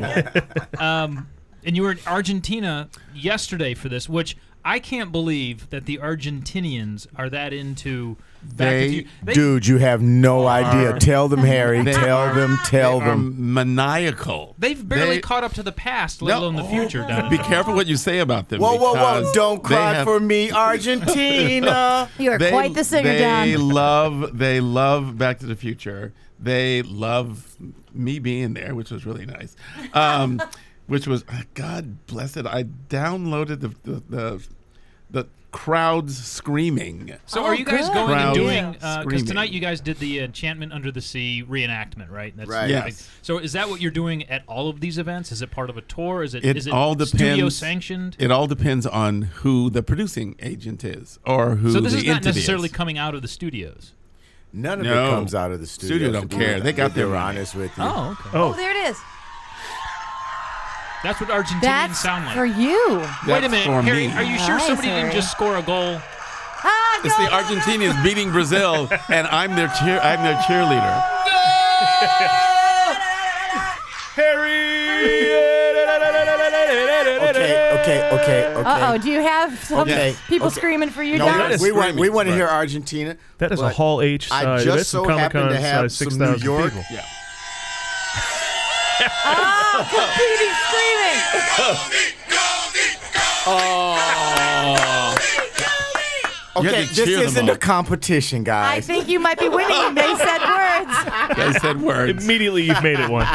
Speaker 13: and you were in Argentina yesterday for this, which I can't believe that the Argentinians are that into. Back to the
Speaker 11: They,
Speaker 13: Future. They-
Speaker 11: dude, you have no idea. Tell them, Harry. tell them. Tell them.
Speaker 12: maniacal.
Speaker 13: They've barely
Speaker 12: They-
Speaker 13: caught up to the past, let
Speaker 12: No.
Speaker 13: alone the future. Don.
Speaker 12: Be careful what you say about them.
Speaker 11: Whoa, whoa, whoa!
Speaker 12: because
Speaker 11: Don't
Speaker 12: they
Speaker 11: cry
Speaker 12: have-
Speaker 11: for me, Argentina.
Speaker 4: You are
Speaker 12: they-
Speaker 4: quite the singer,
Speaker 12: They
Speaker 4: Don.
Speaker 12: love, they love Back to the Future. They love me being there, which was really nice. Um, which was uh, God bless it. I downloaded the the the, the crowds screaming.
Speaker 13: So
Speaker 4: Oh,
Speaker 13: are you guys
Speaker 4: good.
Speaker 13: going
Speaker 12: Crowd
Speaker 13: and doing? Because
Speaker 12: screaming.
Speaker 13: uh, tonight you guys did the Enchantment Under the Sea reenactment, right? That's
Speaker 11: Right.
Speaker 13: the
Speaker 12: Yes.
Speaker 13: big- So is that what you're doing at all of these events? Is it part of a tour? Is it
Speaker 12: It
Speaker 13: is it
Speaker 12: all
Speaker 13: studio
Speaker 12: depends-
Speaker 13: sanctioned?
Speaker 12: It all depends on who the producing agent is or who
Speaker 13: so this
Speaker 12: the
Speaker 13: is not
Speaker 12: entity
Speaker 13: necessarily
Speaker 12: is.
Speaker 13: coming out of the studios.
Speaker 11: None of it
Speaker 12: No.
Speaker 11: comes out of the studio.
Speaker 12: Studio
Speaker 11: to
Speaker 12: don't
Speaker 11: be
Speaker 12: care. They got
Speaker 11: if
Speaker 12: their
Speaker 11: They're
Speaker 12: money.
Speaker 11: honest with you.
Speaker 13: Oh, okay.
Speaker 4: Oh, there it is.
Speaker 13: That's what Argentinians
Speaker 4: That's
Speaker 13: sound like.
Speaker 4: for you.
Speaker 13: Wait a
Speaker 12: That's
Speaker 13: minute,
Speaker 12: for
Speaker 13: Harry.
Speaker 12: me.
Speaker 13: Are you sure
Speaker 4: Nice,
Speaker 13: somebody
Speaker 4: Harry.
Speaker 13: didn't just score a goal?
Speaker 4: Ah,
Speaker 12: It's the
Speaker 4: go, go, go.
Speaker 12: Argentinians beating Brazil, and I'm their cheer. I'm their cheerleader.
Speaker 5: Harry.
Speaker 11: Okay, okay, okay, okay.
Speaker 4: Uh oh, do you have some
Speaker 11: Okay.
Speaker 4: people
Speaker 11: Okay.
Speaker 4: screaming for you,
Speaker 11: No,
Speaker 4: Don?
Speaker 5: that is
Speaker 11: we want we
Speaker 5: screaming,
Speaker 11: want to
Speaker 5: but-
Speaker 11: hear Argentina.
Speaker 5: That is a
Speaker 11: but
Speaker 5: Hall H size.
Speaker 11: I
Speaker 5: that's
Speaker 11: just so
Speaker 5: some Comic
Speaker 11: happen
Speaker 5: Con
Speaker 11: to have
Speaker 5: size,
Speaker 11: some
Speaker 5: six
Speaker 11: New
Speaker 5: thousand
Speaker 11: York.
Speaker 5: people.
Speaker 12: Yeah.
Speaker 4: Oh, competing screaming.
Speaker 12: You had
Speaker 11: Okay,
Speaker 12: to
Speaker 11: this
Speaker 12: cheer them
Speaker 11: isn't a
Speaker 12: on.
Speaker 11: competition,
Speaker 4: I
Speaker 11: guys.
Speaker 4: think you might be winning. You may said words.
Speaker 12: They said words,
Speaker 5: Immediately, you've made it one.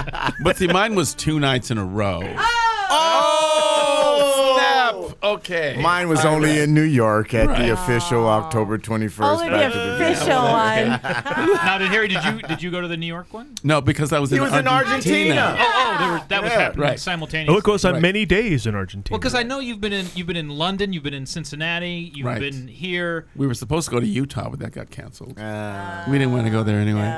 Speaker 12: but see, mine was two nights in a row.
Speaker 11: oh,
Speaker 12: Snap! okay.
Speaker 11: Mine was
Speaker 12: All
Speaker 11: only
Speaker 12: right.
Speaker 11: in New York at
Speaker 12: Right.
Speaker 11: the official October 21st.
Speaker 12: Oh. Only the
Speaker 11: Back to the
Speaker 12: official
Speaker 11: Future.
Speaker 12: one.
Speaker 13: now, did Harry? Did you did you go to the New York one?
Speaker 12: No, because I was
Speaker 13: He
Speaker 12: in
Speaker 13: was in
Speaker 12: Argentina.
Speaker 13: Argentina. Oh, oh, they were- that was happening
Speaker 12: right.
Speaker 13: simultaneously.
Speaker 5: Oh, it goes on
Speaker 13: Right.
Speaker 5: many days in Argentina.
Speaker 13: Well, because I know you've been in you've been in London, you've been in Cincinnati, you've
Speaker 12: Right.
Speaker 13: been here.
Speaker 12: We were supposed to go to Utah, but that got canceled. we didn't want to go there anyway.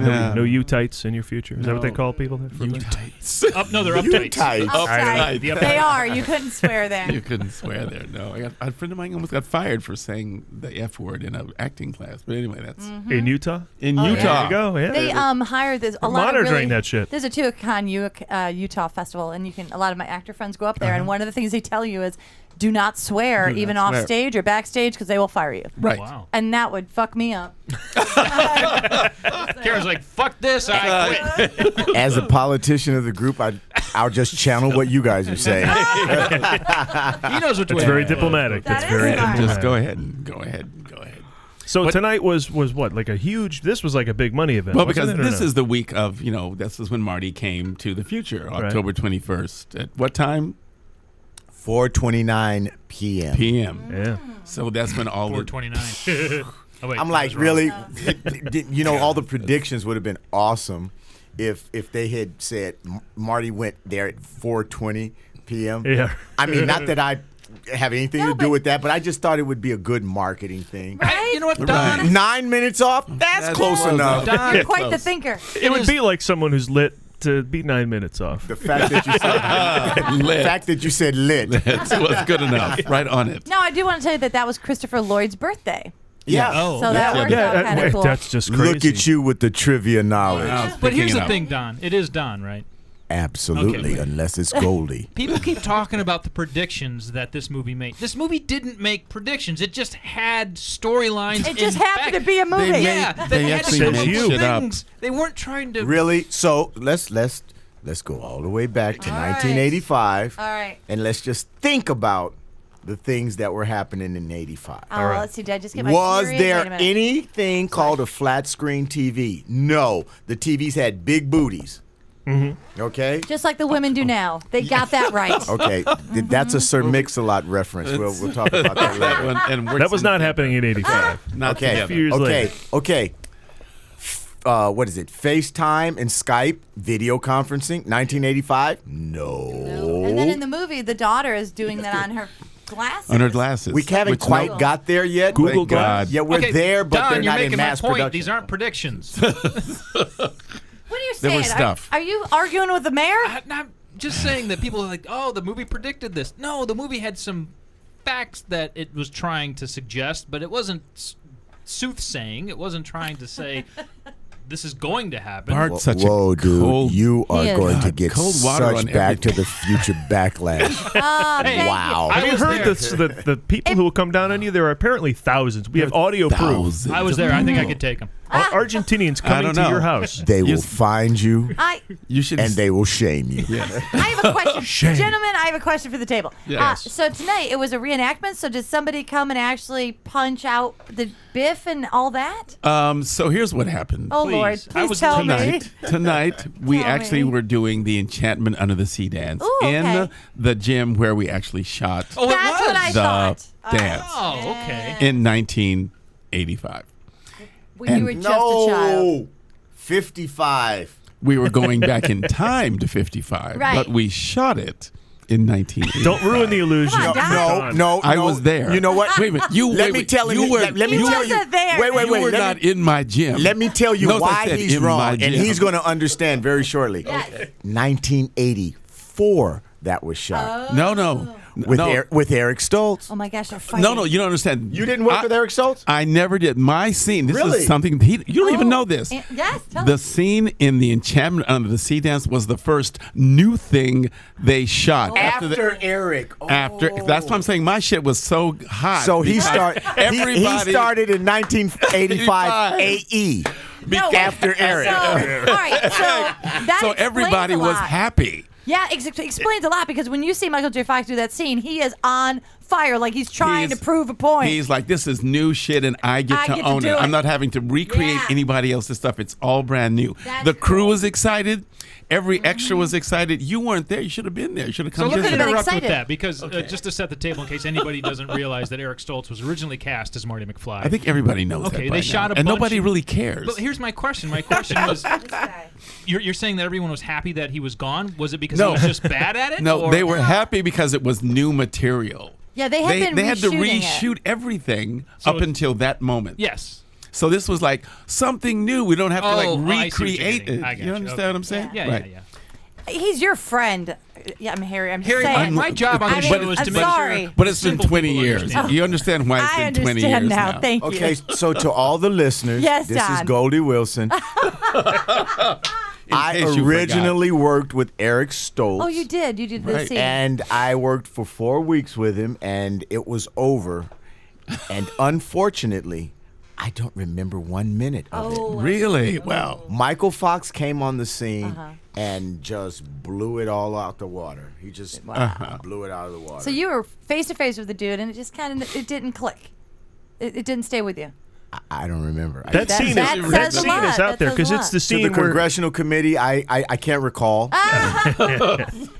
Speaker 5: No, no Utites in your future. Is that what they
Speaker 12: No.
Speaker 5: call people? There for
Speaker 12: Utites.
Speaker 13: Up- no, they're
Speaker 12: Uptight.
Speaker 13: uptight.
Speaker 12: Uptight.
Speaker 13: Uptight.
Speaker 4: They are. You couldn't swear there.
Speaker 12: you couldn't swear there. No, I got, a friend of mine almost got fired for saying the f word in an acting class. But anyway, that's
Speaker 4: Mhm.
Speaker 5: Mm-hmm. in Utah.
Speaker 12: in
Speaker 5: Oh, yeah.
Speaker 12: Utah.
Speaker 5: There you go, yeah.
Speaker 4: They um hire this a
Speaker 5: We're
Speaker 4: lot of
Speaker 5: monitoring
Speaker 4: really,
Speaker 5: that shit.
Speaker 4: There's a Tuacon U- uh, Utah festival, and you can a lot of my actor friends go up there, and
Speaker 12: Uh-huh.
Speaker 4: one of the things they tell you is do not swear
Speaker 12: Do
Speaker 4: even
Speaker 12: not
Speaker 4: off
Speaker 12: swear.
Speaker 4: stage or backstage because they will fire you.
Speaker 12: Right. Wow.
Speaker 4: And that would fuck me up.
Speaker 13: Karen's like, fuck this, I quit.
Speaker 11: As a politician of the group, I, I'll just channel what you guys are saying.
Speaker 13: he knows which
Speaker 5: That's
Speaker 13: way.
Speaker 5: very diplomatic. That's very diplomatic.
Speaker 12: Just
Speaker 11: Oh.
Speaker 12: go ahead and go ahead. and Go ahead.
Speaker 5: So tonight was was what like a huge. This was like a big money event.
Speaker 12: Well,
Speaker 5: wasn't
Speaker 12: because
Speaker 5: it, or
Speaker 12: this
Speaker 5: no?
Speaker 12: is the week of, you know, this is when Marty came to the future,
Speaker 5: Right.
Speaker 12: October 21st. At what time?
Speaker 11: 4:29 p.m.
Speaker 12: p.m. Yeah. So that's when all the
Speaker 13: 429. Oh, wait,
Speaker 11: I'm
Speaker 13: that
Speaker 11: like,
Speaker 13: was wrong.
Speaker 11: really? Did- you know, all the predictions would have been awesome if if they had said M- Marty went there at 4:20 p.m.
Speaker 5: Yeah.
Speaker 11: I mean, not that I have anything to do with that, but I just thought it would be a good marketing thing.
Speaker 13: you know what, Don?
Speaker 11: Nine minutes off? That's,
Speaker 12: That's
Speaker 11: close,
Speaker 12: close
Speaker 11: enough.
Speaker 12: enough.
Speaker 4: You're quite the thinker.
Speaker 5: it, would be like someone who's lit to be nine minutes off.
Speaker 11: The fact that you said
Speaker 12: Lit.
Speaker 11: fact that you said lit.
Speaker 12: was good enough. Right on it.
Speaker 4: No, I do want to tell you that that was Christopher Lloyd's birthday.
Speaker 11: Yeah.
Speaker 4: Oh, So that worked out
Speaker 5: that-
Speaker 4: kinda
Speaker 5: uh, wait,
Speaker 4: cool.
Speaker 5: That's just crazy.
Speaker 11: Look at you with the trivia knowledge.
Speaker 13: But here's the thing, Don. It is Don, right?
Speaker 11: Absolutely,
Speaker 13: Okay.
Speaker 11: unless it's Goldie.
Speaker 13: People keep talking about the predictions that this movie made. This movie didn't make predictions. It just had storylines.
Speaker 4: It just
Speaker 13: in fact.
Speaker 4: happened to be a movie.
Speaker 12: made-
Speaker 13: yeah,
Speaker 12: they
Speaker 13: had
Speaker 12: actually
Speaker 13: to
Speaker 12: made
Speaker 13: come up with
Speaker 12: shit up.
Speaker 13: things. They weren't trying to
Speaker 11: Really? So let's let's let's go all the way back to 1985.
Speaker 4: All right.
Speaker 11: And let's just think about the things that were happening in 85.
Speaker 4: Oh, let's see. Did I just get my
Speaker 11: Was
Speaker 4: period? Wait
Speaker 11: there
Speaker 4: a minute.
Speaker 11: anything called a flat screen TV? No. The TVs had big booties. Mm-hmm. Okay?
Speaker 4: Just like the women do now. They got that right.
Speaker 11: Okay, th- that's a Sir Mix-a-Lot reference. We'll, we'll talk about that later.
Speaker 5: that was not happening in '85.
Speaker 12: Not
Speaker 11: okay,
Speaker 12: together.
Speaker 5: few years
Speaker 11: okay,
Speaker 5: later.
Speaker 11: okay. F- Uh, what is it? FaceTime and Skype video conferencing, 1985? No.
Speaker 4: And then in the movie, the daughter is doing that on her glasses.
Speaker 12: On her glasses.
Speaker 11: we haven't
Speaker 12: Which no-
Speaker 11: quite got there yet.
Speaker 12: Google
Speaker 11: Thank God.
Speaker 12: Glass.
Speaker 11: Yeah, we're
Speaker 13: Okay,
Speaker 11: there, but
Speaker 13: Don,
Speaker 11: they're
Speaker 13: you're
Speaker 11: not
Speaker 13: making
Speaker 11: in
Speaker 13: my
Speaker 11: mass
Speaker 13: point.
Speaker 11: production.
Speaker 13: These aren't predictions.
Speaker 4: What are you
Speaker 12: There
Speaker 4: saying?
Speaker 12: was stuff.
Speaker 4: Are, are you arguing with the mayor?
Speaker 13: I- I'm just saying that people are like, oh, the movie predicted this. No, the movie had some facts that it was trying to suggest, but it wasn't s- soothsaying. It wasn't trying to say this is going to happen.
Speaker 12: Bart, such
Speaker 11: Whoa,
Speaker 12: a
Speaker 11: dude,
Speaker 12: cold,
Speaker 11: you are
Speaker 4: He is.
Speaker 11: going to
Speaker 12: God,
Speaker 11: get
Speaker 12: cold water
Speaker 11: such
Speaker 12: on
Speaker 11: Back to the Future backlash.
Speaker 4: Ah, thank
Speaker 11: wow.
Speaker 13: I
Speaker 5: Have you
Speaker 13: was
Speaker 5: heard
Speaker 13: there.
Speaker 5: the, the the people who will come down on you? There are apparently thousands. We have audio proof.
Speaker 13: I was there. I think I could take him.
Speaker 5: Ar- Argentinians coming
Speaker 12: don't
Speaker 5: to
Speaker 12: know.
Speaker 5: your house.
Speaker 11: They will find you
Speaker 4: I,
Speaker 12: You should.
Speaker 11: and they will shame you.
Speaker 4: I have a question. Gentlemen, I have a question for the table.
Speaker 12: Yes.
Speaker 4: Uh, so tonight it was a reenactment. So did somebody come and actually punch out the Biff and all that?
Speaker 12: Um, so here's what happened.
Speaker 4: Oh Lord,
Speaker 13: Uh, Please. I
Speaker 4: please
Speaker 13: was
Speaker 4: tell
Speaker 12: tonight,
Speaker 4: me.
Speaker 12: tonight we
Speaker 4: Tell
Speaker 12: actually
Speaker 4: me.
Speaker 12: were doing the Enchantment Under the Sea dance
Speaker 4: Ooh,
Speaker 12: in
Speaker 4: okay.
Speaker 12: the gym where we actually shot
Speaker 13: Oh, it
Speaker 4: That's
Speaker 13: was.
Speaker 4: what I
Speaker 12: the
Speaker 4: thought. Uh,
Speaker 12: dance
Speaker 13: Oh, okay.
Speaker 12: in 1985.
Speaker 4: When you
Speaker 12: and-
Speaker 4: were just a child.
Speaker 11: No, 55.
Speaker 12: We were going back in time to 55,
Speaker 4: Right.
Speaker 12: but we shot it in 1985.
Speaker 5: Don't ruin the illusion.
Speaker 4: Come on, Dad.
Speaker 11: No, no,
Speaker 12: I
Speaker 11: no.
Speaker 12: was there.
Speaker 11: You know what?
Speaker 12: Wait a minute. You
Speaker 11: let
Speaker 12: wait,
Speaker 11: me
Speaker 12: wait.
Speaker 11: tell
Speaker 12: you.
Speaker 11: him.
Speaker 12: were,
Speaker 11: let, let me
Speaker 4: He
Speaker 11: tell you.
Speaker 4: wasn't there.
Speaker 11: Wait, wait,
Speaker 12: you
Speaker 11: wait.
Speaker 12: were
Speaker 11: let
Speaker 12: not
Speaker 11: me,
Speaker 12: in my gym.
Speaker 11: let me tell you
Speaker 12: Notice I
Speaker 11: why
Speaker 12: said
Speaker 11: he's
Speaker 12: in my
Speaker 11: wrong, and
Speaker 12: gym.
Speaker 11: he's going to understand very shortly.
Speaker 4: Yes.
Speaker 11: 1984, that was shot
Speaker 12: No, no,
Speaker 11: with
Speaker 12: no.
Speaker 11: Er- with Eric Stoltz.
Speaker 4: Oh my gosh, they're fighting.
Speaker 12: No, no, you don't understand.
Speaker 11: You didn't work
Speaker 12: I-
Speaker 11: with Eric Stoltz?
Speaker 12: I never did. My scene. This
Speaker 11: Really?
Speaker 12: is something he, you don't
Speaker 13: Oh.
Speaker 12: even know this.
Speaker 4: And- yes, tell
Speaker 12: the
Speaker 4: us.
Speaker 12: scene in the Enchantment Under the Sea dance was the first new thing they shot
Speaker 13: Oh.
Speaker 11: after,
Speaker 12: the-
Speaker 11: Eric. Oh.
Speaker 12: after. That's what I'm saying. My shit was so hot.
Speaker 11: So he
Speaker 12: because
Speaker 11: started.
Speaker 12: Everybody.
Speaker 11: He, he started in 1985 AE.
Speaker 4: No,
Speaker 11: after
Speaker 4: so-
Speaker 11: Eric.
Speaker 4: all right, so that
Speaker 12: So
Speaker 4: explains
Speaker 12: everybody
Speaker 4: a
Speaker 12: was
Speaker 4: lot.
Speaker 12: happy.
Speaker 4: Yeah, ex- explains a lot because when you see Michael J. Fox do that scene, he is on fire, like he's trying
Speaker 12: He's-
Speaker 4: to prove a point.
Speaker 12: He's like, this is new shit, and I get
Speaker 4: I
Speaker 12: to
Speaker 4: get to
Speaker 12: own
Speaker 4: do
Speaker 12: it.
Speaker 4: it.
Speaker 12: I'm not having to recreate
Speaker 4: Yeah.
Speaker 12: anybody else's stuff. It's all brand new.
Speaker 4: That's
Speaker 12: the crew
Speaker 4: cool. Mm-hmm.
Speaker 12: is excited. Every extra was excited. You weren't there. You should have been there. You should have
Speaker 13: So
Speaker 12: come.
Speaker 13: let's
Speaker 12: just-
Speaker 13: interrupt with that because uh, just to set the table in case anybody doesn't realize that Eric Stoltz was originally cast as Marty McFly.
Speaker 12: I think everybody knows that
Speaker 13: Okay,
Speaker 12: by
Speaker 13: they
Speaker 12: now.
Speaker 13: shot a
Speaker 12: And
Speaker 13: bunch
Speaker 12: nobody
Speaker 13: of-
Speaker 12: really cares.
Speaker 13: But here's my question. My question was, you're, you're saying that everyone was happy that he was gone? Was it because he
Speaker 12: No.
Speaker 13: was just bad at it?
Speaker 12: no,
Speaker 13: or-
Speaker 12: they were happy because it was new material.
Speaker 4: Yeah, they had
Speaker 12: they,
Speaker 4: been
Speaker 12: they had to
Speaker 4: reshooting it.
Speaker 12: reshoot everything
Speaker 13: So
Speaker 12: up
Speaker 13: it-
Speaker 12: until that moment.
Speaker 13: Yes.
Speaker 12: So this was like something new. We don't have to
Speaker 13: Oh,
Speaker 12: like
Speaker 13: I see what you're
Speaker 12: recreate
Speaker 13: getting.
Speaker 12: it.
Speaker 13: I got
Speaker 12: you
Speaker 13: you.
Speaker 12: understand
Speaker 13: Okay.
Speaker 12: what I'm saying?
Speaker 13: Yeah, yeah,
Speaker 12: Right.
Speaker 13: yeah.
Speaker 1: He's your friend. Yeah, I'm Harry. I'm just
Speaker 13: Harry,
Speaker 1: saying.
Speaker 13: I'm- my job on the
Speaker 1: I
Speaker 13: show
Speaker 1: mean,
Speaker 13: is
Speaker 1: I'm
Speaker 13: to make sure-
Speaker 1: sorry.
Speaker 12: But it's been 20 years.
Speaker 1: understand.
Speaker 12: You understand why it's
Speaker 1: I
Speaker 12: been 20 years
Speaker 1: understand now.
Speaker 12: now.
Speaker 1: Thank you.
Speaker 11: Okay, so to all the listeners,
Speaker 1: Yes,
Speaker 11: this is
Speaker 1: Don.
Speaker 11: Goldie Wilson. I
Speaker 12: case you forgot.
Speaker 11: originally worked with Eric Stoltz.
Speaker 4: Oh, you did. You did this scene.
Speaker 11: And I worked for four weeks with him, and it was over. And unfortunately, I don't remember one minute of
Speaker 4: Oh,
Speaker 11: it.
Speaker 4: I Really? see.
Speaker 11: Wow. Michael Fox came on the scene
Speaker 4: Uh-huh.
Speaker 11: and just blew it all out the water. He just
Speaker 5: Uh-huh.
Speaker 4: Wow.
Speaker 11: blew it out of the water.
Speaker 4: so you were face to face with the dude, and it just kind of it didn't click. It, it didn't stay with you.
Speaker 11: I don't remember.
Speaker 5: That
Speaker 11: I-
Speaker 5: scene is- That that says a scene lot. is out That there, says 'cause a it's the lot.
Speaker 11: to
Speaker 5: scene
Speaker 11: the
Speaker 5: where-
Speaker 11: congressional committee. I, I I can't recall.
Speaker 4: Ah.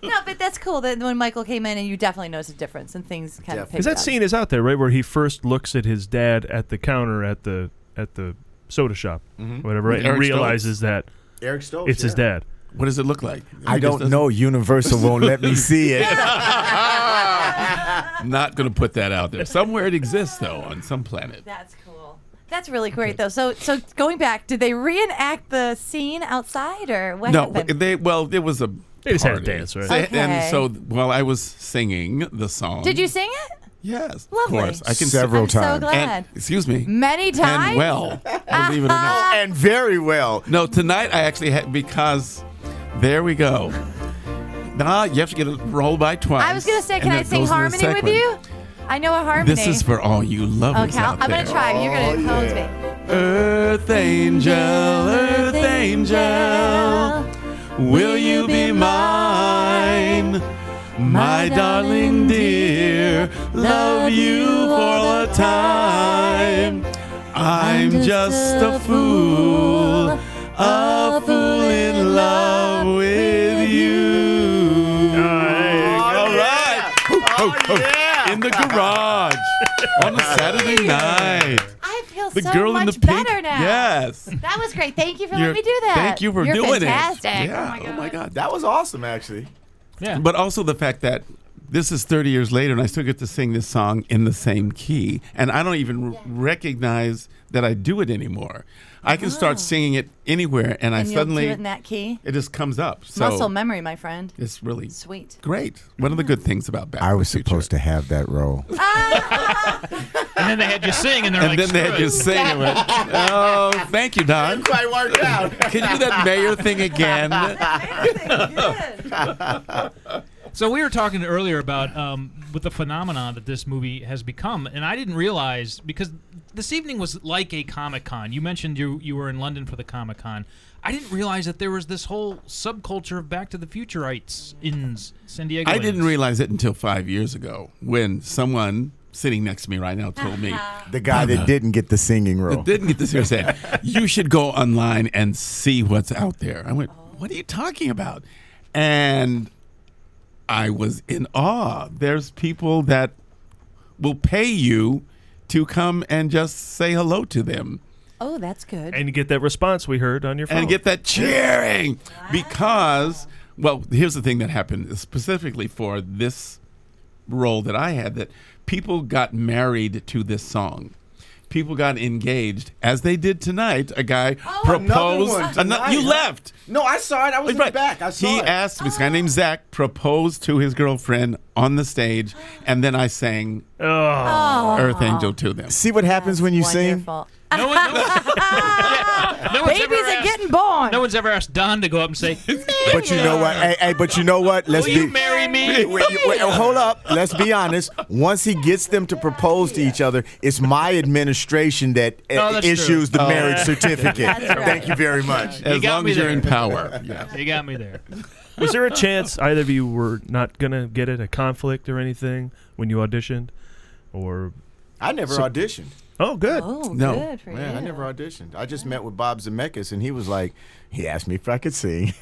Speaker 4: No, but that's cool. That when Michael came in, and you definitely noticed a difference, and things kind of
Speaker 5: Because that scene is out there, right, where he first looks at his dad at the counter at the at the soda shop,
Speaker 11: Mhm.
Speaker 5: whatever, right, and
Speaker 11: Eric Stoltz.
Speaker 5: realizes that
Speaker 11: Eric Stoltz,
Speaker 5: it's his
Speaker 11: yeah.
Speaker 5: dad.
Speaker 12: What does it look like?
Speaker 11: I don't know. Universal won't let me see it.
Speaker 12: Not going to put that out there. Somewhere it exists though on some planet.
Speaker 4: That's cool. That's really great though. So so going back, did they reenact the scene outside or what
Speaker 12: no,
Speaker 4: happened?
Speaker 12: they well, it was a
Speaker 5: They just had a
Speaker 12: party.
Speaker 5: dance, right?
Speaker 12: They-
Speaker 4: Okay.
Speaker 12: And so while I was singing the song,
Speaker 4: Did you sing it?
Speaker 12: Yes. Of
Speaker 4: Lovely.
Speaker 12: course, I can
Speaker 11: Several I'm so
Speaker 4: times. glad.
Speaker 12: And- excuse me.
Speaker 4: Many times. Uh,
Speaker 12: And well, believe it or not.
Speaker 11: and very well.
Speaker 12: No, tonight I actually had because there we go. Nah, you have to get a roll by twice.
Speaker 4: I was gonna say,
Speaker 12: and
Speaker 4: can I
Speaker 12: that
Speaker 4: sing
Speaker 12: goes in the
Speaker 4: harmony with
Speaker 12: segment.
Speaker 4: you? I know a harmony.
Speaker 12: This is for all you lovers
Speaker 4: Okay, I'll-
Speaker 12: out
Speaker 4: I'm
Speaker 12: there.
Speaker 4: gonna try. You're gonna impose me.
Speaker 12: Earth angel, earth angel, will you be mine? My darling dear, love you for a time. I'm just a fool, a fool in love with you. All right. Oh, Ho, ho, ho. In the garage on a Saturday night.
Speaker 4: I feel
Speaker 12: The
Speaker 4: so
Speaker 12: girl
Speaker 4: much
Speaker 12: in the pink-
Speaker 4: better now.
Speaker 12: Yes.
Speaker 4: That was great. Thank you for
Speaker 12: You're-
Speaker 4: letting me do that.
Speaker 12: Thank you for
Speaker 4: You're
Speaker 12: doing
Speaker 4: fantastic. Oh
Speaker 12: it. Yeah.
Speaker 4: my
Speaker 12: Oh my God.
Speaker 11: That was awesome, actually.
Speaker 13: Yeah.
Speaker 12: But also the fact that this is 30 years later and I still get to sing this song in the same key. And I don't even r- recognize that I do it anymore. I can
Speaker 4: Wow.
Speaker 12: start singing it anywhere and, I
Speaker 4: And you'll do
Speaker 12: suddenly.
Speaker 4: it in that key?
Speaker 12: It just comes up. So
Speaker 4: Muscle memory, my friend.
Speaker 12: It's really
Speaker 4: Sweet.
Speaker 12: Great. One of the good things about Back
Speaker 11: I was supposed to have that role.
Speaker 13: And then they had you sing, and they're
Speaker 12: and
Speaker 13: like,
Speaker 12: then they had
Speaker 13: "Screw
Speaker 12: you
Speaker 13: it."
Speaker 12: sing it. Oh, thank you, Don.
Speaker 11: Quite worked out.
Speaker 12: Can you do that mayor thing again?
Speaker 13: So we were talking earlier about um, with the phenomenon that this movie has become, and I didn't realize because this evening was like a comic con. You mentioned you you were in London for the comic con. I didn't realize that there was this whole subculture of Back to the Futurites in San Diego.
Speaker 12: I didn't realize it until five years ago when someone sitting next to me right now told me
Speaker 11: The guy that didn't get the singing role.
Speaker 12: that didn't get this year said you should go online and see what's out there. I went, what are you talking about? And I was in awe. There's people that will pay you to come and just say hello to them.
Speaker 4: Oh, that's good.
Speaker 5: And you get that response we heard on your phone.
Speaker 12: and get that cheering because well here's the thing that happened specifically for this role that i had that people got married to this song people got engaged as they did tonight a guy
Speaker 11: Oh,
Speaker 12: proposed ano- you left
Speaker 11: No, I saw it. I was in the back. I saw
Speaker 12: he
Speaker 11: it. Ah.
Speaker 12: asked this guy named zach proposed to his girlfriend on the stage and then i sang
Speaker 4: Oh.
Speaker 12: earth angel to them
Speaker 11: See what happens when you sing?
Speaker 4: Wonderful.
Speaker 13: No one, no one- Yeah, no one's ever
Speaker 4: Babies are
Speaker 13: asked-
Speaker 4: getting born.
Speaker 13: No one's ever asked Don to go up and say,
Speaker 11: But you know what? Hey, hey, but you know what? Let's
Speaker 13: Will you
Speaker 11: be.
Speaker 13: marry me?
Speaker 11: Wait, wait, wait, hold up. Let's be honest. Once he gets them to propose to each other, it's my administration that uh,
Speaker 13: No, that's
Speaker 11: issues
Speaker 13: true.
Speaker 11: the
Speaker 13: Oh.
Speaker 11: marriage
Speaker 13: Yeah.
Speaker 11: certificate.
Speaker 13: That's right.
Speaker 11: Thank you very much.
Speaker 12: as
Speaker 13: got
Speaker 12: long
Speaker 13: me
Speaker 12: as you're
Speaker 13: there.
Speaker 12: in power yeah
Speaker 13: You got me there.
Speaker 5: Was there a chance either of you were not gonna get it, a conflict or anything when you auditioned, or
Speaker 11: I never
Speaker 5: So-
Speaker 11: auditioned.
Speaker 5: Oh, good.
Speaker 11: Oh,
Speaker 12: No.
Speaker 11: Yeah,
Speaker 12: good for
Speaker 11: I
Speaker 12: you.
Speaker 11: never auditioned. I just met with Bob Zemeckis, and he was like, he asked me if I could sing.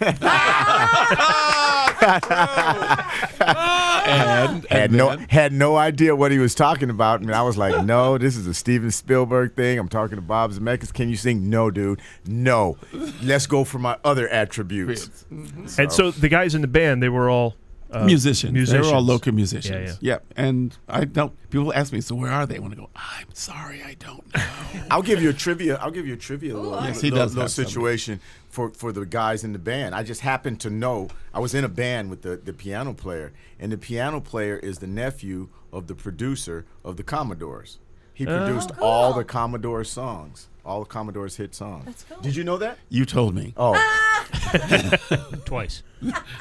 Speaker 12: and,
Speaker 11: had no had no idea what he was talking about, and I was like, "No, this is a Steven Spielberg thing. I'm talking to Bob Zemeckis. Can you sing? No, dude. No. Let's go for my other attributes."
Speaker 5: And so the guys in the band, they were all uh,
Speaker 12: musicians. They're all local musicians.
Speaker 5: Yeah, yeah.
Speaker 12: And I don't. People ask me, so where are they? When I go, I'm sorry, I don't know.
Speaker 11: I'll give you a trivia. I'll give you a trivia. little,
Speaker 12: Yes, he
Speaker 11: little-
Speaker 12: does
Speaker 11: little
Speaker 12: have some.
Speaker 11: situation for for the guys in the band. I just happened to know I was in a band with the the piano player, and the piano player is the nephew of the producer of the Commodores. He
Speaker 12: Oh,
Speaker 11: produced all the Commodores songs, all the Commodores hit songs. That's cool. Did you know that?
Speaker 12: You told me.
Speaker 11: Oh.
Speaker 5: Twice.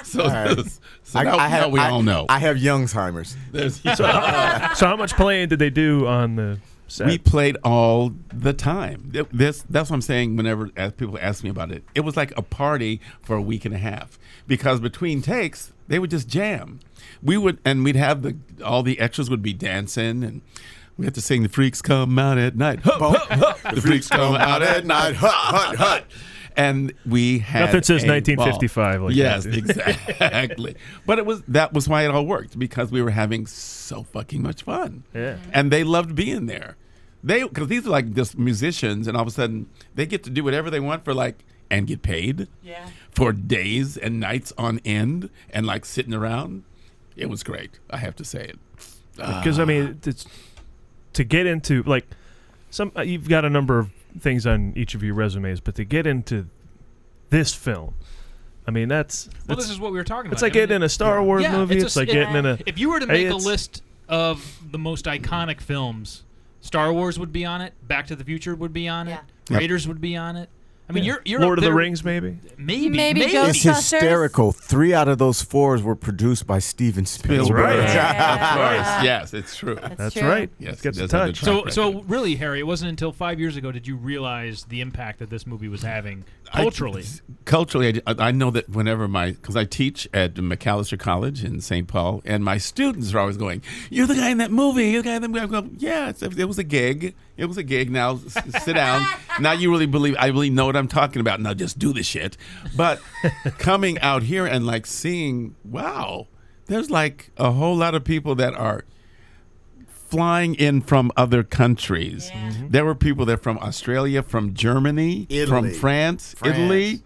Speaker 12: So,
Speaker 11: All right.
Speaker 12: so now, now we
Speaker 11: I-
Speaker 12: all know.
Speaker 11: I have Youngsheimer's.
Speaker 12: There's-
Speaker 5: so, how, so how much playing did they do on the set?
Speaker 12: We played all the time. Th- This, that's what I'm saying. Whenever as people ask me about it, it was uh, like a party for a week and a half because between takes they would just jam. We would, and we'd have the all the extras would be dancing, and we had to sing "The Freaks Come Out at Night." Hup, hup, hup. The Freaks Come Out at Night. Hut, hut, hut. And we had
Speaker 5: Nothing says
Speaker 12: a ball.
Speaker 5: 1955 like that,
Speaker 12: yes,
Speaker 5: dude.
Speaker 12: exactly. but it was that was why it all worked because we were having so fucking much fun.
Speaker 5: Yeah.
Speaker 12: And they loved being there. They because these are like just musicians, and all of a sudden they get to do whatever they want for like and get paid.
Speaker 14: Yeah.
Speaker 12: For days and nights on end, and like sitting around, it was great. I have to say it.
Speaker 5: because I mean, it's to get into like some. uh, You've got a number of things on each of your resumes, but to get into this film, I mean, that's,
Speaker 13: Well,
Speaker 5: that's-
Speaker 13: this is what we were talking about.
Speaker 5: It's like getting in a Star Wars movie. It's, like getting in a.
Speaker 13: If you were to
Speaker 5: Hey,
Speaker 13: make a
Speaker 5: it's-
Speaker 13: list of the most iconic films, Star Wars would be on it. Back to the Future would be on it.
Speaker 5: Yep.
Speaker 13: Raiders would be on it. I mean,
Speaker 5: Yeah.
Speaker 13: you're, you're
Speaker 5: Lord
Speaker 13: up
Speaker 5: of the
Speaker 13: there-
Speaker 5: Rings, maybe?
Speaker 13: Maybe,
Speaker 4: Maybe
Speaker 13: maybe.
Speaker 4: Ghost-
Speaker 11: It's hysterical. Three out of those fours were produced by Steven Spielberg.
Speaker 12: Of course. Yes, it's true.
Speaker 13: That's That's true. right.
Speaker 12: Yes,
Speaker 5: It's got
Speaker 12: it
Speaker 5: the
Speaker 12: does have a
Speaker 5: touch.
Speaker 12: track
Speaker 13: So,
Speaker 12: record.
Speaker 13: so really, Harry, it wasn't until five years ago did you realize the impact that this movie was having
Speaker 12: I-
Speaker 13: culturally.
Speaker 12: culturally, I, I know that whenever my because I teach at McAllister College in St. Paul, and my students are always going, "You're the guy in that movie. You're the guy in that movie." I go, "Yeah, it's, it was a gig. It was a gig. Now s- sit down. now you really believe. I really know what I'm talking about. Now just do the shit." But coming out here and like seeing, wow, there's like a whole lot of people that are flying in from other countries. There were people there from Australia, from Germany, from
Speaker 11: Italy,
Speaker 12: France,
Speaker 11: France,
Speaker 12: Italy,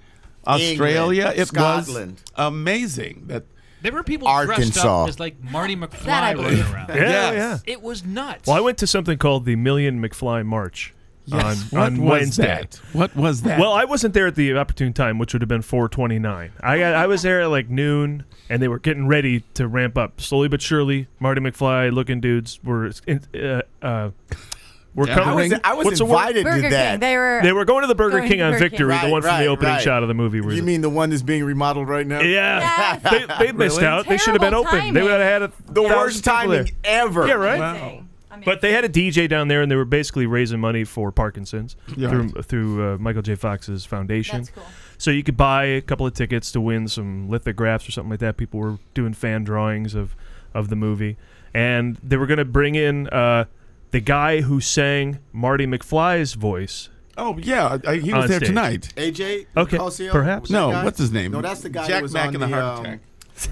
Speaker 12: Australia.
Speaker 11: England,
Speaker 12: it
Speaker 11: Scotland.
Speaker 12: was amazing that
Speaker 13: There were people dressed
Speaker 12: Arkansas.
Speaker 13: up as like Marty McFly
Speaker 12: That I
Speaker 13: running
Speaker 12: believe.
Speaker 13: around.
Speaker 5: Yeah, Yes.
Speaker 13: It was nuts.
Speaker 5: Well, I went to something called the Million McFly March.
Speaker 12: Yes.
Speaker 5: On,
Speaker 12: What
Speaker 5: on
Speaker 12: was
Speaker 5: Wednesday,
Speaker 12: that? What was that?
Speaker 5: Well, I wasn't there at the opportune time, which would have been 4:29. I got, I was there at like noon, and they were getting ready to ramp up slowly but surely. Marty McFly looking dudes were uh, uh, were
Speaker 11: Yeah. I
Speaker 5: covering.
Speaker 11: was- I was
Speaker 5: what's the word?
Speaker 11: invited to Burger King. that. They were
Speaker 5: going to the Burger
Speaker 11: going
Speaker 5: King
Speaker 11: to
Speaker 5: on
Speaker 11: Burger King.
Speaker 5: Victory, the
Speaker 11: Right,
Speaker 5: one from the
Speaker 11: right,
Speaker 5: opening
Speaker 11: right.
Speaker 5: shot of the movie. where
Speaker 11: You
Speaker 5: the-
Speaker 11: mean the one that's being remodeled right now?
Speaker 5: Yeah, they, they missed out. They should have been open. They would have had a
Speaker 11: the
Speaker 5: thousand
Speaker 11: worst
Speaker 5: people
Speaker 11: timing
Speaker 5: there.
Speaker 11: ever.
Speaker 5: Yeah, right. But they had a DJ down there, and they were basically raising money for Parkinson's
Speaker 12: Yeah.
Speaker 5: through through uh, Michael J. Fox's foundation. That's cool. So you could buy a couple of tickets to win some lithographs or something like that. People were doing fan drawings of of the movie, and they were going to bring in uh, the guy who sang Marty McFly's voice.
Speaker 12: Oh yeah, I, he was
Speaker 5: on
Speaker 12: there
Speaker 5: stage.
Speaker 12: tonight.
Speaker 11: AJ.
Speaker 5: Okay,
Speaker 11: Calcio?
Speaker 5: perhaps.
Speaker 11: Was that
Speaker 12: No,
Speaker 11: guy?
Speaker 12: what's his name?
Speaker 11: No, that's the guy.
Speaker 12: Jack
Speaker 11: that was
Speaker 12: Mack
Speaker 11: on
Speaker 12: and the Heart
Speaker 11: um,
Speaker 12: Attack.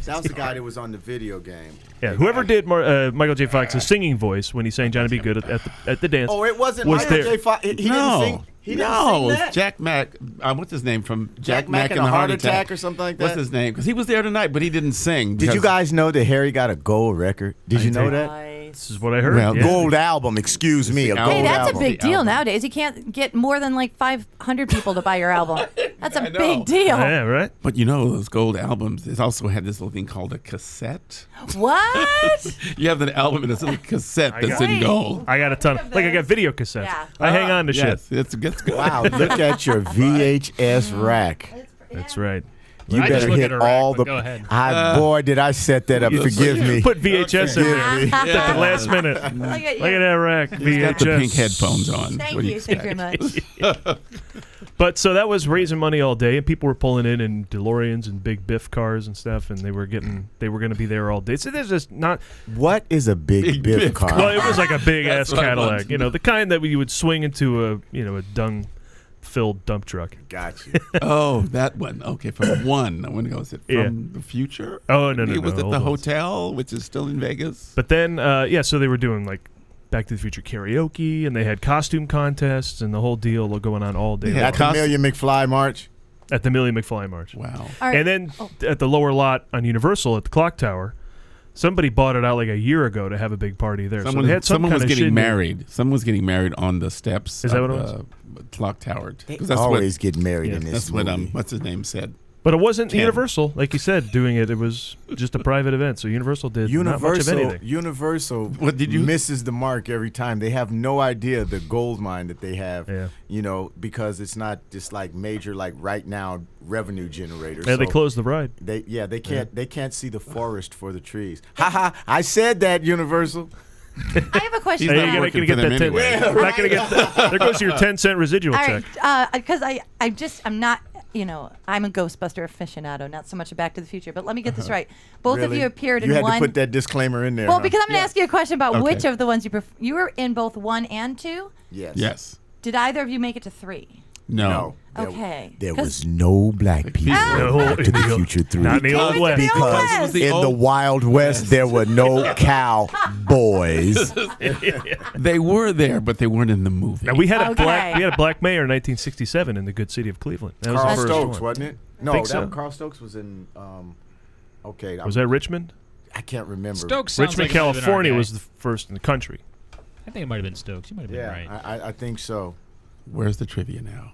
Speaker 11: That was the guy that was on the video game.
Speaker 5: Yeah, whoever did Mar- uh, Michael J. Fox's singing voice when he sang "Johnny Be Good" at, at the at the dance.
Speaker 11: Oh, it wasn't
Speaker 5: was
Speaker 11: Michael
Speaker 5: there.
Speaker 11: J. Fox. He, he
Speaker 12: no,
Speaker 11: didn't sing. He didn't
Speaker 12: no,
Speaker 11: sing
Speaker 12: it was
Speaker 11: that.
Speaker 12: Jack Mack. Uh, what's his name from Jack,
Speaker 11: Mack
Speaker 12: and, the Heart, Attack.
Speaker 11: or something like
Speaker 12: What's
Speaker 11: that?
Speaker 12: his name? Because he was there tonight, but he didn't sing.
Speaker 11: Did you
Speaker 12: because-
Speaker 11: guys know that Harry got a gold record? Did
Speaker 12: I
Speaker 11: you know
Speaker 12: did.
Speaker 11: that?
Speaker 5: This is what I heard.
Speaker 11: Well,
Speaker 5: yeah.
Speaker 11: gold album. Excuse me, a gold
Speaker 4: Hey, that's a
Speaker 11: album.
Speaker 4: big deal nowadays. You can't get more than like 500 people to buy your album. That's a big deal.
Speaker 5: right.
Speaker 12: But you know those gold albums. It also had this little thing called a cassette.
Speaker 4: What?
Speaker 12: You have an album and it's a little cassette
Speaker 5: I
Speaker 12: that's
Speaker 5: got-
Speaker 12: in gold.
Speaker 5: I got a ton. Of, like I got video cassettes. I hang on to
Speaker 12: yes,
Speaker 5: shit.
Speaker 12: It's, it's good.
Speaker 11: Wow, look at your VHS rack.
Speaker 5: That's right.
Speaker 11: You
Speaker 5: I just
Speaker 11: better
Speaker 5: look at
Speaker 11: hit
Speaker 5: a rack,
Speaker 11: all
Speaker 5: but
Speaker 11: the.
Speaker 5: go ahead.
Speaker 11: I
Speaker 5: Uh,
Speaker 11: boy, did I set that up?
Speaker 5: You
Speaker 11: Forgive
Speaker 5: put-
Speaker 11: me.
Speaker 5: Put VHS in there
Speaker 11: Forgive me.
Speaker 5: at the last minute. Look at that rack.
Speaker 12: He's
Speaker 5: VHS.
Speaker 12: got the pink headphones on.
Speaker 4: Thank
Speaker 12: What do
Speaker 4: you. Thank you very much.
Speaker 12: expect?
Speaker 5: But so that was raising money all day, and people were pulling in in DeLoreans and big Biff cars and stuff, and they were getting they were going to be there all day. So there's just not.
Speaker 11: What is a big, Biff, car?
Speaker 5: Well, it was like a big ass
Speaker 11: That's what I wanted
Speaker 5: Cadillac,
Speaker 11: to
Speaker 5: you know,
Speaker 11: know.
Speaker 5: the kind that you would swing into a you know a dung filled dump truck.
Speaker 11: Got you.
Speaker 12: oh, that one. Okay, from one. I want to go. Is it from
Speaker 5: Yeah.
Speaker 12: the future?
Speaker 5: Oh no no
Speaker 12: It
Speaker 5: no!
Speaker 12: was at
Speaker 5: old
Speaker 12: the
Speaker 5: ones.
Speaker 12: hotel, which is still in Vegas.
Speaker 5: But then, uh, yeah, so they were doing like Back to the Future karaoke, and they had costume contests, and the whole deal going on all day.
Speaker 11: Yeah, at the
Speaker 5: long.
Speaker 11: Amelia McFly March.
Speaker 5: At the Amelia McFly March.
Speaker 12: Wow.
Speaker 4: Are-
Speaker 5: and then at the lower lot on Universal at the Clock Tower, somebody bought it out like a year ago to have a big party there.
Speaker 12: Someone,
Speaker 5: so they had some
Speaker 12: someone
Speaker 5: kind
Speaker 12: was
Speaker 5: of
Speaker 12: getting
Speaker 5: shit in-
Speaker 12: married. Someone was getting married on the steps.
Speaker 5: Is that
Speaker 12: of
Speaker 5: what
Speaker 2: uh,
Speaker 5: it
Speaker 12: the Clock Tower. 'Cause
Speaker 11: They
Speaker 12: that's what-
Speaker 11: always get married in this
Speaker 12: That's what um,
Speaker 11: movie.
Speaker 12: what's his name said.
Speaker 5: But it wasn't
Speaker 12: Ken.
Speaker 5: Universal, like you said, doing it. It was just a private event. So Universal did not much of
Speaker 11: Universal,
Speaker 5: anything.
Speaker 11: Universal
Speaker 12: What did you-
Speaker 11: misses the mark every time. They have no idea the gold mine that they have, you know, because it's not just like major, like right now revenue generator.
Speaker 5: Yeah, they
Speaker 11: So
Speaker 5: closed the ride.
Speaker 11: They yeah, they
Speaker 5: Yeah.
Speaker 11: can't they can't see the forest for the trees. Ha ha! I said that Universal.
Speaker 4: I have a question.
Speaker 5: Hey,
Speaker 4: for
Speaker 5: you're
Speaker 4: that.
Speaker 5: not gonna get that ten.
Speaker 11: anyway.
Speaker 5: you're not gonna get that. There goes your ten cent residual
Speaker 4: All
Speaker 5: check.
Speaker 4: right, because I, I just, I'm not, you know, I'm a Ghostbuster aficionado, not so much a Back to the Future. But let me get
Speaker 5: Uh-huh.
Speaker 4: this right. Both of
Speaker 11: Really?
Speaker 4: you appeared
Speaker 11: You
Speaker 4: in
Speaker 11: had
Speaker 4: one.
Speaker 11: to put that disclaimer in there.
Speaker 4: well,
Speaker 11: huh?
Speaker 4: because I'm going to ask you a question about
Speaker 11: Okay.
Speaker 4: which of the ones you prefer. You were in both one and two.
Speaker 11: Yes.
Speaker 12: Yes.
Speaker 4: Did either of you make it to three?
Speaker 12: No.
Speaker 11: There-
Speaker 4: Okay.
Speaker 11: There
Speaker 4: 'Cause-
Speaker 11: was no black people
Speaker 5: No,
Speaker 11: in Back to
Speaker 5: in the
Speaker 11: the
Speaker 5: old-
Speaker 11: Future 3.
Speaker 5: not in the Old West. Because it was
Speaker 11: Because
Speaker 5: the
Speaker 11: in the
Speaker 5: old-
Speaker 11: Wild West, there were no cowboys.
Speaker 12: they were there, but they weren't in the movie.
Speaker 5: Now we had a
Speaker 11: Okay.
Speaker 5: black we had a black mayor in 1967 in the good city of Cleveland. That was
Speaker 11: Carl
Speaker 5: the first
Speaker 11: Stokes,
Speaker 5: one.
Speaker 11: wasn't it? No,
Speaker 5: Think
Speaker 11: that,
Speaker 5: so.
Speaker 11: Carl Stokes was in. Um, okay,
Speaker 5: was that Richmond?
Speaker 11: I can't remember.
Speaker 13: Stokes sounds
Speaker 5: Richmond,
Speaker 13: like it might have been our
Speaker 5: California
Speaker 13: guy.
Speaker 5: was the first in the country.
Speaker 13: I think it might have been Stokes. You might have been
Speaker 11: Yeah,
Speaker 13: right.
Speaker 11: I, I- I think so.
Speaker 12: Where's the trivia now?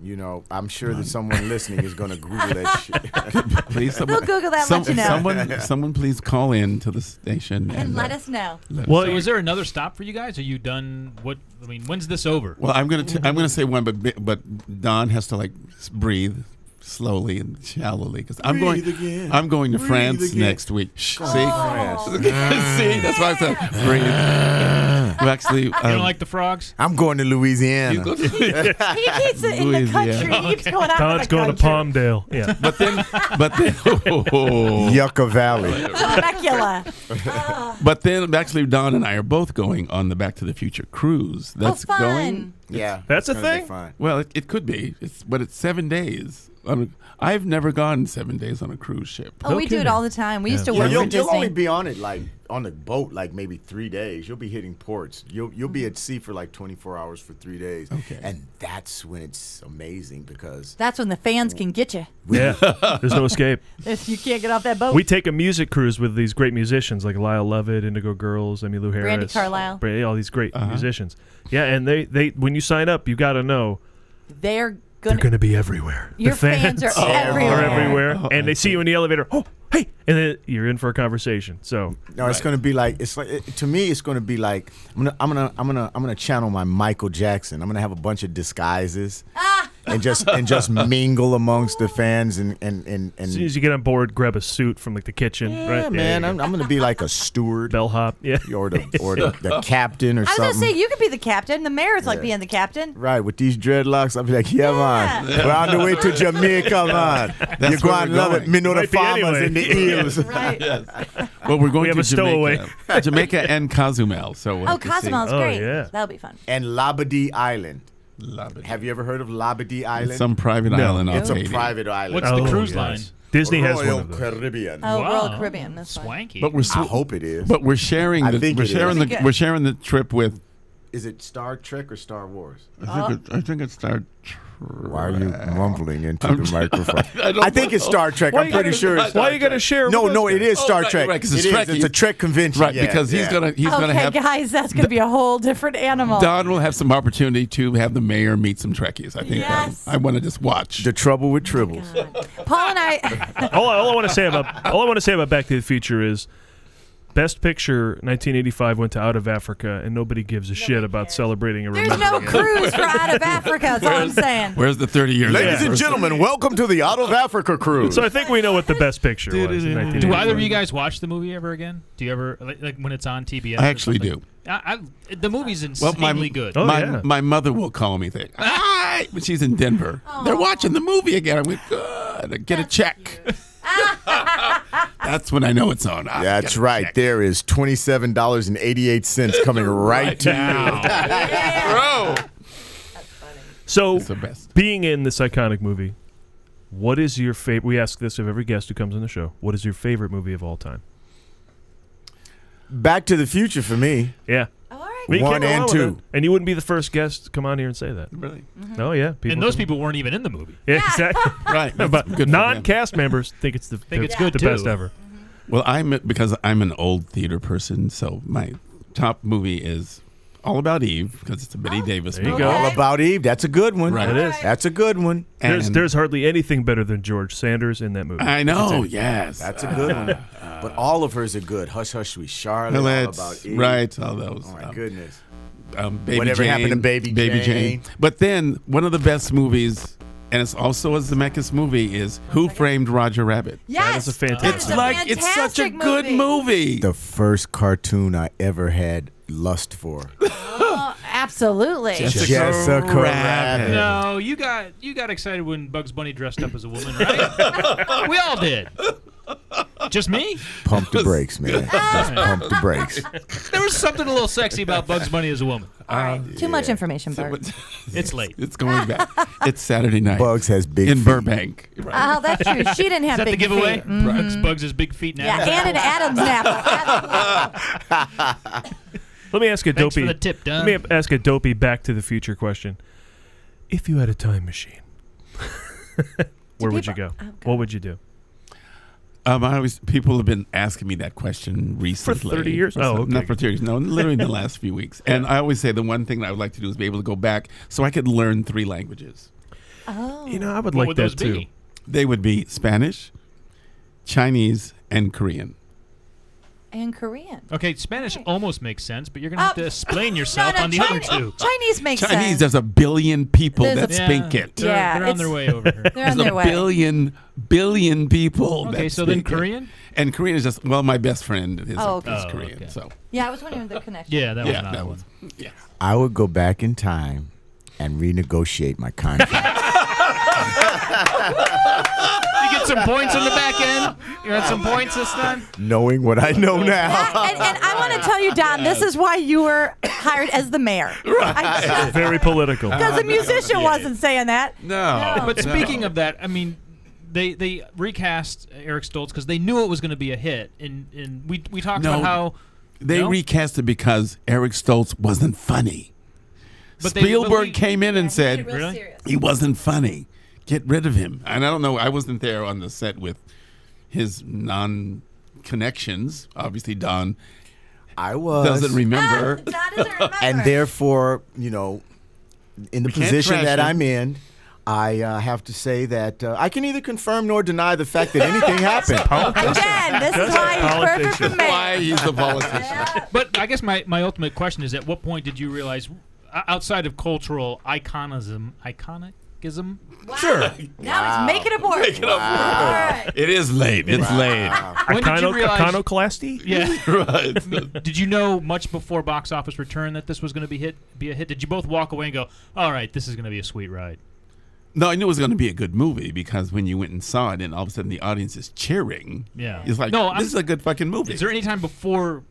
Speaker 11: You know, I'm sure that someone listening is going to Google that shit.
Speaker 12: Please, someone, some- Someone, someone, please call in to the station and,
Speaker 4: let
Speaker 12: uh,
Speaker 4: us know.
Speaker 12: let
Speaker 13: well,
Speaker 12: us
Speaker 13: so
Speaker 12: know.
Speaker 13: is there another stop for you guys? Are you done? What I mean, when's this over?
Speaker 12: Well, I'm gonna t- I'm gonna say one, but bi- but Don has to like s- breathe slowly and shallowly because I'm going
Speaker 11: Breathe again.
Speaker 12: I'm going to
Speaker 11: Breathe
Speaker 12: France
Speaker 11: again.
Speaker 12: next week. Shh, See,
Speaker 11: Oh. France.
Speaker 12: see, that's why I said breathe. We're actually,
Speaker 11: You
Speaker 13: you
Speaker 12: um,
Speaker 13: don't like the frogs?
Speaker 11: I'm going to Louisiana.
Speaker 12: go
Speaker 4: He keeps it in the country. He keeps going out
Speaker 5: Don's
Speaker 4: of the country.
Speaker 5: going to Palmdale. Yeah,
Speaker 12: but then but then
Speaker 11: Yucca Valley.
Speaker 4: Temecula.
Speaker 12: But then actually, Don and I are both going on the Back to the Future cruise. That's
Speaker 4: Oh, fun.
Speaker 12: going.
Speaker 11: Yeah,
Speaker 5: That's a
Speaker 11: it's gonna be
Speaker 5: thing?
Speaker 11: fun.
Speaker 12: Well, it, it could be. It's but it's seven days. On a, I've never gone seven days on a cruise ship.
Speaker 4: Oh, we do it all the time. We used to
Speaker 11: Yeah,
Speaker 4: work
Speaker 11: you'll,
Speaker 4: for
Speaker 11: you'll only
Speaker 4: Disney.
Speaker 11: be on it like on the boat like maybe three days. You'll be hitting ports. You'll you'll be at sea for like 24 hours for three days. Okay. And that's when it's amazing because
Speaker 4: That's when the fans can get you.
Speaker 5: yeah. There's no escape.
Speaker 4: If you can't get off that boat.
Speaker 5: We take a music cruise with these great musicians like Lyle Lovett, Indigo Girls, Emmylou Harris,
Speaker 4: Brandy Carlile.
Speaker 5: Bra- all these
Speaker 11: Uh-huh.
Speaker 5: great musicians. Yeah, and they they when you sign up, you got to know
Speaker 4: They're
Speaker 5: they're
Speaker 4: gonna.
Speaker 5: going to be everywhere.
Speaker 4: Your
Speaker 5: the fans,
Speaker 4: fans are everywhere.
Speaker 5: everywhere,
Speaker 12: Oh,
Speaker 5: and they see you in the elevator. Oh, hey, and then you're in for a conversation. So
Speaker 11: No, it's gonna be like it's like it, to me. It's gonna be like I'm gonna I'm gonna I'm gonna I'm gonna channel my Michael Jackson. I'm gonna have a bunch of disguises
Speaker 4: Ah!
Speaker 11: and just and just mingle amongst the fans and and and, and
Speaker 5: as soon as you get on board, grab a suit from like the kitchen.
Speaker 11: yeah,
Speaker 5: right,
Speaker 11: man, I'm, I'm gonna be like a steward,
Speaker 5: bellhop, yeah,
Speaker 11: or the or the, the captain or
Speaker 4: I was
Speaker 11: something.
Speaker 4: gonna say you could be the captain. The mayor's like
Speaker 11: Yeah.
Speaker 4: being the captain.
Speaker 11: Right, with these dreadlocks, I'll be like, yeah, man.
Speaker 4: Yeah.
Speaker 11: We're on the way to Jamaica, man.
Speaker 12: That's
Speaker 11: You're going to
Speaker 12: where we're
Speaker 11: love it.
Speaker 12: going.
Speaker 11: Me know the
Speaker 5: Might be
Speaker 11: farmers
Speaker 5: anyway.
Speaker 11: and the eels.
Speaker 4: Right.
Speaker 12: Well, we're going
Speaker 5: have
Speaker 12: to
Speaker 5: a stowaway.
Speaker 12: Jamaica, Uh, Jamaica and Cozumel. So we'll
Speaker 4: Oh,
Speaker 12: have to see.
Speaker 4: Cozumel's great.
Speaker 5: yeah.
Speaker 4: That'll be fun.
Speaker 11: And Labadee Island.
Speaker 12: Love it.
Speaker 11: Have you ever heard of Labadee Island?
Speaker 12: Some private
Speaker 5: No.
Speaker 12: island.
Speaker 11: it's
Speaker 12: off
Speaker 11: a
Speaker 12: Haiti.
Speaker 11: private island.
Speaker 13: What's the
Speaker 5: Oh,
Speaker 13: cruise
Speaker 5: yes.
Speaker 13: line?
Speaker 5: Disney has
Speaker 11: Royal
Speaker 5: one of those.
Speaker 11: Caribbean.
Speaker 4: Oh, Royal
Speaker 13: Wow.
Speaker 4: Caribbean. That's fun.
Speaker 13: Swanky.
Speaker 12: But we're
Speaker 11: I
Speaker 12: sw-
Speaker 11: hope it is.
Speaker 12: but we're sharing
Speaker 11: I
Speaker 12: the
Speaker 11: think
Speaker 12: we're
Speaker 11: it is.
Speaker 12: sharing the
Speaker 4: Good.
Speaker 12: we're sharing the trip with.
Speaker 11: Is it Star Trek or Star Wars?
Speaker 12: I think it, I think it's Star. Why
Speaker 11: mumbling into
Speaker 12: I'm-
Speaker 11: microphone?
Speaker 12: I, don't
Speaker 11: I think it's Star Trek.
Speaker 5: Why
Speaker 11: I'm
Speaker 5: you
Speaker 11: pretty
Speaker 5: gotta-
Speaker 11: sure it's
Speaker 5: why
Speaker 11: Star
Speaker 5: you gotta
Speaker 11: Trek.
Speaker 5: share
Speaker 11: No,
Speaker 5: with
Speaker 11: no,
Speaker 5: us?
Speaker 11: it is
Speaker 12: Oh,
Speaker 11: Star
Speaker 12: right,
Speaker 11: Trek.
Speaker 12: right, 'cause
Speaker 11: it
Speaker 12: it's
Speaker 11: is.
Speaker 12: Trekkie.
Speaker 11: It's a Trek convention.
Speaker 12: right
Speaker 11: Yeah,
Speaker 12: because he's
Speaker 11: yeah.
Speaker 12: gonna he's gonna
Speaker 4: okay,
Speaker 12: have
Speaker 4: guys, that's gonna be a whole different animal.
Speaker 12: Don will have some opportunity to have the mayor meet some Trekkies. I think um,
Speaker 4: Yes.
Speaker 12: I want to just watch.
Speaker 11: The Trouble with Tribbles.
Speaker 4: Paul and I.
Speaker 5: all, I- all I want to say about all I want to say about Back to the Future is Best Picture 1985 went to Out of Africa, and nobody gives a shit about celebrating a
Speaker 4: There's no
Speaker 5: remembering it.
Speaker 4: cruise for out of Africa. That's all I'm saying.
Speaker 12: Where's the thirty years?
Speaker 11: Ladies and
Speaker 12: anniversary?
Speaker 11: gentlemen, welcome to the Out of Africa cruise.
Speaker 5: So I think we know what the Best Picture was. in
Speaker 13: Do either
Speaker 5: 1985.
Speaker 13: of you guys watch the movie ever again? Do you ever like, like when it's on TBS? or
Speaker 12: I actually
Speaker 13: something?
Speaker 12: do.
Speaker 3: I, I, the movie's insanely
Speaker 12: my, Oh,
Speaker 3: good.
Speaker 5: Oh,
Speaker 12: My, my mother will call me. They, ah, when she's in Denver. They're watching the movie again. I'm like, good. Get a check. That's when I know it's on. I
Speaker 11: That's right. There is twenty-seven dollars and eighty-eight cents coming right,
Speaker 12: Right
Speaker 11: to
Speaker 12: now. Bro.
Speaker 11: you.
Speaker 5: So, being in this iconic movie, what is your favorite? We ask this of every guest who comes on the show. What is your favorite movie of all time?
Speaker 11: Back to the Future for me.
Speaker 5: Yeah. We
Speaker 11: One
Speaker 5: came along
Speaker 11: and
Speaker 5: with
Speaker 11: two.
Speaker 5: it. And you wouldn't be the first guest to come on here and say that.
Speaker 12: Really?
Speaker 5: Oh, yeah.
Speaker 3: and those people weren't even in the movie.
Speaker 5: Yeah, exactly.
Speaker 12: right.
Speaker 5: But non cast members think it's the,
Speaker 3: Think it's
Speaker 5: the-
Speaker 3: good,
Speaker 5: the
Speaker 3: too.
Speaker 5: best ever.
Speaker 12: Well, I'm because I'm an old theater person, so my top movie is All About Eve because it's a Betty Davis
Speaker 5: Oh, there you
Speaker 12: movie.
Speaker 5: go.
Speaker 11: All About Eve. That's a good one.
Speaker 12: Right. It is.
Speaker 11: That's a good one.
Speaker 5: There's, there's hardly anything better than George Sanders in that movie.
Speaker 12: I know, yes.
Speaker 11: That's a good one. But all of hers are good. Hush, hush, sweet Charlotte. all
Speaker 12: Let's-
Speaker 11: about Eve.
Speaker 12: right, all those,
Speaker 11: Oh my
Speaker 12: um,
Speaker 11: goodness.
Speaker 12: um, Baby
Speaker 11: Whatever
Speaker 12: Jane,
Speaker 11: happened to Baby, Jane?
Speaker 12: But then one of the best movies, and it's also a Zemeckis movie, is Who Framed Roger Rabbit?
Speaker 5: Yes, that is a fantastic.
Speaker 12: It's like it's such a good movie.
Speaker 11: The first cartoon I ever had lust for.
Speaker 4: Oh, absolutely.
Speaker 11: Jessica Jessica Rabbit. Rabbit.
Speaker 3: No, you got you got excited when Bugs Bunny dressed up as a woman, right? we all did. Just me?
Speaker 11: Pump the brakes, man. Just pump the brakes.
Speaker 3: There was something a little sexy about Bugs Bunny as a woman.
Speaker 4: Too much information, Bert.
Speaker 3: It's late.
Speaker 12: It's going back. it's Saturday night.
Speaker 11: Bugs has big
Speaker 12: in Burbank.
Speaker 4: Oh, that's true. She didn't
Speaker 3: Is
Speaker 4: have
Speaker 3: that
Speaker 4: big
Speaker 3: the giveaway?
Speaker 4: feet. Mhm.
Speaker 3: Bugs, Bugs is big feet now.
Speaker 4: Yeah, and an Adam's apple.
Speaker 5: Let me ask a
Speaker 3: Thanks for
Speaker 5: dopey.
Speaker 3: the tip, Don.
Speaker 5: Let me ask a dopey Back to the Future question. If you had a time machine, where would you go? What would you do?
Speaker 12: Um, I always people have been asking me that question recently
Speaker 5: years?
Speaker 12: For
Speaker 5: Oh,
Speaker 12: some-
Speaker 5: okay.
Speaker 12: not for thirty years. No, literally in the last few weeks. And I always say the one thing that I would like to do is be able to go back so I could learn three languages.
Speaker 4: Oh.
Speaker 5: You know, I
Speaker 12: would like that too. They would be Spanish, Chinese, and Korean.
Speaker 4: And Korean.
Speaker 3: Okay, Spanish almost makes sense, but you're gonna have to
Speaker 4: Oh.
Speaker 3: explain
Speaker 4: No,
Speaker 3: yourself
Speaker 4: no,
Speaker 3: on the
Speaker 4: Chinese, oh,
Speaker 3: other two.
Speaker 4: Chinese makes
Speaker 12: Chinese,
Speaker 4: sense.
Speaker 12: there's a billion people
Speaker 4: There's
Speaker 12: that
Speaker 4: a-
Speaker 12: speak
Speaker 4: Yeah.
Speaker 12: it.
Speaker 4: They're- Yeah,
Speaker 3: they're on their way over here.
Speaker 4: They're on
Speaker 12: There's
Speaker 4: their
Speaker 12: a
Speaker 4: way.
Speaker 12: billion billion people.
Speaker 3: Okay,
Speaker 12: that
Speaker 3: so then
Speaker 12: speak it.
Speaker 3: Korean?
Speaker 12: And Korean is just well, my best friend is,
Speaker 4: Oh, okay.
Speaker 12: is
Speaker 4: Oh,
Speaker 12: Korean.
Speaker 4: okay.
Speaker 12: So
Speaker 4: Yeah, I was wondering the connection.
Speaker 3: Yeah, that
Speaker 12: Yeah,
Speaker 3: was not
Speaker 12: that
Speaker 3: one.
Speaker 12: was-
Speaker 11: I would go back in time and renegotiate my contract.
Speaker 3: You get some points on the back end. You had some points this time.
Speaker 11: knowing what I know now.
Speaker 4: And, and I want to tell you, Don, this is why you were hired as the mayor.
Speaker 5: Very political.
Speaker 4: Because the musician wasn't saying that.
Speaker 12: No.
Speaker 3: But speaking of that, I mean, they they recast Eric Stoltz because they knew it was going to be a hit, and and we we talked
Speaker 12: No.
Speaker 3: about how
Speaker 12: They
Speaker 3: No?
Speaker 12: recast it because Eric Stoltz wasn't funny.
Speaker 3: But they- but
Speaker 12: Spielberg
Speaker 3: we-
Speaker 12: came in and said
Speaker 3: real Really? serious.
Speaker 12: he wasn't funny. Get rid of him. And I don't know. I wasn't there on the set with his non connections. Obviously, Don
Speaker 11: I was
Speaker 12: doesn't
Speaker 11: Ah.
Speaker 12: remember.
Speaker 11: and therefore, you know, in the
Speaker 12: can't
Speaker 11: position
Speaker 12: trash
Speaker 11: that
Speaker 12: him.
Speaker 11: I'm in, I uh, have to say that uh, I can neither confirm nor deny the fact that anything happened.
Speaker 4: Again, this is why he's perfect for mayor.
Speaker 12: Why he's the politician?
Speaker 3: But I guess my, my ultimate question is: At what point did you realize, o- outside of cultural iconism, iconicism?
Speaker 12: Sure.
Speaker 4: Now he's making a board.
Speaker 12: Make it up. It is late. It's late.
Speaker 3: When did you
Speaker 5: Icono-
Speaker 3: realize-
Speaker 5: iconoclasty?
Speaker 3: Yeah.
Speaker 12: Right.
Speaker 3: did you know much before box office return that this was going to be hit be a hit? Did you both walk away and go, "All right, this is going to be a sweet ride"?
Speaker 12: No, I knew it was going to be a good movie because when you went and saw it, and all of a sudden the audience is cheering.
Speaker 3: Yeah.
Speaker 12: It's like,
Speaker 3: No,
Speaker 12: no,
Speaker 3: I'm-
Speaker 12: this is a good fucking movie.
Speaker 3: Is there any time before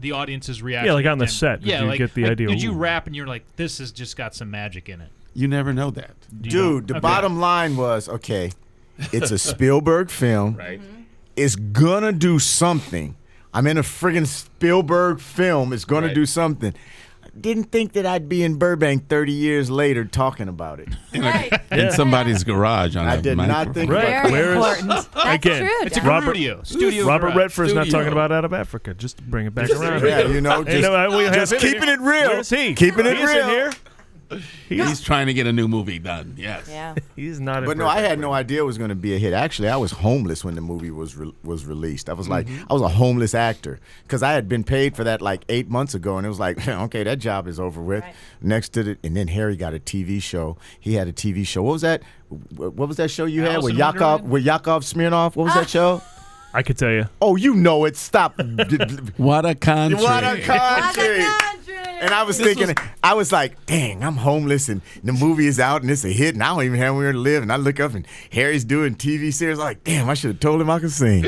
Speaker 3: the audience's reaction?
Speaker 5: like on the
Speaker 3: to them?
Speaker 5: set, did
Speaker 3: Yeah,
Speaker 5: you
Speaker 3: like,
Speaker 5: get the
Speaker 3: like,
Speaker 5: idea,
Speaker 3: Did you
Speaker 5: "Ooh."
Speaker 3: rap and you're like, "This has just got some magic in it"?
Speaker 12: you never know that.
Speaker 11: Dude, the
Speaker 3: Okay.
Speaker 11: bottom line was okay, it's a Spielberg film.
Speaker 12: Right.
Speaker 11: It's gonna do something. I'm in a friggin' Spielberg film. It's gonna
Speaker 12: Right.
Speaker 11: do something. I didn't think that I'd be in Burbank 30 years later talking about it.
Speaker 12: In somebody's garage on
Speaker 11: I
Speaker 12: a
Speaker 11: did not think
Speaker 12: microphone.
Speaker 11: about
Speaker 4: Very
Speaker 5: Where is-
Speaker 4: important. That's
Speaker 5: Again,
Speaker 4: true.
Speaker 3: It's a
Speaker 4: Don.
Speaker 5: Robert-
Speaker 3: studio. Studio.
Speaker 5: Robert
Speaker 3: garage.
Speaker 5: Redford's not
Speaker 12: Studio.
Speaker 5: talking about out of Africa. Just to bring it back around.
Speaker 11: Yeah, you know,
Speaker 5: Hey,
Speaker 11: just,
Speaker 5: no, I- we have
Speaker 11: just
Speaker 5: him
Speaker 11: keeping
Speaker 5: here.
Speaker 11: it real.
Speaker 5: Where's he?
Speaker 11: Keeping it
Speaker 5: He isn't
Speaker 11: real.
Speaker 5: here.
Speaker 12: He's trying to get a new movie done. Yes.
Speaker 4: Yeah.
Speaker 5: He's not. in
Speaker 11: But no, I
Speaker 5: Burbank.
Speaker 11: had no idea it was going to be a hit. Actually, I was homeless when the movie was re- was released. I was like, I was a homeless actor because I had been paid for that like eight months ago, and it was like, okay, that job is over with. Next to the, and then Harry got a TV show. He had a TV show. What was that? wh- What was that show you had
Speaker 3: Alice
Speaker 11: with
Speaker 3: in
Speaker 11: Yakov
Speaker 3: Wonderland?
Speaker 11: with Yakov Smirnoff? What was that show?
Speaker 5: I could tell you.
Speaker 11: Oh, you know it. Stop.
Speaker 12: what a country.
Speaker 11: What a country. And I was
Speaker 12: This
Speaker 11: thinking,
Speaker 12: was-
Speaker 11: I was like, dang, I'm homeless and the movie is out and it's a hit and I don't even have where to live. And I look up and Harry's doing TV series. I'm like, damn, I should have told him I could sing.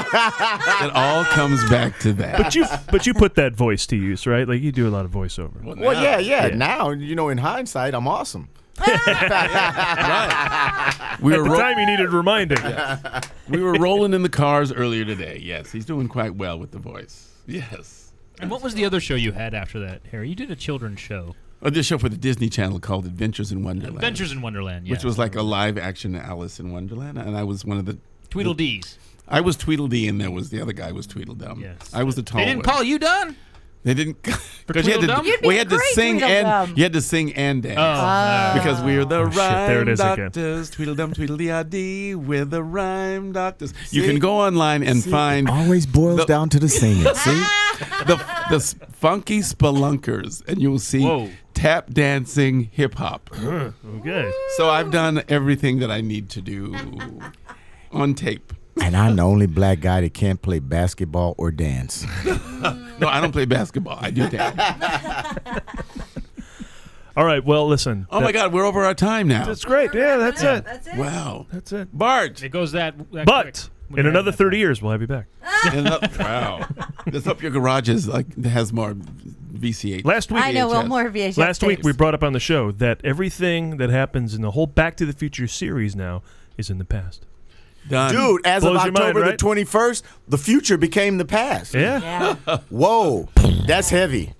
Speaker 12: it all comes back to that.
Speaker 5: But you, but you put that voice to use, right? Like you do a lot of voiceover.
Speaker 11: Well, yeah, yeah, Now, you know, in hindsight, I'm awesome.
Speaker 12: We
Speaker 5: At
Speaker 12: were
Speaker 5: the
Speaker 12: ro-
Speaker 5: time, you needed reminding.
Speaker 12: we were rolling in the cars earlier today. Yes, he's doing quite well with the voice. Yes.
Speaker 13: And what was the other show you had after that, Harry? You did a children's show.
Speaker 12: Oh, this show for the Disney Channel called Adventures in Wonderland.
Speaker 13: Adventures in Wonderland,
Speaker 12: Which
Speaker 13: yeah.
Speaker 12: was like a live action Alice in Wonderland, and I was one of the
Speaker 13: Tweedledees.
Speaker 12: I was Tweedledee, and there was the other guy was Tweedledum.
Speaker 13: Yes.
Speaker 12: I was the tall.
Speaker 13: They didn't
Speaker 12: one.
Speaker 13: call you done.
Speaker 12: They didn't because you had
Speaker 13: Tweedledum?
Speaker 12: to.
Speaker 13: You'd be
Speaker 12: We had to
Speaker 13: great
Speaker 12: sing and
Speaker 13: Tweedledum.
Speaker 12: you had to sing and dance
Speaker 13: Oh, no.
Speaker 12: because we were the
Speaker 13: Oh,
Speaker 12: rhyme
Speaker 13: shit, there it is again.
Speaker 12: doctors. Tweedledum, Tweedledee, we're the rhyme doctors. you can go online and
Speaker 11: See,
Speaker 12: find
Speaker 13: Oh.
Speaker 11: it always boils
Speaker 12: the-
Speaker 11: down to the singing.
Speaker 12: See the the s- funky spelunkers, and you will see tap dancing hip hop.
Speaker 5: okay.
Speaker 12: So I've done everything that I need to do on tape.
Speaker 11: And I'm the only black guy that can't play basketball or dance.
Speaker 12: no, I don't play basketball. I do dance.
Speaker 5: All right. Well, listen.
Speaker 12: Oh my God, we're over our time now.
Speaker 5: That's great. Yeah, that's it.
Speaker 12: Wow.
Speaker 5: That's it.
Speaker 12: Bart.
Speaker 13: It goes that. that quick.
Speaker 5: But
Speaker 13: We
Speaker 5: in
Speaker 13: have
Speaker 5: another
Speaker 13: that.
Speaker 5: 30 years, we'll have you back.
Speaker 12: And uh, up- wow. This up your garage is like has more VCH.
Speaker 5: Last week,
Speaker 4: I know, well, more VHS
Speaker 5: Last week
Speaker 4: tapes.
Speaker 5: we brought up on the show that everything that happens in the whole Back to the Future series now is in the past.
Speaker 12: Done.
Speaker 11: Dude, as
Speaker 5: Blows
Speaker 11: of
Speaker 5: your mind,
Speaker 11: October
Speaker 5: right?
Speaker 11: the 21st, the future became the past.
Speaker 5: Yeah.
Speaker 11: Whoa, that's heavy.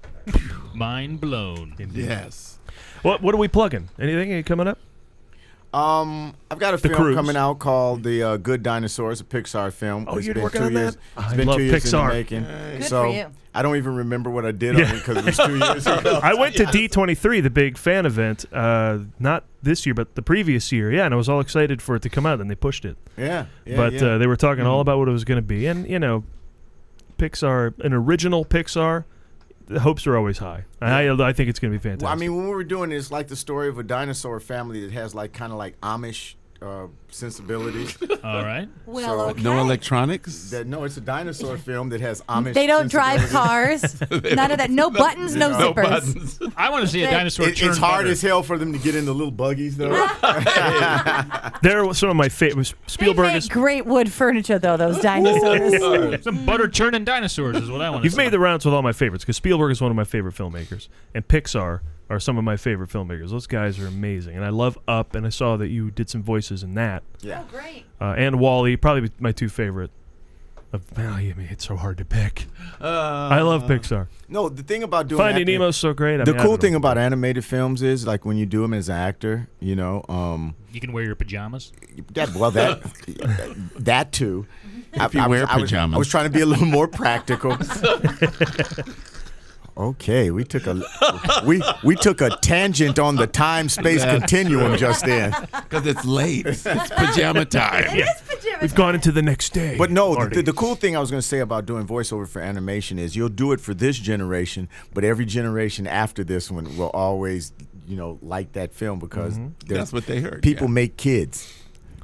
Speaker 13: Mind blown.
Speaker 12: Yes.
Speaker 5: What What are we plugging? Anything Any coming up?
Speaker 11: Um, I've got a
Speaker 5: The
Speaker 11: film
Speaker 5: Cruise.
Speaker 11: coming out called The uh, Good Dinosaurs, a Pixar film.
Speaker 5: Oh,
Speaker 11: It's
Speaker 5: you're
Speaker 11: been
Speaker 5: working
Speaker 11: two
Speaker 5: on that?
Speaker 11: years.
Speaker 5: I
Speaker 11: it's been
Speaker 5: love
Speaker 11: two years in
Speaker 5: Pixar.
Speaker 11: the making.
Speaker 4: Good
Speaker 11: so
Speaker 4: for you.
Speaker 11: I don't even remember what I did on it because it was two years ago.
Speaker 5: I went to D23, the big fan event, uh, not this year, but the previous year. Yeah, and I was all excited for it to come out, and they pushed it.
Speaker 11: Yeah, yeah,
Speaker 5: but
Speaker 11: yeah.
Speaker 5: Uh, they were talking all
Speaker 11: Mhm.
Speaker 5: about what it was going to be. And, you know, Pixar, an original Pixar, the hopes are always high. I, I think it's going to be fantastic.
Speaker 11: Well, I mean, when we were doing it, it's like the story of a dinosaur family that has like kind of like Amish uh, sensibilities.
Speaker 13: All right.
Speaker 4: Well, okay.
Speaker 12: No electronics.
Speaker 11: That, no, it's a dinosaur film that has Amish.
Speaker 4: They don't drive
Speaker 11: sensibilities.
Speaker 4: cars. None of that. No buttons, no No zippers. buttons.
Speaker 13: I want to see a dinosaur.
Speaker 11: It-
Speaker 13: churn
Speaker 11: it's hard
Speaker 13: butter.
Speaker 11: as hell for them to get in the little buggies though.
Speaker 5: They're some of my favorite. Spielberg is.
Speaker 4: Great wood furniture, though, those dinosaurs.
Speaker 13: Some butter churning dinosaurs is what I want to
Speaker 5: You've
Speaker 13: see.
Speaker 5: made the rounds with all my favorites because Spielberg is one of my favorite filmmakers, and Pixar are some of my favorite filmmakers. Those guys are amazing, and I love Up, and I saw that you did some voices in that.
Speaker 11: Yeah.
Speaker 4: great.
Speaker 5: Uh, and Wally, probably my two favorite. Of, well, I mean, it's so hard to pick.
Speaker 11: Uh,
Speaker 5: I love Pixar.
Speaker 11: No, the thing about doing
Speaker 5: Finding
Speaker 11: acting-
Speaker 5: Nemo's so great. I
Speaker 11: the
Speaker 5: mean, I
Speaker 11: cool
Speaker 5: don't
Speaker 11: thing about animated films is like when you do them as an actor, you know, um,
Speaker 13: You can wear your pajamas.
Speaker 11: that well that that too.
Speaker 12: If you wear
Speaker 11: was- I was- I was,
Speaker 12: pajamas.
Speaker 11: trying to be a little more practical. okay, we took a we we took a tangent on the time space
Speaker 12: That's
Speaker 11: continuum
Speaker 12: true.
Speaker 11: just then.
Speaker 12: Because it's late. It's pajama time.
Speaker 5: We've gone into the next day.
Speaker 11: But no,
Speaker 5: Marty.
Speaker 11: the, the cool thing I was going to say about doing voiceover for animation is you'll do it for this generation, but every generation after this one will always, you know, like that film because
Speaker 12: Mhm.
Speaker 11: there's-
Speaker 12: That's what they heard,
Speaker 11: People
Speaker 12: yeah.
Speaker 11: make kids,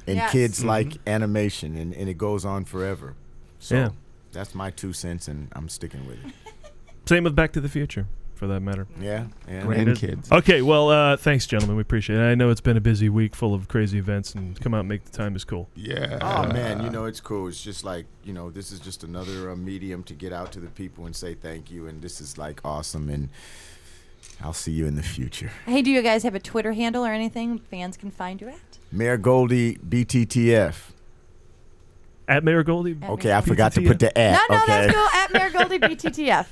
Speaker 11: and
Speaker 12: Yes.
Speaker 11: kids
Speaker 12: Mhm.
Speaker 11: like animation, and, and it goes on forever. So
Speaker 5: Yeah.
Speaker 11: that's my two cents, and I'm sticking with it.
Speaker 5: Same with Back to the Future, for that matter.
Speaker 11: Yeah, yeah.
Speaker 5: Great.
Speaker 11: Grandkids.
Speaker 5: Okay, well, uh, thanks, gentlemen. We appreciate it. I know it's been a busy week full of crazy events, and come out and make the time is cool.
Speaker 12: Yeah.
Speaker 11: Oh man, you know it's cool. It's just like you know, this is just another uh, medium to get out to the people and say thank you, and this is like awesome, and I'll see you in the future.
Speaker 4: hey, do you guys have a Twitter handle or anything fans can find you at?
Speaker 11: Mayor Goldie BTTF.
Speaker 5: At Mayor Goldie.
Speaker 11: Okay, I forgot to put the at.
Speaker 4: no, no,
Speaker 11: okay.
Speaker 4: that's cool. At Mayor Goldie BTTF.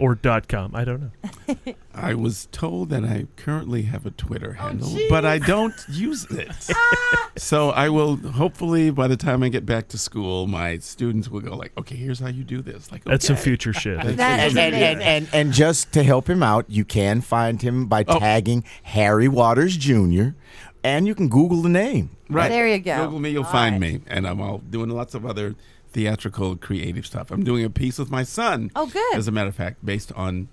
Speaker 5: Or dot com. I don't know.
Speaker 12: I was told that I currently have a Twitter
Speaker 5: Oh,
Speaker 12: handle, but I don't use it.
Speaker 5: Ah.
Speaker 12: so I will hopefully by the time I get back to school, my students will go like, "Okay, here's how you do this." Like,
Speaker 5: That's some
Speaker 12: okay.
Speaker 5: future shit.
Speaker 12: That's
Speaker 4: That
Speaker 12: some
Speaker 4: is
Speaker 12: future
Speaker 11: And,
Speaker 12: shit.
Speaker 11: and, and, and just to help him out, you can find him by
Speaker 12: Oh.
Speaker 11: tagging Harry Waters Jr. and you can Google the name.
Speaker 12: Right.
Speaker 4: There you go.
Speaker 12: Google me, you'll
Speaker 4: All
Speaker 12: find
Speaker 4: right.
Speaker 12: me. And I'm all doing lots of other theatrical creative stuff. I'm doing a piece with my son.
Speaker 4: Oh, good.
Speaker 12: As a matter of fact, based on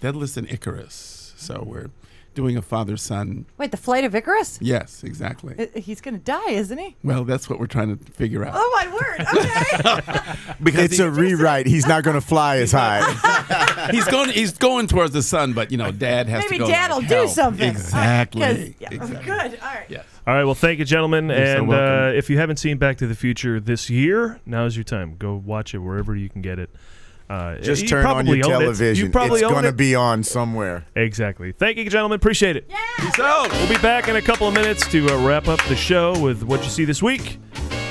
Speaker 12: Daedalus and Icarus. So we're doing a father son.
Speaker 4: Wait, the flight of Icarus?
Speaker 12: Yes, exactly.
Speaker 4: I- He's gonna die, isn't he?
Speaker 12: Well, that's what we're trying to figure out.
Speaker 4: Oh my word!
Speaker 12: because
Speaker 11: it's a rewrite. He's not going to fly as high.
Speaker 12: he's going he's going towards the sun, but you know, dad has
Speaker 4: Maybe
Speaker 12: to go.
Speaker 4: Dad'll
Speaker 12: like
Speaker 4: do
Speaker 12: hell.
Speaker 4: something.
Speaker 12: Exactly.
Speaker 4: Good. All right.
Speaker 5: All right. Well, thank you, gentlemen.
Speaker 12: You're so
Speaker 5: and uh,
Speaker 12: welcome.
Speaker 5: if you haven't seen Back to the Future this year, now's your time. Go watch it wherever you can get it. Uh,
Speaker 11: Just
Speaker 5: you
Speaker 11: turn on
Speaker 5: probably
Speaker 11: your
Speaker 5: own it.
Speaker 11: television.
Speaker 5: You probably
Speaker 11: it's
Speaker 5: own
Speaker 11: going to
Speaker 5: it.
Speaker 11: be on somewhere.
Speaker 5: Exactly. Thank you, gentlemen. Appreciate it. So we'll be back in a couple of minutes to uh, wrap up the show with what you see this week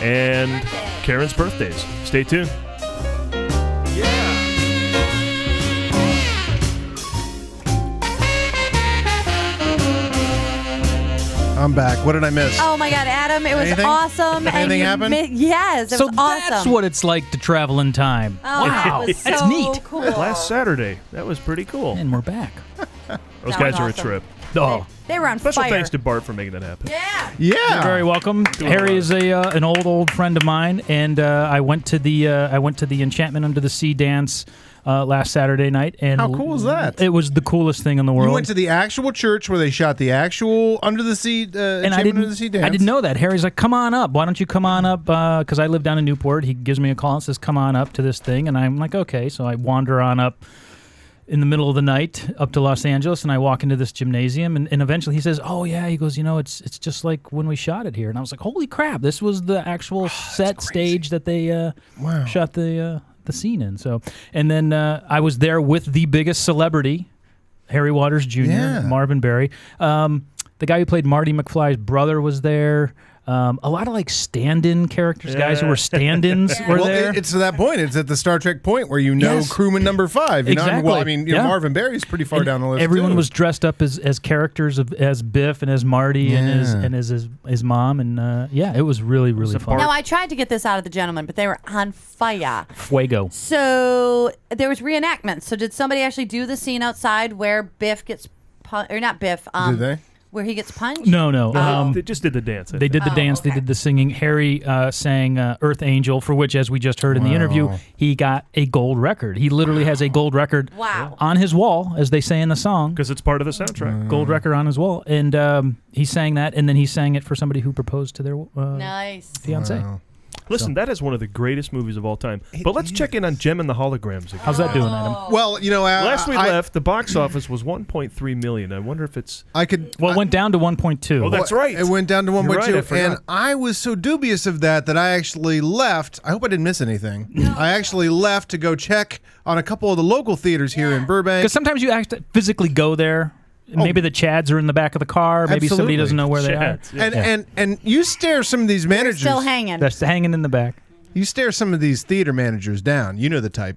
Speaker 5: and Karen's birthdays. Stay tuned.
Speaker 2: I'm back. What did I miss?
Speaker 4: Oh my God, Adam, it was
Speaker 2: Anything?
Speaker 4: awesome. and
Speaker 2: Anything
Speaker 4: you
Speaker 2: happen?
Speaker 4: mi- yes, it
Speaker 3: so
Speaker 4: was awesome.
Speaker 3: that's what it's like to travel in time.
Speaker 4: Oh,
Speaker 3: wow,
Speaker 4: that was
Speaker 3: that's
Speaker 4: so
Speaker 3: neat.
Speaker 4: cool.
Speaker 5: Last Saturday, that was pretty cool.
Speaker 3: And we're back.
Speaker 5: Those
Speaker 4: That
Speaker 5: guys
Speaker 4: was
Speaker 5: are a
Speaker 4: awesome.
Speaker 5: trip. Oh,
Speaker 4: They were on
Speaker 5: special
Speaker 4: fire.
Speaker 5: thanks to Bart for making that happen.
Speaker 2: Yeah.
Speaker 3: You're very welcome. Harry is a uh, an old old friend of mine, and uh, I went to the uh, I went to the Enchantment Under the Sea dance uh, last Saturday night. And
Speaker 2: How cool was that?
Speaker 3: It was the coolest thing in the world.
Speaker 2: You went to the actual church where they shot the actual under the sea. Uh,
Speaker 3: and I
Speaker 2: Enchantment
Speaker 3: didn't,
Speaker 2: Under the sea dance.
Speaker 3: I didn't know that. Harry's like, come on up. Why don't you come on up? Because I live down in Newport. He gives me a call and says, come on up to this thing. And I'm like, okay. So I wander on up in the middle of the night up to Los Angeles and I walk into this gymnasium. And, and eventually he says, oh, yeah. He goes, you know, it's, it's just like when we shot it here. And I was like, holy crap. This was the
Speaker 2: Ah,
Speaker 3: actual set stage that they uh, shot the, uh, the scene in. So, and then uh, I was there with the biggest celebrity. Harry Waters Jr.,
Speaker 2: Yeah.
Speaker 3: Marvin Berry. Um, the guy who played Marty McFly's brother was there. Um, a lot of like stand-in characters, guys who were stand-ins were
Speaker 2: well, it-
Speaker 3: there.
Speaker 2: it's to that point. It's at the Star Trek point where you know
Speaker 3: Yes.
Speaker 2: crewman number five. You Know?
Speaker 3: Exactly.
Speaker 2: Well, I mean, you know,
Speaker 3: Yeah.
Speaker 2: Marvin Berry's pretty far
Speaker 3: And
Speaker 2: down the list.
Speaker 3: Everyone
Speaker 2: too.
Speaker 3: was dressed up as, as characters of as Biff and as Marty and as
Speaker 2: Yeah.
Speaker 3: and as his, his mom and uh, yeah, it was really really fun.
Speaker 4: Now I tried to get this out of the gentleman, but they were on fire.
Speaker 3: Fuego.
Speaker 4: So there was reenactment. So did somebody actually do the scene outside where Biff gets punched, or not Biff? Um,
Speaker 3: they?
Speaker 4: Where he gets punched?
Speaker 3: No, no.
Speaker 5: No,
Speaker 3: um,
Speaker 5: they just did the dance. I
Speaker 3: They did
Speaker 5: think.
Speaker 3: the dance. They did the singing. Harry uh, sang uh, "Earth Angel," for which, as we just heard in the interview,
Speaker 5: Wow.
Speaker 3: he got a gold record. He literally has a gold record on his wall, as they say in the song,
Speaker 5: because it's part of the soundtrack.
Speaker 2: Mm.
Speaker 3: Gold record on his wall, and um, he sang that, and then he sang it for somebody who proposed to their uh,
Speaker 4: Nice.
Speaker 3: fiance.
Speaker 5: Listen, that is one of the greatest movies of all time. But let's check in on Gem and the Holograms again.
Speaker 3: How's that doing, Adam?
Speaker 4: Oh.
Speaker 2: Well, you know, I,
Speaker 5: Last we
Speaker 2: Uh, I-
Speaker 5: left, the box office was 1.3 million. I wonder if it's.
Speaker 2: I could.
Speaker 3: Well, it went down to 1.2.
Speaker 5: Oh, that's right.
Speaker 2: It went down to
Speaker 5: You're
Speaker 2: one point
Speaker 5: right, I
Speaker 2: two,
Speaker 5: forgot.
Speaker 2: and I was so dubious of that that I actually left. I hope I didn't miss anything. I actually left to go check on a couple of the local theaters here in Burbank.
Speaker 3: Because sometimes you act physically go there. Maybe the Chads are in the back of the car.
Speaker 2: Oh.
Speaker 3: Maybe somebody
Speaker 2: Absolutely.
Speaker 3: doesn't know where they are.
Speaker 2: And and and you stare some of these managers
Speaker 4: still hanging. They're
Speaker 3: still hanging in the back.
Speaker 2: You stare some of these theater managers down. You know the type.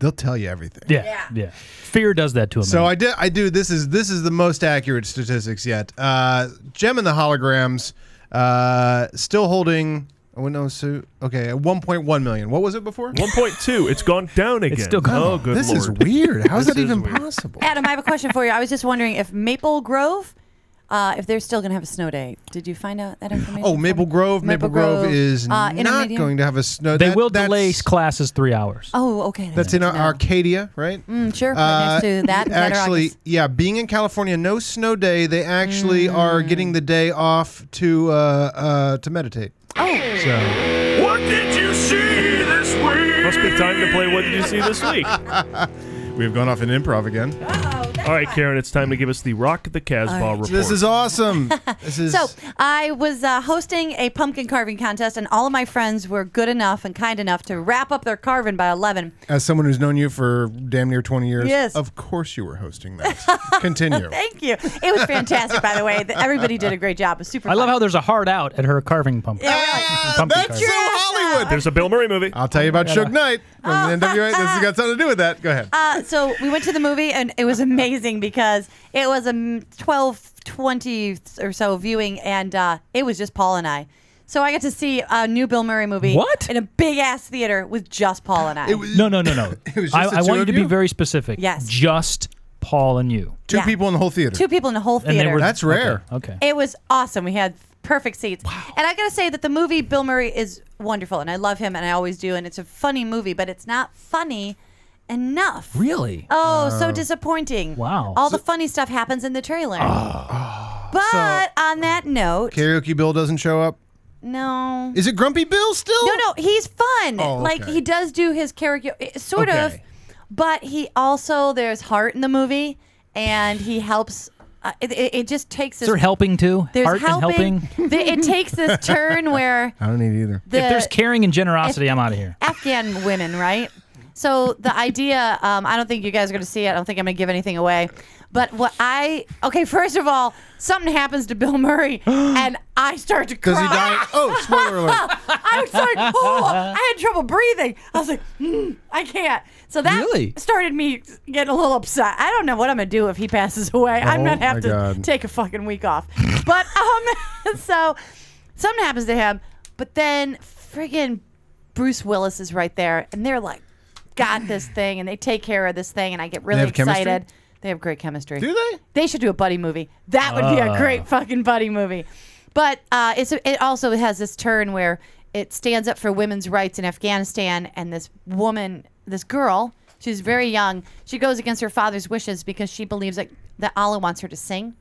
Speaker 2: They'll tell you everything.
Speaker 3: Yeah, yeah, Fear does that to a
Speaker 2: So uh, I did. I do. This is this is the most accurate statistics yet. Uh, Gem and the holograms uh, still holding. Oh no, so okay, at 1.1 million. What was it before?
Speaker 5: 1.2. It's gone down again.
Speaker 2: still gone
Speaker 5: Oh,
Speaker 2: down.
Speaker 5: good
Speaker 2: This is
Speaker 5: lord.
Speaker 2: weird. How is
Speaker 5: This
Speaker 2: that even
Speaker 5: weird.
Speaker 2: possible?
Speaker 4: Adam, I have a question for you. I was just wondering if Maple Grove, uh, if they're still going to have a snow day. Did you find out that information?
Speaker 2: Oh, Maple Grove.
Speaker 4: Maple
Speaker 2: Maple, Grove,
Speaker 4: Grove,
Speaker 2: is
Speaker 4: uh,
Speaker 2: not
Speaker 4: intermediate.
Speaker 2: going to have a snow.
Speaker 3: They
Speaker 2: that-
Speaker 3: will
Speaker 2: that's-
Speaker 3: delay classes three hours.
Speaker 4: Oh, okay.
Speaker 2: That's in Ar- Arcadia, right?
Speaker 4: Mm, sure. right next to that. and Better
Speaker 2: actually,
Speaker 4: August.
Speaker 2: yeah, being in California, no snow day. They actually
Speaker 4: Mm.
Speaker 2: are getting the day off to uh, uh, to meditate.
Speaker 4: Oh.
Speaker 2: So.
Speaker 5: What did you see this week? Must be time to play What Did You See This Week?
Speaker 2: We've gone off in improv again.
Speaker 5: All right, Karen, it's time to give us the Rock the Casbah
Speaker 4: All right.
Speaker 5: report.
Speaker 2: This is awesome. This is
Speaker 4: So I was uh, hosting a pumpkin carving contest, and all of my friends were good enough and kind enough to wrap up their carving by eleven.
Speaker 2: as someone who's known you for damn near twenty years.
Speaker 4: Yes.
Speaker 2: Of course, you were hosting that. Continue.
Speaker 4: Thank you. It was fantastic, by the way. The- Everybody did a great job. It was super.
Speaker 3: I love
Speaker 4: fun.
Speaker 3: how there's a hard out at her carving pumpkin. pumpkin carving.
Speaker 2: Ah, Hollywood.
Speaker 5: There's a Bill Murray movie.
Speaker 2: I'll tell you about Suge Knight from
Speaker 4: Oh.
Speaker 2: the NWA. This has got something to do with that. Go ahead.
Speaker 4: Uh, so we went to the movie and it was amazing because it was a m- 12, 20 or so viewing and uh, it was just Paul and I. So I got to see a new Bill Murray movie
Speaker 3: What?
Speaker 4: in a big ass theater with just Paul and I.
Speaker 3: No, no, no, no.
Speaker 2: It was just
Speaker 3: I,
Speaker 2: the
Speaker 3: I
Speaker 2: two
Speaker 3: want you
Speaker 2: of
Speaker 3: to be
Speaker 2: you?
Speaker 3: very specific.
Speaker 4: Yes.
Speaker 3: Just Paul and you.
Speaker 2: Two
Speaker 4: Yeah.
Speaker 2: people in the whole theater.
Speaker 4: Two people in the whole
Speaker 3: And
Speaker 4: theater.
Speaker 3: they were
Speaker 2: That's rare.
Speaker 3: Okay.
Speaker 4: It was awesome. We had perfect seats. And I got to say that the movie Bill Murray is wonderful and I love him and I always do and it's a funny movie, but it's not funny enough.
Speaker 3: Really?
Speaker 4: Oh,
Speaker 3: Uh,
Speaker 4: so disappointing.
Speaker 3: wow.
Speaker 4: All
Speaker 3: So- Ah.
Speaker 4: the funny stuff happens in the trailer. but on that note,
Speaker 2: Karaoke Bill doesn't show up.
Speaker 4: no.
Speaker 2: Is it Grumpy Bill still?
Speaker 4: No, no, he's fun.
Speaker 2: Oh,
Speaker 4: Like
Speaker 2: okay.
Speaker 4: he does do his character, eh, sort of,
Speaker 2: Okay.
Speaker 4: but he also there's heart in the movie, and he helps. Uh, it, it it just takes
Speaker 3: Is
Speaker 4: this.
Speaker 3: there helping too?
Speaker 4: There's
Speaker 3: Heart
Speaker 4: helping.
Speaker 3: and helping.
Speaker 4: Th- it takes this turn where
Speaker 3: I don't need either.
Speaker 4: The-
Speaker 3: if there's caring and generosity, I'm out of here.
Speaker 4: Afghan women, right? So the idea, um, I don't think you guys are going to see it. I don't think I'm going to give anything away. But what I okay, first of all, something happens to Bill Murray, and I start to cry.
Speaker 2: Does he die? Oh, spoiler alert.
Speaker 4: I was like, oh, I had trouble breathing. I was like, mm, I can't. So that
Speaker 2: Really?
Speaker 4: started me getting a little upset. I don't know what I'm gonna do if he passes away. I'm
Speaker 15: Oh,
Speaker 4: gonna have
Speaker 15: my
Speaker 4: to
Speaker 15: God.
Speaker 4: take a fucking week off. but um, so something happens to him. But then friggin' Bruce Willis is right there, and they're like, got this thing, and they take care of this thing, and I get really
Speaker 16: have
Speaker 4: excited.
Speaker 16: chemistry?
Speaker 4: They have great chemistry.
Speaker 16: Do
Speaker 2: they?
Speaker 4: They should do a buddy movie. That would be a
Speaker 16: Ah.
Speaker 4: great fucking buddy movie. But uh, it's it also has this turn where it stands up for women's rights in Afghanistan, and this woman, this girl, she's very young. She goes against her father's wishes because she believes that, that Allah wants her to sing,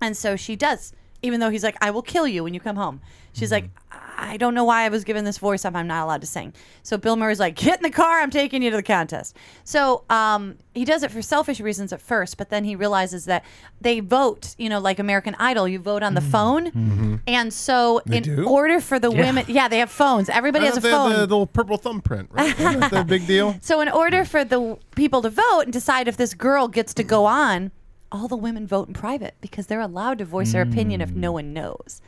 Speaker 4: and so she does. Even though he's like, "I will kill you when you come home," she's like,
Speaker 2: Mm-hmm.
Speaker 4: "I don't know why I was given this voice. I'm, I'm not allowed to sing." So Bill Murray's like, "Get in the car. I'm taking you to the contest." So um, he does it for selfish reasons at first, but then he realizes that they vote. You know, like American Idol, you vote on the phone. And so,
Speaker 2: Mm-hmm. They
Speaker 4: in
Speaker 2: do?
Speaker 4: order for the
Speaker 2: Yeah.
Speaker 4: women, yeah, they have phones. Everybody
Speaker 2: I
Speaker 4: has a
Speaker 2: thought they had
Speaker 4: phone.
Speaker 2: The, the little purple thumbprint. Right? Isn't that the big deal?
Speaker 4: so, in order
Speaker 5: Hmm.
Speaker 4: for the w- people to vote and decide if this girl gets to go on, all the women vote in private because they're allowed to voice their opinion if
Speaker 5: Hmm.
Speaker 4: no one knows.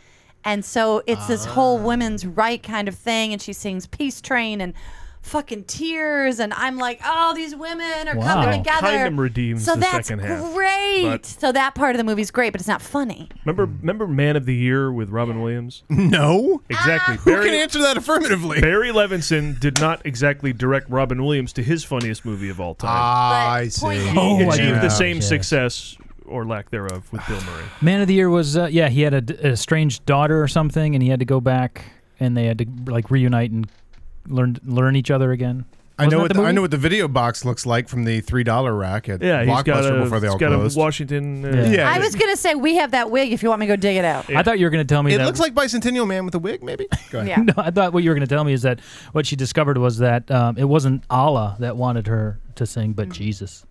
Speaker 4: And so it's this
Speaker 5: Ah.
Speaker 4: whole women's right kind of thing, and she sings "Peace Train" and fucking tears, and I'm like, oh, these women are
Speaker 5: Wow.
Speaker 4: coming together.
Speaker 5: Kind of redeems
Speaker 4: so
Speaker 5: the
Speaker 4: that's
Speaker 5: second half,
Speaker 4: great.
Speaker 5: but-
Speaker 4: so that part of the movie's great, but it's not funny.
Speaker 5: Remember, remember Man of the Year with Robin Williams?
Speaker 2: No.
Speaker 5: Exactly.
Speaker 2: Ah, Who can answer that affirmatively?
Speaker 5: Barry Levinson did not exactly direct Robin Williams to his funniest movie of all time.
Speaker 2: Ah, I see.
Speaker 5: He
Speaker 3: Oh, I
Speaker 5: achieved the
Speaker 3: get it.
Speaker 5: same
Speaker 3: Yeah.
Speaker 5: success or lack theref with
Speaker 2: Ah,
Speaker 5: Bill Murray.
Speaker 3: Man of the Year was uh, yeah, he had a, d- a strange daughter or something, and he had to go back, and they had to like reunite and learn learn each other again.
Speaker 2: I
Speaker 3: Wasn't
Speaker 2: know
Speaker 3: that
Speaker 2: what
Speaker 3: the
Speaker 2: the, I
Speaker 3: movie?
Speaker 2: know what the video box looks like from the three dollar rack at
Speaker 5: Yeah, he's
Speaker 2: Blockbuster
Speaker 5: got a,
Speaker 2: before they
Speaker 5: he's
Speaker 2: all
Speaker 5: got
Speaker 2: closed.
Speaker 5: a Washington. Uh,
Speaker 2: Yeah.
Speaker 4: I was gonna say we have that wig if you want me to go dig it out.
Speaker 3: I thought you were going to tell me
Speaker 2: it
Speaker 3: that.
Speaker 2: looks like Bicentennial Man with a wig, maybe. Go ahead.
Speaker 4: Yeah.
Speaker 3: no, I thought what you were going to tell me is that what she discovered was that um, it wasn't Allah that wanted her to sing, but Jesus.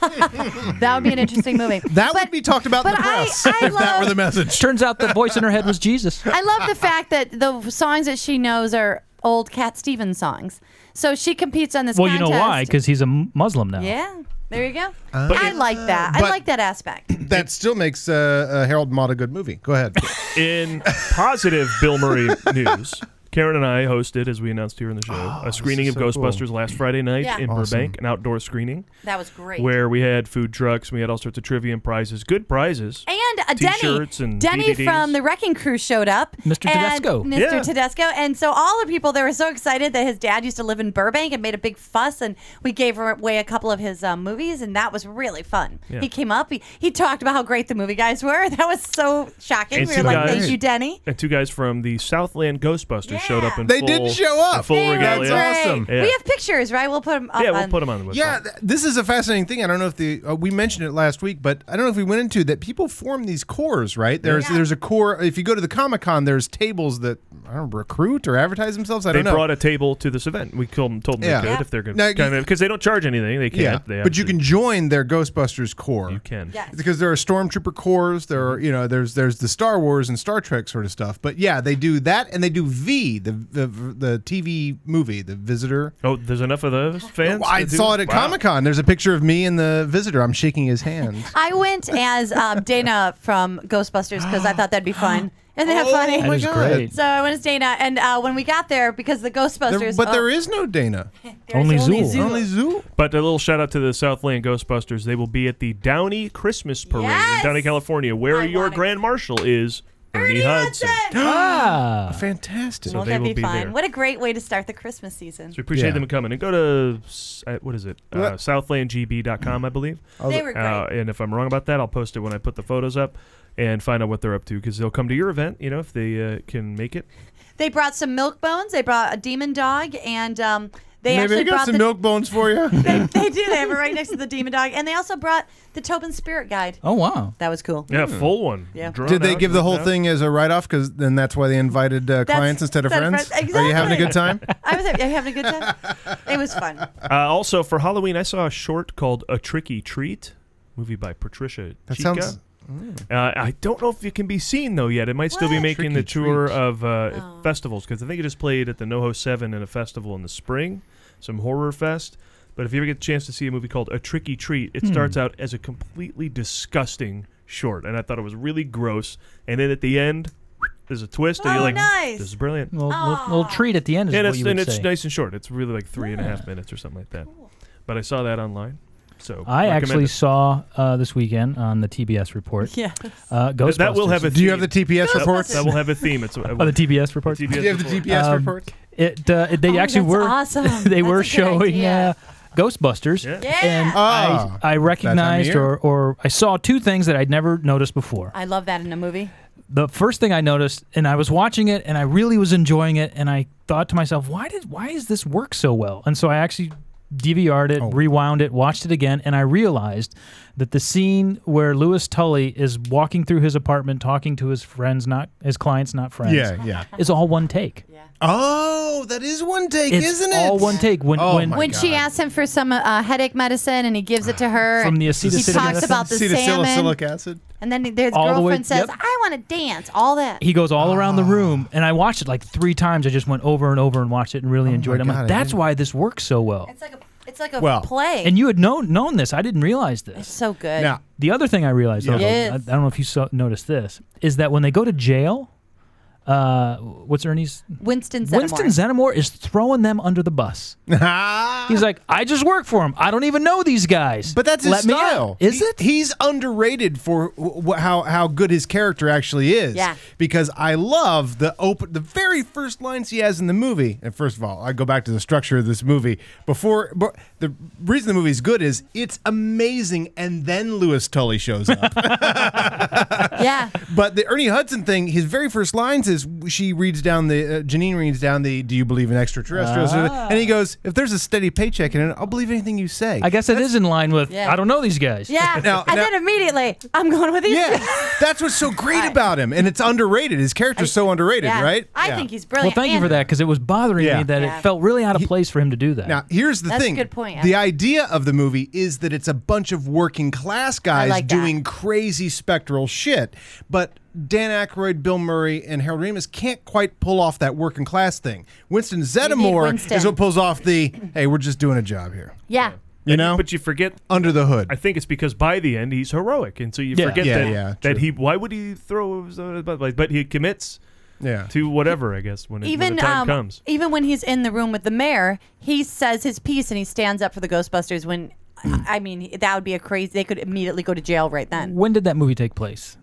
Speaker 4: that would be an interesting movie.
Speaker 2: That would be talked about in the press if that were the message.
Speaker 3: Turns out the voice in her head was Jesus.
Speaker 4: I love the fact that the songs that she knows are old Cat Stevens songs. So she competes on this
Speaker 3: well, you
Speaker 4: contest.
Speaker 3: know why? Because he's a m- Muslim now.
Speaker 4: Yeah. There you go.
Speaker 2: Uh,
Speaker 4: I like that. I
Speaker 2: But-
Speaker 4: like that aspect.
Speaker 2: That still makes uh, uh, Harold Mott a good movie. Go ahead.
Speaker 5: In positive Bill Murray news, Karen and I hosted, as we announced here in the show, a screening of
Speaker 2: Oh, is so cool.
Speaker 5: Ghostbusters last Friday night
Speaker 4: Yeah.
Speaker 5: in
Speaker 2: Awesome.
Speaker 5: Burbank, an outdoor screening.
Speaker 4: That was great.
Speaker 5: Where we had food trucks, and we had all sorts of trivia and prizes, good prizes.
Speaker 4: And uh, Denny,
Speaker 5: T-shirts and
Speaker 4: Denny
Speaker 5: DVDs.
Speaker 4: from the Wrecking Crew showed up.
Speaker 5: Mr.
Speaker 4: and
Speaker 5: Tedesco.
Speaker 4: Mr.
Speaker 5: Yeah.
Speaker 4: Tedesco. And so all the people, they were so excited that his dad used to live in Burbank and made a big fuss. And we gave away a couple of his um, movies, and that was really fun.
Speaker 5: Yeah.
Speaker 4: He came up, he, he talked about how great the movie guys were. That was so shocking.
Speaker 5: And
Speaker 4: we
Speaker 5: two
Speaker 4: were like,
Speaker 5: guys-
Speaker 4: thank you, Denny.
Speaker 5: And two guys from the Southland Ghostbusters showed up in
Speaker 2: They
Speaker 5: full,
Speaker 2: did show up.
Speaker 5: in full
Speaker 2: They were
Speaker 5: regalia.
Speaker 2: That's great. awesome.
Speaker 5: Yeah.
Speaker 4: We have pictures, right? We'll put them up
Speaker 5: Yeah, we'll
Speaker 4: on-
Speaker 5: put 'em on the website.
Speaker 2: Yeah, th- this is a fascinating thing. I don't know if the uh, we mentioned it last week, but I don't know if we went into that. People form these cores, right? There's
Speaker 5: Yeah.
Speaker 2: there's a core. If you go to the Comic Con, there's tables that I don't know, recruit or advertise themselves. I
Speaker 5: they
Speaker 2: don't know.
Speaker 5: brought a table to this event. We told them, told them
Speaker 2: Yeah.
Speaker 5: they
Speaker 2: Yeah.
Speaker 5: could if they're going
Speaker 2: Now,
Speaker 5: to
Speaker 2: you-
Speaker 5: kind of because they don't charge anything. They can't. They
Speaker 2: but you
Speaker 5: obviously-
Speaker 2: can join their Ghostbusters core. You
Speaker 5: can
Speaker 2: because there are Stormtrooper cores. There are you know there's there's the Star Wars and Star Trek sort of stuff. But yeah, they do that and they do V the the, the TV movie The Visitor.
Speaker 5: Oh, there's enough of those fans.
Speaker 2: I
Speaker 5: to do
Speaker 2: saw it at
Speaker 5: Wow.
Speaker 2: Comic Con. There's a picture of me and the Visitor. I'm shaking his hand.
Speaker 4: I went as um, Dana from Ghostbusters because I thought that'd be fun. Isn't that
Speaker 2: Oh
Speaker 4: funny?
Speaker 2: my That is God. great.
Speaker 4: So I went as Dana, and uh, when we got there, because the Ghostbusters,
Speaker 2: There- but
Speaker 4: oh,
Speaker 2: there is no Dana.
Speaker 5: Only only Zool. Zool.
Speaker 2: Only Zool.
Speaker 5: But a little shout out to the Southland Ghostbusters. They will be at the Downey Christmas Parade
Speaker 4: Yes!
Speaker 5: in Downey, California, where your Grand Marshal is Ernie, Hudson.
Speaker 2: Ah. fantastic!
Speaker 5: So
Speaker 4: won't
Speaker 5: they
Speaker 4: that
Speaker 5: will
Speaker 4: be,
Speaker 5: be
Speaker 4: fun?
Speaker 5: there.
Speaker 4: What a great way to start the Christmas season.
Speaker 5: So we appreciate
Speaker 2: Yeah.
Speaker 5: them coming and go to s- uh, what is it? Uh,
Speaker 4: What?
Speaker 5: Southlandgb.com, I believe.
Speaker 4: Oh, They the- were
Speaker 5: Uh, and if I'm wrong about that, I'll post it when I put the photos up and find out what they're up to because they'll come to your event, you know, if they uh, can make it.
Speaker 4: They brought some milk bones. They brought a demon dog, and um, They
Speaker 2: Maybe
Speaker 4: actually
Speaker 2: I got
Speaker 4: brought
Speaker 2: some
Speaker 4: the,
Speaker 2: milk bones for you.
Speaker 4: They do. They have it right next to the demon dog, and they also brought the Tobin Spirit Guide.
Speaker 3: Oh wow,
Speaker 4: that was cool.
Speaker 5: Yeah, full one.
Speaker 4: Yeah.
Speaker 5: Drawn
Speaker 2: Did they
Speaker 5: out,
Speaker 2: give the
Speaker 5: written
Speaker 2: whole
Speaker 5: out.
Speaker 2: thing as a write-off? Because then that's why they invited uh,
Speaker 4: That's-
Speaker 2: clients instead of
Speaker 4: that's
Speaker 2: friends.
Speaker 4: friends-
Speaker 2: Are you having a
Speaker 4: exactly.
Speaker 2: good time?
Speaker 4: I was hav- you having a good time. It was fun.
Speaker 5: Uh, also for Halloween, I saw a short called "A Tricky Treat," movie by Patricia.
Speaker 2: That
Speaker 5: Chica.
Speaker 2: sounds-
Speaker 5: Uh, I don't know if it can be seen though yet. It might still be making the tour of uh,
Speaker 13: Oh.
Speaker 5: festivals because I think it just played at the NoHo Seven in a festival in the spring, some horror fest. But if you ever get the chance to see a movie called A Tricky Treat, it
Speaker 13: Hmm.
Speaker 5: starts out as a completely disgusting short, and I thought it was really gross. And then at the end, there's a twist, and you're
Speaker 13: Oh,
Speaker 5: like,
Speaker 13: nice.
Speaker 5: "This is brilliant."
Speaker 3: Little, little, little treat at the end is
Speaker 5: and
Speaker 3: what
Speaker 5: it's,
Speaker 3: you would
Speaker 5: and it's
Speaker 3: say.
Speaker 5: nice and short. It's really like three and a half minutes or something like that. But I saw that online, so
Speaker 3: I
Speaker 5: recommend
Speaker 3: actually
Speaker 5: it.
Speaker 3: saw uh, this weekend on the TBS report.
Speaker 5: Yes.
Speaker 3: Uh,
Speaker 5: That-
Speaker 3: Ghostbusters.
Speaker 5: that will have a Do you have theme. the TPS
Speaker 3: That-
Speaker 5: reports? That will have a theme. It's-
Speaker 3: oh, the TBS reports.
Speaker 5: The TBS Do you have the report. TBS
Speaker 3: Um,
Speaker 5: reports?
Speaker 3: It, uh, it- they
Speaker 5: Oh,
Speaker 3: actually
Speaker 5: that's
Speaker 3: were.
Speaker 5: awesome.
Speaker 3: they were
Speaker 5: That's a good
Speaker 3: showing uh,
Speaker 5: idea.
Speaker 3: Ghostbusters,
Speaker 5: Yeah.
Speaker 3: and
Speaker 4: Ah.
Speaker 3: I, I recognized
Speaker 4: year?
Speaker 3: or, or I saw two things that I'd never noticed before.
Speaker 4: I love that in a movie.
Speaker 3: The first thing I noticed, and I was watching it, and I really was enjoying it, and I thought to myself, why did why does this work so well? And so I actually DVR'd it, rewound it, watched it again, and I realized that the scene where Lewis Tully is walking through his apartment, talking to his friends, not his clients, not friends,
Speaker 2: Yeah, yeah.
Speaker 3: is all one take.
Speaker 2: Oh, that is one take,
Speaker 3: It's
Speaker 2: isn't it?
Speaker 3: all one take. When-
Speaker 2: oh
Speaker 3: when-
Speaker 2: my
Speaker 4: when
Speaker 2: God.
Speaker 4: she asks him for some uh, headache medicine and he gives it to her,
Speaker 3: From
Speaker 4: and
Speaker 3: the
Speaker 4: he
Speaker 3: acetylsalicylic
Speaker 4: talks
Speaker 3: acid?
Speaker 4: about the salmon,
Speaker 2: Salicylic acid.
Speaker 4: and then his
Speaker 3: All the way-
Speaker 4: girlfriend says,
Speaker 3: yep.
Speaker 4: "I want to dance." All that.
Speaker 3: He goes all around the room, and I watched it like three times. I just went over and over and watched it and really enjoyed it. I'm
Speaker 4: God, I
Speaker 3: like, that's
Speaker 4: didn't-
Speaker 3: why this works so well.
Speaker 4: It's like a, it's like a
Speaker 3: well,
Speaker 4: play.
Speaker 3: And you had known known this. I didn't realize this. It's
Speaker 4: so good.
Speaker 3: Now, the other thing I realized,
Speaker 4: Yeah.
Speaker 3: although,
Speaker 4: Yes.
Speaker 3: I, I don't know if you saw, noticed this, is that when they go to jail, uh, what's Ernie's?
Speaker 4: Winston Zeddemore.
Speaker 3: Winston Zeddemore is throwing them under the bus. He's like, I just work for him. I don't even know these guys.
Speaker 2: But that's his
Speaker 3: Let me out."
Speaker 2: style.
Speaker 3: Is it?
Speaker 2: He's underrated for wh- wh- how how good his character actually is.
Speaker 3: Yeah.
Speaker 2: Because I love the open the very first lines he has in the movie. And first of all, I go back to the structure of this movie. Before but the reason the movie's good is it's amazing and then Lewis Tully shows up.
Speaker 4: yeah.
Speaker 2: But the Ernie Hudson thing, his very first lines is she reads down the uh, Janine reads down the do you believe in extraterrestrials?
Speaker 3: Ah.
Speaker 2: And he goes, if there's a steady paycheck in it, I'll believe anything you say.
Speaker 3: I guess it is in line with
Speaker 4: Yeah.
Speaker 3: I don't know these guys.
Speaker 4: Yeah. and then immediately, I'm going with these.
Speaker 2: Yeah, that's what's so great about him, and it's underrated. His character's so underrated,
Speaker 4: Yeah.
Speaker 2: right?
Speaker 4: I think he's
Speaker 3: Well,
Speaker 4: brilliant.
Speaker 3: thank you
Speaker 4: And
Speaker 3: for that because it was bothering
Speaker 2: Yeah.
Speaker 3: me that
Speaker 4: Yeah.
Speaker 3: it felt really out of place for him to do that.
Speaker 2: Now, here's the
Speaker 4: That's a
Speaker 2: thing.
Speaker 4: good point,
Speaker 2: The
Speaker 4: Adam.
Speaker 2: idea of the movie is that it's a bunch of working class guys
Speaker 4: like that.
Speaker 2: doing crazy spectral shit, but Dan Aykroyd, Bill Murray, and Harold Ramis can't quite pull off that working class thing. Winston Zeddemore
Speaker 4: Winston.
Speaker 2: is what pulls off the hey, we're just doing a job here.
Speaker 4: Yeah.
Speaker 2: You know,
Speaker 5: but you forget
Speaker 2: under the hood.
Speaker 5: I think it's because by the end he's heroic, and so you
Speaker 2: Yeah.
Speaker 5: forget
Speaker 2: Yeah,
Speaker 5: that,
Speaker 2: yeah,
Speaker 5: that he. Why would he throw? his, uh, But like- but he commits.
Speaker 2: Yeah.
Speaker 5: To whatever, I guess, when, it, when
Speaker 4: Even
Speaker 5: the time
Speaker 4: um,
Speaker 5: comes.
Speaker 4: even when he's in the room with the mayor, he says his piece and he stands up for the Ghostbusters. When I mean, that would be a crazy. They could immediately go to jail right then.
Speaker 3: When did that movie take place?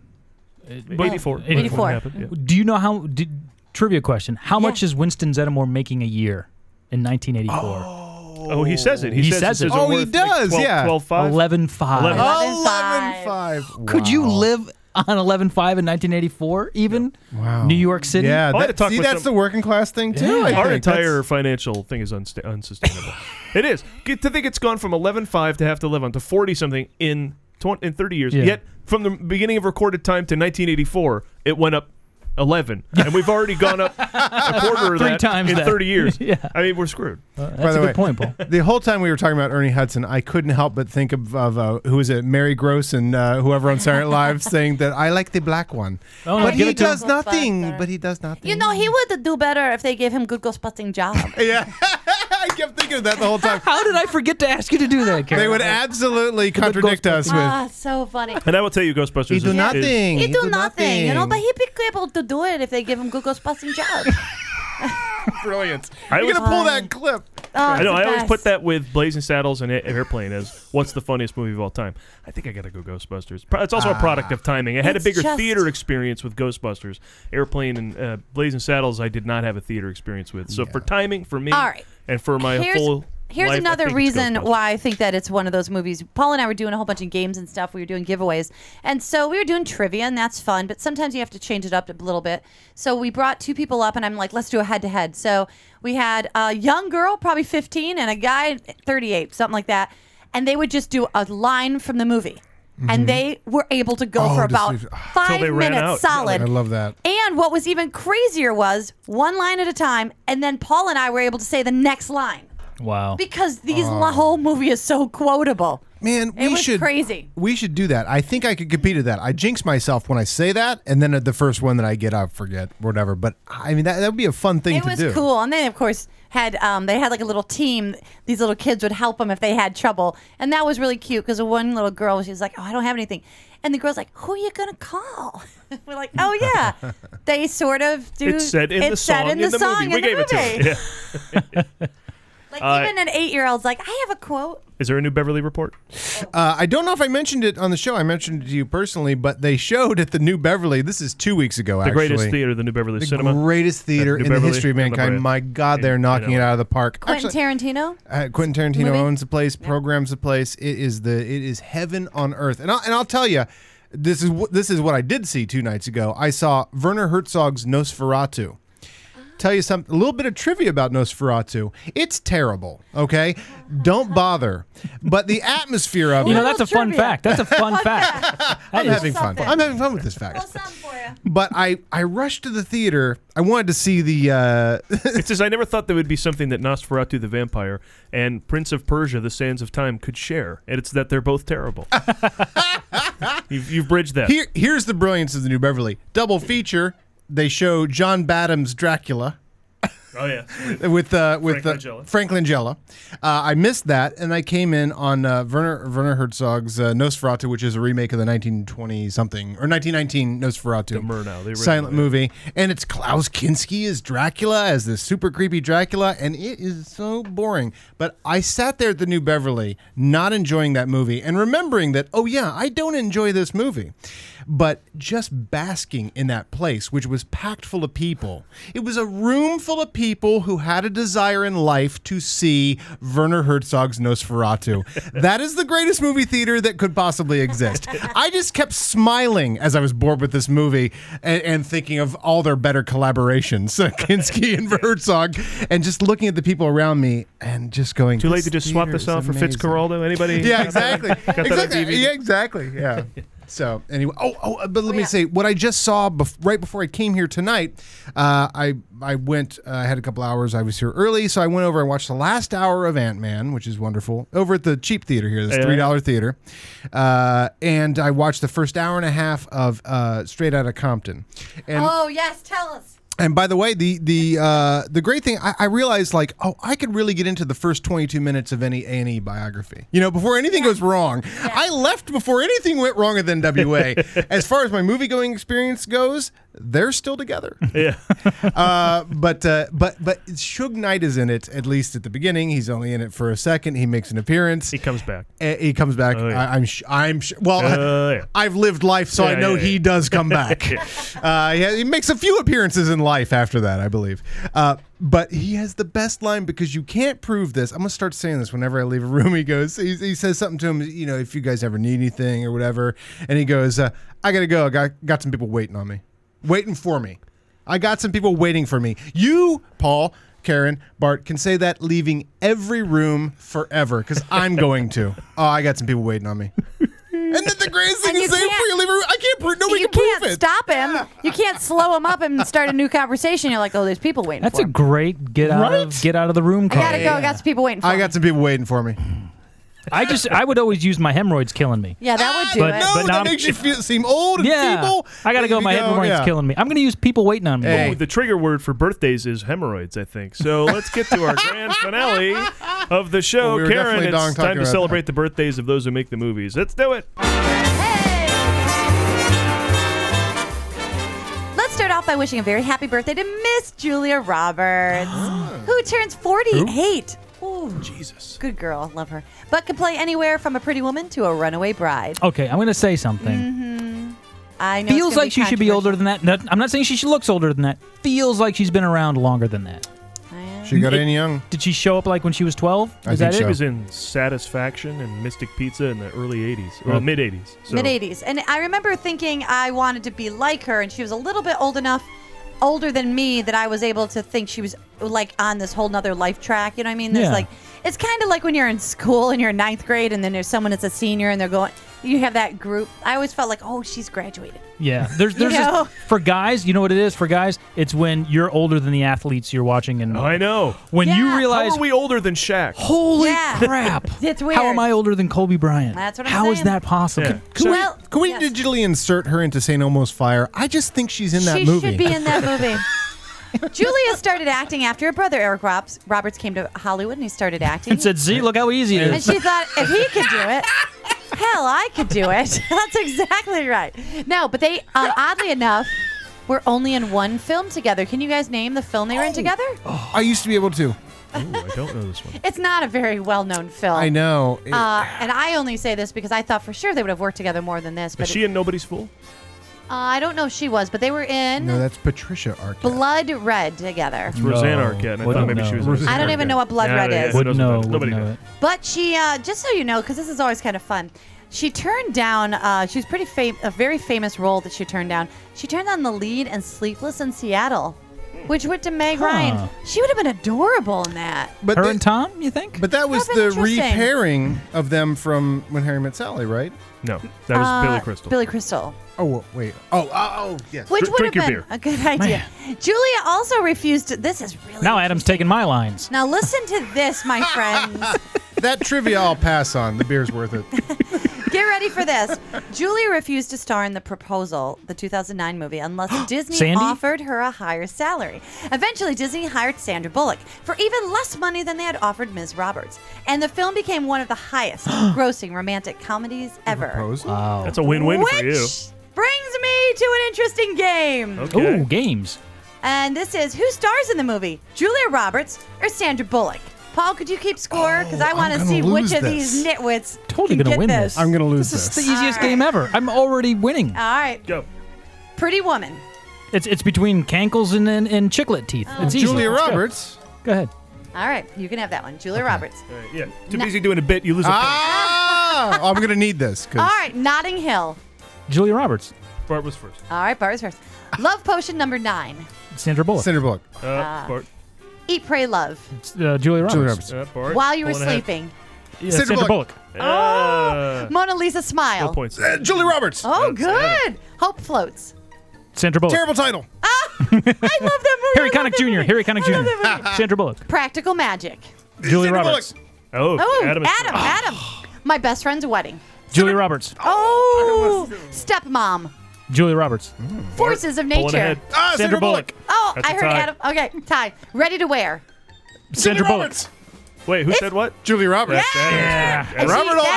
Speaker 4: Well, 84. 84. 84. happened, yeah.
Speaker 3: Do you know how? Did, trivia question: How much is Winston Zeddemore making a year in 1984?
Speaker 5: Oh, he says it. Oh, He, says,
Speaker 3: says
Speaker 5: this
Speaker 3: it.
Speaker 5: is a worth, like, 12 12, five.
Speaker 3: 11.5.
Speaker 2: Oh, 11.5.
Speaker 3: Could you live on 11.5 in 1984? Even wow. New York City.
Speaker 2: Yeah,
Speaker 5: I had to
Speaker 2: that,
Speaker 5: talk
Speaker 2: see,
Speaker 5: with
Speaker 2: that's
Speaker 5: some-
Speaker 2: the working class thing too. I
Speaker 5: Our
Speaker 2: think. That's-
Speaker 5: entire financial thing is unsta- unsustainable. it is. Get to think it's gone from 11.5 to have to live on to 40 something in 20, in 30 years.
Speaker 3: Yeah.
Speaker 5: Yet from the beginning of recorded time to 1984, it went up 11, and we've already gone up a quarter of
Speaker 3: Three
Speaker 5: that
Speaker 3: times
Speaker 5: in
Speaker 3: that.
Speaker 5: 30 years.
Speaker 3: Yeah. Uh,
Speaker 5: I mean, we're screwed.
Speaker 2: By the way, the whole time we were talking about Ernie Hudson, I couldn't help but think of, of uh, who is it, Mary Gross and uh, whoever on Saturday Night Live saying that I like the black one,
Speaker 3: Oh, no,
Speaker 2: but
Speaker 3: give
Speaker 2: he
Speaker 3: it to him.
Speaker 2: does nothing. But he does nothing.
Speaker 4: You know, he would do better if they gave him good Ghostbusting job.
Speaker 2: yeah, I kept thinking of that the whole time.
Speaker 3: How did I forget to ask you to do that?
Speaker 2: They would absolutely contradict us
Speaker 4: Ah,
Speaker 2: with.
Speaker 4: so funny.
Speaker 5: And I will tell you, Ghostbusters
Speaker 2: He do
Speaker 5: is,
Speaker 2: nothing.
Speaker 4: He
Speaker 5: Is,
Speaker 4: do nothing, you know. But he'd be able to do it if they give him good Ghostbusting job.
Speaker 2: Brilliant.
Speaker 5: I
Speaker 2: You're
Speaker 5: was-
Speaker 2: gonna pull that clip.
Speaker 4: Oh,
Speaker 5: I know.
Speaker 4: it's
Speaker 5: I
Speaker 4: the
Speaker 5: always
Speaker 4: best.
Speaker 5: put that with Blazing Saddles and A- Airplane as what's the funniest movie of all time. I think I gotta go Ghostbusters. Pro- It's also a product
Speaker 4: Ah.
Speaker 5: of timing. I had a
Speaker 13: It's
Speaker 5: bigger
Speaker 13: just-
Speaker 5: theater experience with Ghostbusters, Airplane, and uh, Blazing Saddles. I did not have a theater experience with. So for timing, for me,
Speaker 4: All right.
Speaker 5: and for my
Speaker 4: Here's-
Speaker 5: full
Speaker 4: here's
Speaker 5: life, I
Speaker 4: another
Speaker 5: think it's
Speaker 4: reason
Speaker 5: Ghostbusters.
Speaker 4: why I think that it's one of those movies. Paul and I were doing a whole bunch of games and stuff. We were doing giveaways. And so we were doing trivia, and that's fun, but sometimes you have to change it up a little bit. So we brought two people up, and I'm like, let's do a head to head. So we had a young girl, probably 15, and a guy, 38, something like that. And they would just do a line from the movie.
Speaker 2: Mhm.
Speaker 5: Mm-hmm.
Speaker 4: And they were able to go
Speaker 2: Oh,
Speaker 4: for
Speaker 2: just
Speaker 4: about
Speaker 2: leave-
Speaker 4: five minutes solid.
Speaker 2: I love that.
Speaker 4: And what was even crazier was one line at a time, and then Paul and I were able to say the next line
Speaker 3: Wow.
Speaker 4: because these
Speaker 2: Oh.
Speaker 4: the whole movie is so quotable.
Speaker 2: Man,
Speaker 4: it
Speaker 2: we
Speaker 4: was
Speaker 2: should-
Speaker 4: crazy.
Speaker 2: We should do that. I think I could compete at that. I jinx myself when I say that, and then at the first one that I get, I forget whatever. But I mean, that that would be a fun thing
Speaker 4: It
Speaker 2: to
Speaker 4: was
Speaker 2: do.
Speaker 4: cool, and they of course had um, they had like a little team. These little kids would help them if they had trouble, and that was really cute because one little girl she was like, "Oh, I don't have anything," and the girl's like, "Who are you gonna call?" We're like, "Oh yeah." they sort of do.
Speaker 5: it's said in the
Speaker 4: it's said
Speaker 5: song
Speaker 4: in the, song
Speaker 5: movie. we
Speaker 4: in the
Speaker 5: gave it
Speaker 4: movie.
Speaker 5: to him.
Speaker 4: Like
Speaker 5: Uh,
Speaker 4: even an eight year old's like, "I have a quote."
Speaker 5: Is there a new Beverly report?
Speaker 2: Uh, I don't know if I mentioned it on the show. I mentioned it to you personally, but they showed at the New Beverly. This is two weeks ago.
Speaker 5: The greatest
Speaker 2: actually.
Speaker 5: theater, the New Beverly
Speaker 2: The
Speaker 5: Cinema.
Speaker 2: greatest theater
Speaker 5: New
Speaker 2: in the
Speaker 5: Beverly,
Speaker 2: history of
Speaker 5: I love
Speaker 2: mankind.
Speaker 5: it.
Speaker 2: My God, they're knocking it out of the park.
Speaker 4: Quentin Tarantino.
Speaker 2: Uh, Quentin Tarantino
Speaker 4: Movie?
Speaker 2: owns the place, programs the place. It is the it is heaven on earth. And I'll, and I'll tell you, this is wh- this is what I did see two nights ago. I saw Werner Herzog's Nosferatu. Tell you some a little bit of trivia about Nosferatu. It's terrible. Okay, don't bother. But the atmosphere of
Speaker 3: You
Speaker 2: it,
Speaker 3: know, that's a fun fact. That's a fun fact.
Speaker 2: I'm
Speaker 3: That is
Speaker 2: having fun.
Speaker 3: something.
Speaker 2: I'm having fun with this fact. But I I rushed to the theater. I wanted to see the. Uh,
Speaker 5: it's just I never thought there would be something that Nosferatu the Vampire and Prince of Persia, The Sands of Time, could share, and it's that they're both terrible. you've, you've bridged that.
Speaker 2: Here, here's the brilliance of the New Beverly double feature. They show John Badham's Dracula
Speaker 5: oh yeah.
Speaker 2: with uh, with
Speaker 5: Frank
Speaker 2: uh,
Speaker 5: Langella.
Speaker 2: Frank Langella. Uh, I missed that, and I came in on uh, Werner Werner Herzog's uh, Nosferatu, which is a remake of the 1920 something or 1919 Nosferatu, the
Speaker 5: Murnau, the original,
Speaker 2: silent
Speaker 5: yeah.
Speaker 2: movie, and it's Klaus Kinski as Dracula as this super creepy Dracula, and it is so boring. But I sat there at the New Beverly, not enjoying that movie, and remembering that oh yeah, I don't enjoy this movie. But just basking in that place, which was packed full of people. It was a room full of people who had a desire in life to see Werner Herzog's Nosferatu. that is the greatest movie theater that could possibly exist. I just kept smiling as I was bored with this movie and, and thinking of all their better collaborations, Kinski and Herzog, and just looking at the people around me and just going.
Speaker 5: Too late to just swap
Speaker 2: theater
Speaker 5: this
Speaker 2: is
Speaker 5: out for
Speaker 2: amazing."
Speaker 5: Fitzcarraldo. Anybody?
Speaker 2: Yeah,
Speaker 5: got that-
Speaker 2: exactly.
Speaker 5: got that on
Speaker 2: exactly.
Speaker 5: DVD?
Speaker 2: Yeah, exactly. Yeah. So anyway, oh, oh, uh, but let me say what I just saw bef- right before I came here tonight. Uh, I I went. uh, I had a couple hours. I was here early, so I went over and watched the last hour of Ant Man, which is wonderful, over at the cheap theater here, this
Speaker 5: Yeah.
Speaker 2: three dollar theater. Uh, and I watched the first hour and a half of uh, Straight Outta Compton. And
Speaker 4: oh yes, tell us.
Speaker 2: and by the way, the the uh, the great thing I, I realized, like, oh, I could really get into the first twenty two minutes of any A and E biography. You know, before anything goes wrong, I left before anything went wrong at NWA. as far as my movie going experience goes, they're still together.
Speaker 5: Yeah.
Speaker 2: uh, but uh, but but Suge Knight is in it at least at the beginning. He's only in it for a second. He makes an appearance. He
Speaker 5: comes back.
Speaker 2: he comes back. I, I'm sh- I'm sh- well.
Speaker 5: Oh, yeah.
Speaker 2: I've lived life, so I
Speaker 5: Yeah,
Speaker 2: know
Speaker 5: yeah,
Speaker 2: he
Speaker 5: yeah.
Speaker 2: does come back.
Speaker 5: Yeah.
Speaker 2: Uh, yeah, he makes a few appearances in life after that, I believe. Uh, but he has the best line because you can't prove this. I'm gonna start saying this whenever I leave a room. He goes, he, he says something to him, you know, if you guys ever need anything or whatever, and he goes, uh, I gotta go. I got got some people waiting on me, waiting for me. I got some people waiting for me. You, Paul. Karen, Bart can say that leaving every room forever because I'm going to. Oh, I got some people waiting on me. And then the greatest
Speaker 4: And
Speaker 2: thing to
Speaker 4: you
Speaker 2: say
Speaker 4: can't-
Speaker 2: before you leave a room, I can't prove, nobody
Speaker 4: you
Speaker 2: can prove
Speaker 4: can't
Speaker 2: it.
Speaker 4: stop him. You can't slow him up and start a new conversation. You're like, oh, there's people waiting
Speaker 3: That's
Speaker 4: for
Speaker 3: a great get out of get out of the room
Speaker 4: me. I
Speaker 3: card.
Speaker 4: gotta go. I got some people waiting for
Speaker 2: I
Speaker 4: me.
Speaker 2: got some people waiting for me.
Speaker 3: I just I would always use my hemorrhoids killing me.
Speaker 4: yeah, that would do
Speaker 3: But-
Speaker 4: it.
Speaker 2: No,
Speaker 3: but now
Speaker 2: that
Speaker 3: I'm-
Speaker 2: makes you feel, seem old and
Speaker 3: Yeah,
Speaker 2: feeble.
Speaker 3: I gotta
Speaker 2: But if
Speaker 3: go.
Speaker 2: you
Speaker 3: My hemorrhoids
Speaker 2: yeah.
Speaker 3: killing me. I'm gonna use people waiting on me.
Speaker 5: Oh, the trigger word for birthdays is hemorrhoids, I think. So let's get to our grand finale of the show.
Speaker 2: Well, we were
Speaker 5: Karen,
Speaker 2: definitely dong
Speaker 5: it's
Speaker 2: talking
Speaker 5: time to
Speaker 2: about
Speaker 5: celebrate the birthdays of those who make the movies. Let's do it.
Speaker 4: Let's start off by wishing a very happy birthday to Miss Julia Roberts, who turns 48. Ooh.
Speaker 5: Jesus.
Speaker 4: Good girl. Love her. But can play anywhere from a pretty woman to a runaway bride.
Speaker 3: Okay, I'm gonna say something.
Speaker 4: I know. Mm-hmm. it's
Speaker 3: Feels
Speaker 4: gonna
Speaker 3: like she should be older than that. No, I'm not saying she, she looks older than that. Feels like she's been around longer than that.
Speaker 4: controversial.
Speaker 2: She got in young.
Speaker 3: Did she show up like when she was 12?
Speaker 5: I think she was in Satisfaction and Mystic Pizza in the early 80s, well,
Speaker 3: Yeah.
Speaker 5: mid 80s. So.
Speaker 4: Mid 80s. And I remember thinking I wanted to be like her, and she was a little bit old enough, older than me, that I was able to think she was like on this whole nother life track. You know what I mean? There's
Speaker 3: Yeah.
Speaker 4: like, it's kind of like when you're in school and you're in ninth grade, and then there's someone that's a senior and they're going, you have that group. I always felt like, oh, she's graduated.
Speaker 3: Yeah, there's there's this-
Speaker 4: know?
Speaker 3: for guys. You know what it is for guys? It's when you're older than the athletes you're watching, and
Speaker 5: Oh,
Speaker 3: I
Speaker 5: know
Speaker 3: when you realize
Speaker 5: How are we older than Shaq?
Speaker 3: Holy crap!
Speaker 4: It's weird.
Speaker 3: How am I older than Kobe Bryant?
Speaker 4: That's what I'm
Speaker 3: How is
Speaker 4: saying.
Speaker 3: that possible?
Speaker 2: Can, can
Speaker 4: Well,
Speaker 2: we, can we digitally insert her into St. Almost Fire? I just think she's in that
Speaker 4: she
Speaker 2: movie.
Speaker 4: should be in that movie. Julia started acting after her brother Eric Robs- Roberts came to Hollywood and he started acting.
Speaker 3: And said, "See, look how easy it
Speaker 4: And
Speaker 3: is."
Speaker 4: she thought, if he could do it, hell, I could do it. That's exactly right. No, but they, uh, oddly enough, were only in one film together. Can you guys name the film they were
Speaker 2: Oh.
Speaker 4: in together?
Speaker 2: I used to be able to.
Speaker 5: I don't know this one.
Speaker 4: It's not a very well known film.
Speaker 2: I know. It-
Speaker 4: Uh, and I only say this because I thought for sure they would have worked together more than this. But
Speaker 5: Is she in Nobody's Fool?
Speaker 4: uh, I don't know if she was, but they were in
Speaker 2: no, that's Patricia Arquette.
Speaker 4: Blood Red together.
Speaker 5: It's Roseanne Arquette, and I thought
Speaker 2: Wouldn't
Speaker 5: maybe she
Speaker 2: know.
Speaker 5: was. in
Speaker 2: Roseanne
Speaker 4: I don't even know what Blood
Speaker 5: Yeah,
Speaker 4: Red
Speaker 5: yeah,
Speaker 4: is.
Speaker 5: yeah,
Speaker 3: Wouldn't
Speaker 5: doesn't
Speaker 3: know,
Speaker 5: matter. Nobody
Speaker 3: wouldn't
Speaker 5: knows.
Speaker 4: But she, uh, just so you know, because this is always kind of fun, she turned down. Uh, she was pretty fam- a very famous role that she turned down. She turned down the lead in Sleepless in Seattle, which went to Meg
Speaker 2: Huh.
Speaker 4: Ryan. She would have been adorable in that.
Speaker 2: But Her they- and
Speaker 3: Tom, you think?
Speaker 2: But that was
Speaker 4: How
Speaker 2: the
Speaker 4: interesting.
Speaker 2: repairing of them from When Harry Met Sally, right?
Speaker 5: No,
Speaker 2: that
Speaker 4: was Uh, Billy Crystal. Billy Crystal.
Speaker 2: Oh well, wait. Oh, oh, oh yes.
Speaker 4: Which would have been a good idea. Julia also refused. To, this is really
Speaker 3: Now Adam's taking my lines.
Speaker 4: now. Listen to this, my friends.
Speaker 2: That trivia I'll pass on. The beer's worth it.
Speaker 4: Get ready for this. Julia refused to star in The Proposal, the 2009 movie, unless Disney
Speaker 2: Sandy?
Speaker 4: offered her a higher salary. Eventually, Disney hired Sandra Bullock for even less money than they had offered Ms. Roberts. And the film became one of the highest grossing romantic comedies ever.
Speaker 5: Wow. That's a win-win for you.
Speaker 4: Brings me to an interesting game.
Speaker 3: Okay. Ooh, games.
Speaker 4: And this is who stars in the movie? Julia Roberts or Sandra Bullock? Paul, could you keep score? Because I
Speaker 3: Oh, I'm
Speaker 4: want to
Speaker 3: gonna
Speaker 4: see
Speaker 3: lose
Speaker 4: which of
Speaker 3: this.
Speaker 4: these nitwits
Speaker 3: Totally
Speaker 4: can
Speaker 3: gonna
Speaker 4: get
Speaker 3: win this.
Speaker 2: I'm gonna lose
Speaker 3: this. is
Speaker 4: this.
Speaker 3: the easiest
Speaker 4: All right. Uh,
Speaker 3: game ever. I'm already winning.
Speaker 4: All right.
Speaker 5: Go.
Speaker 4: Pretty Woman.
Speaker 3: It's it's between cankles and and, and chiclet teeth.
Speaker 4: Oh.
Speaker 3: It's easy.
Speaker 2: Julia
Speaker 3: Let's go.
Speaker 2: Roberts.
Speaker 3: Go ahead.
Speaker 4: All right, you can have that one. Julia Roberts.
Speaker 5: Yeah, too busy doing a bit, you lose a
Speaker 2: Ah, I'm gonna need this. 'cause-
Speaker 4: All right, Notting Hill.
Speaker 3: Julia Roberts.
Speaker 5: point. Bart was first.
Speaker 4: All right, bars first. Love Potion number nine.
Speaker 3: Sandra Bullock.
Speaker 2: Sandra Bullock.
Speaker 5: Uh,
Speaker 4: Ah.
Speaker 5: Bart.
Speaker 4: Eat, Pray, Love.
Speaker 3: It's, uh, Julia Roberts.
Speaker 2: Julia Roberts.
Speaker 5: Uh, Bart.
Speaker 4: While you were
Speaker 5: Pulling ahead.
Speaker 4: sleeping.
Speaker 3: Yeah, Sandra, Bullock. Uh,
Speaker 5: Ah.
Speaker 4: Mona Lisa Smile.
Speaker 5: No points.
Speaker 2: Uh, Julia Roberts.
Speaker 4: Oh, good. Hope Floats. Ah,
Speaker 3: Sandra Bullock.
Speaker 2: Terrible title.
Speaker 4: I love that movie.
Speaker 3: Harry Connick Jr. Harry Connick
Speaker 4: I love that
Speaker 3: Jr.
Speaker 4: movie.
Speaker 3: Sandra Bullock.
Speaker 4: Practical Magic.
Speaker 3: Julia Roberts.
Speaker 5: Oh,
Speaker 4: Oh, Adam, Adam. My best friend's wedding.
Speaker 3: Julia Roberts.
Speaker 4: Oh, Stepmom.
Speaker 3: Julia Roberts.
Speaker 4: Forces of Nature.
Speaker 2: Ah,
Speaker 3: Sandra, Bullock.
Speaker 4: Oh,
Speaker 3: That's
Speaker 4: I
Speaker 3: a
Speaker 4: heard
Speaker 3: tie.
Speaker 4: Adam. Okay, tie. Ready to wear.
Speaker 3: Sandra Bullock.
Speaker 5: Wait, who said what?
Speaker 2: Julia Roberts.
Speaker 4: Ah!
Speaker 5: Yeah.
Speaker 3: Yeah.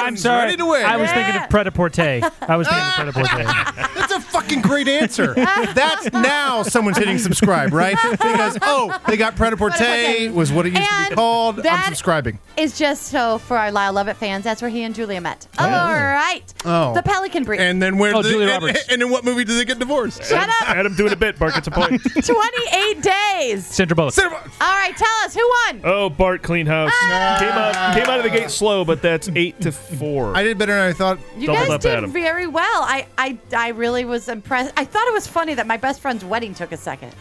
Speaker 3: I'm sorry. I was thinking of Pret a Porter. I was thinking of Pret a Porter.
Speaker 2: That's a fucking great answer. That's now someone's hitting subscribe, right? Because oh, they got pret a porter was what it used to be
Speaker 4: And
Speaker 2: called. I'm
Speaker 4: that-
Speaker 2: subscribing.
Speaker 4: It's just so for our Lyle Lovett fans, that's where he and Julia met.
Speaker 2: Oh.
Speaker 4: All right.
Speaker 2: Oh.
Speaker 4: The Pelican Brief.
Speaker 2: And then where?
Speaker 5: Oh,
Speaker 2: did-
Speaker 5: Julia
Speaker 2: and-
Speaker 5: Roberts.
Speaker 2: And in what movie did they get divorced?
Speaker 4: Shut up.
Speaker 5: Adam doing a bit. Bart gets a point.
Speaker 4: 28 days.
Speaker 3: Sandra Bullock.
Speaker 4: All right, tell us who won.
Speaker 5: Oh, Bart, clean house.
Speaker 4: Ah.
Speaker 5: Came out, came out of the gate slow, but that's eight to four.
Speaker 2: I did better than I thought.
Speaker 4: You
Speaker 5: Doubled
Speaker 4: guys
Speaker 5: up
Speaker 4: did
Speaker 5: Adam.
Speaker 4: very well. I, I I really was impressed. I thought it was funny that my best friend's wedding took a second.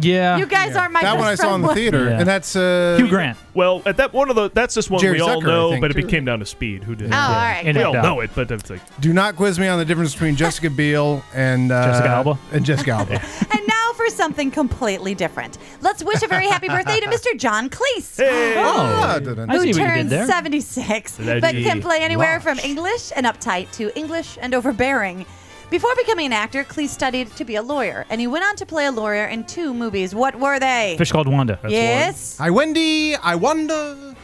Speaker 3: Yeah.
Speaker 4: You guys aren't my
Speaker 2: that
Speaker 4: best
Speaker 2: one I saw
Speaker 4: friend
Speaker 2: in the
Speaker 4: one.
Speaker 2: theater,
Speaker 3: Yeah.
Speaker 2: and that's uh,
Speaker 3: Hugh Grant.
Speaker 5: Well, at that one of the that's just one
Speaker 2: Jerry
Speaker 5: we all
Speaker 2: Zucker, I
Speaker 5: know,
Speaker 2: think,
Speaker 5: but it
Speaker 2: too.
Speaker 5: became down to speed. Who did?
Speaker 4: Oh, all right.
Speaker 5: We all
Speaker 2: Yeah.
Speaker 5: know it, but it's like
Speaker 2: Do not quiz me on the difference between Jessica Biel and uh,
Speaker 3: Jessica Alba?
Speaker 2: and Jessica Alba.
Speaker 4: And now for something completely different. Let's wish a very happy birthday to Mr. John Cleese. Oh.
Speaker 2: Ah, da- da- da-
Speaker 4: who
Speaker 2: da- da-
Speaker 4: turned
Speaker 2: da- da-
Speaker 4: 76, but
Speaker 2: Bloody
Speaker 4: can play anywhere
Speaker 2: watch.
Speaker 4: from English and uptight to English and overbearing. Before becoming an actor, Cleese studied to be a lawyer, and he went on to play a lawyer in two movies. What were they?
Speaker 3: Fish called Wanda.
Speaker 4: yes.
Speaker 2: I Wendy. I wonder.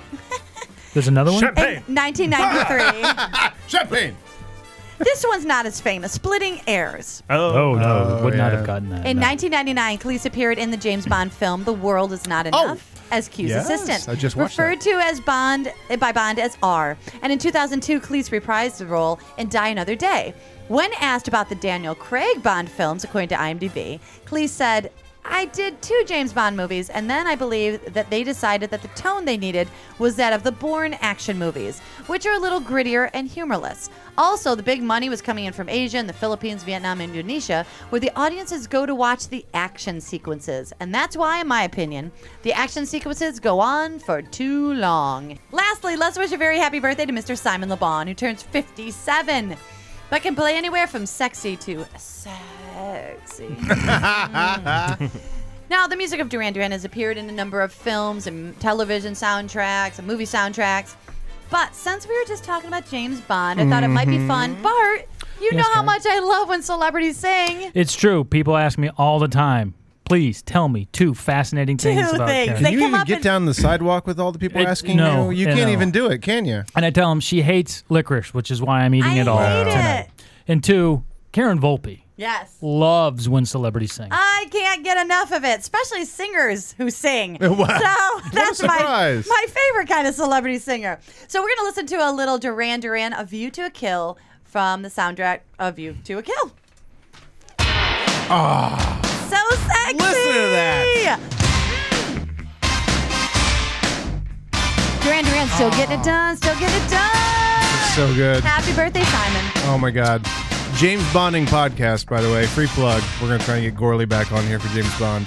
Speaker 3: There's another one.
Speaker 4: In 1993.
Speaker 2: Champagne.
Speaker 4: this one's not as famous. Splitting Airs.
Speaker 3: Oh, no,
Speaker 2: Oh,
Speaker 3: would not
Speaker 2: yeah.
Speaker 3: have gotten that.
Speaker 4: In 1999, Cleese appeared in the James Bond film The World Is Not Enough as Q's
Speaker 2: Oh! Yes,
Speaker 4: assistant.
Speaker 2: I just watched
Speaker 4: referred to as Bond eh, by Bond as R. And in 2002, Cleese reprised the role in Die Another Day. When asked about the Daniel Craig Bond films, according to IMDb, Cleese said, I did two James Bond movies, and then I believe that they decided that the tone they needed was that of the Bourne action movies, which are a little grittier and humorless. Also, the big money was coming in from Asia and the Philippines, Vietnam, and Indonesia, where the audiences go to watch the action sequences. And that's why, in my opinion, the action sequences go on for too long. Lastly, let's wish a very happy birthday to Mr. Simon LeBon, who turns 57. But can play anywhere from sexy to sexy. Now, the music of Duran Duran has appeared in a number of films and television soundtracks and movie soundtracks. But since we were just talking about James Bond, I thought it might be fun.
Speaker 3: Mhm.
Speaker 4: Bart, you
Speaker 3: Yes,
Speaker 4: know how
Speaker 3: Karen?
Speaker 4: much I love when celebrities sing.
Speaker 3: It's true. People ask me all the time. Please tell me two fascinating things
Speaker 4: Two
Speaker 3: about
Speaker 4: things.
Speaker 3: Karen."
Speaker 4: They Can you come even up
Speaker 2: Get down the sidewalk with all the people
Speaker 3: It-
Speaker 2: asking
Speaker 3: no,
Speaker 2: you. You
Speaker 3: no.
Speaker 2: can't even do it, can you?
Speaker 3: And I tell them she hates licorice, which is why I'm eating it all
Speaker 2: hate
Speaker 3: tonight. And two, Karen Volpe
Speaker 4: Yes.
Speaker 3: loves when celebrities sing.
Speaker 4: I can't get enough of it, especially singers who sing.
Speaker 3: Wow.
Speaker 4: So
Speaker 3: a
Speaker 4: that's my
Speaker 3: surprise.
Speaker 4: my favorite kind of celebrity singer. So we're gonna listen to a little Duran Duran "A View to a Kill" from the soundtrack "A View to a Kill."
Speaker 2: Ah.
Speaker 4: So sexy.
Speaker 2: Listen to that.
Speaker 4: Mm. Duran Duran still getting it done. Still getting it done.
Speaker 2: Ah. It's so good.
Speaker 4: Happy birthday, Simon.
Speaker 2: Oh my God. James Bonding podcast, by the way, free plug. We're gonna try and get Gorley back on here for James Bond.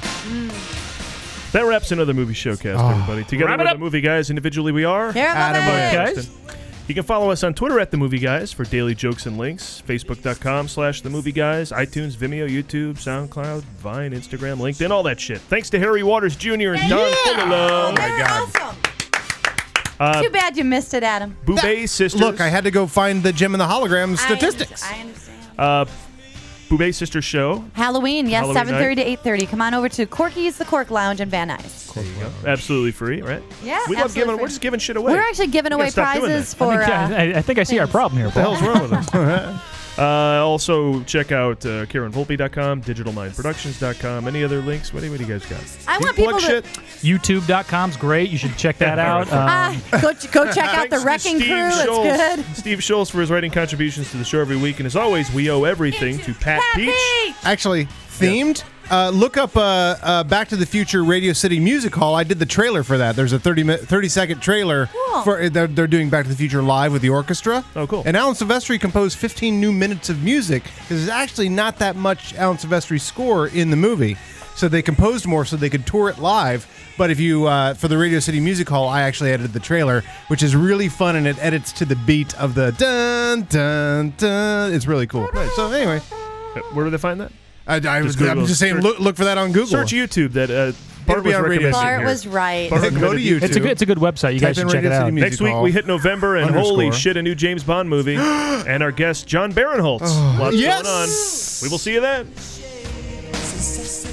Speaker 5: That wraps another movie showcast,
Speaker 2: Ah.
Speaker 5: everybody. Together
Speaker 2: Wrap it
Speaker 5: with
Speaker 2: up.
Speaker 5: the movie guys, individually we are
Speaker 2: Here, Adam Adam Buck. Buck.
Speaker 5: Buxton. You can follow us on Twitter at the Movie Guys for daily jokes and links. Facebook.com slash the Movie Guys, iTunes, Vimeo, YouTube, SoundCloud, Vine, Instagram, LinkedIn, all that shit. Thanks to Harry Waters Jr. and Don Figalo.
Speaker 4: Oh my God. Awesome.
Speaker 5: Uh,
Speaker 4: Too bad you missed it, Adam.
Speaker 5: Boubet Sisters.
Speaker 2: Look, I had to go find the Jim and the Hologram statistics.
Speaker 4: I understand.
Speaker 5: Uh, Boubet Sisters Show.
Speaker 4: Halloween, yes,
Speaker 5: Halloween
Speaker 4: seven
Speaker 5: night.
Speaker 4: thirty to eight thirty. Come on over to Corky's, the Cork Lounge, and Van Nuys.
Speaker 5: There you go. Absolutely free, right?
Speaker 4: Yeah,
Speaker 5: we love
Speaker 4: absolutely
Speaker 5: giving.
Speaker 4: free.
Speaker 5: We're just giving shit away.
Speaker 4: We're actually giving
Speaker 5: We gotta
Speaker 4: away
Speaker 5: stop doing
Speaker 4: prizes
Speaker 5: that.
Speaker 4: for. uh,
Speaker 3: I, I think I see our problem here.
Speaker 5: What the
Speaker 3: Paul.
Speaker 5: hell's wrong with us? Uh, also, check out uh, KarenVolpe.com, DigitalMindProductions.com, any other links. What do, what do you guys got?
Speaker 4: I
Speaker 5: Do you
Speaker 4: want people
Speaker 5: plug
Speaker 4: to-
Speaker 5: shit?
Speaker 3: YouTube.com's great. You should check that out.
Speaker 4: Ah,
Speaker 3: Um,
Speaker 4: go, go check out the
Speaker 5: Thanks to
Speaker 4: Wrecking
Speaker 5: Steve
Speaker 4: Crew. It's
Speaker 5: Scholes.
Speaker 4: good.
Speaker 5: Steve Schultz for his writing contributions to the show every week. And as always, we owe everything to Pat, Peach.
Speaker 2: Actually, themed. Uh, look up uh, uh, Back to the Future Radio City Music Hall. I did the trailer for that. There's a 30 mi- 30 second trailer
Speaker 4: Cool.
Speaker 2: for uh, they're, they're doing Back to the Future live with the orchestra. Oh, cool! And Alan Silvestri composed 15 new minutes of music because there's actually not that much Alan Silvestri score in the movie, so they composed more so they could tour it live. But if you uh, for the Radio City Music Hall, I actually edited the trailer, which is really fun and it edits to the beat of the dun dun dun. It's really cool. So anyway,
Speaker 5: Uh, where do they find that?
Speaker 2: I, I was,
Speaker 5: Google
Speaker 2: I'm just saying,
Speaker 5: search-
Speaker 2: look, look for that on Google.
Speaker 5: Search YouTube that uh, Bart
Speaker 2: be
Speaker 5: was
Speaker 2: on Radio
Speaker 5: recommending.
Speaker 2: City.
Speaker 5: here.
Speaker 4: Bart was right.
Speaker 5: Bart
Speaker 2: Go to
Speaker 5: recommended
Speaker 2: YouTube.
Speaker 3: It's a good- it's a good website. You guys
Speaker 2: Type in
Speaker 3: should check
Speaker 2: Radio
Speaker 3: it
Speaker 2: City
Speaker 3: out.
Speaker 2: Music
Speaker 5: Next week
Speaker 2: Hall.
Speaker 5: we hit November, and holy
Speaker 2: Underscore.
Speaker 5: shit, a new James Bond movie, and our guest John Barinholtz. Lots
Speaker 2: Oh. Yes!
Speaker 5: going on. We will see you then.
Speaker 7: Since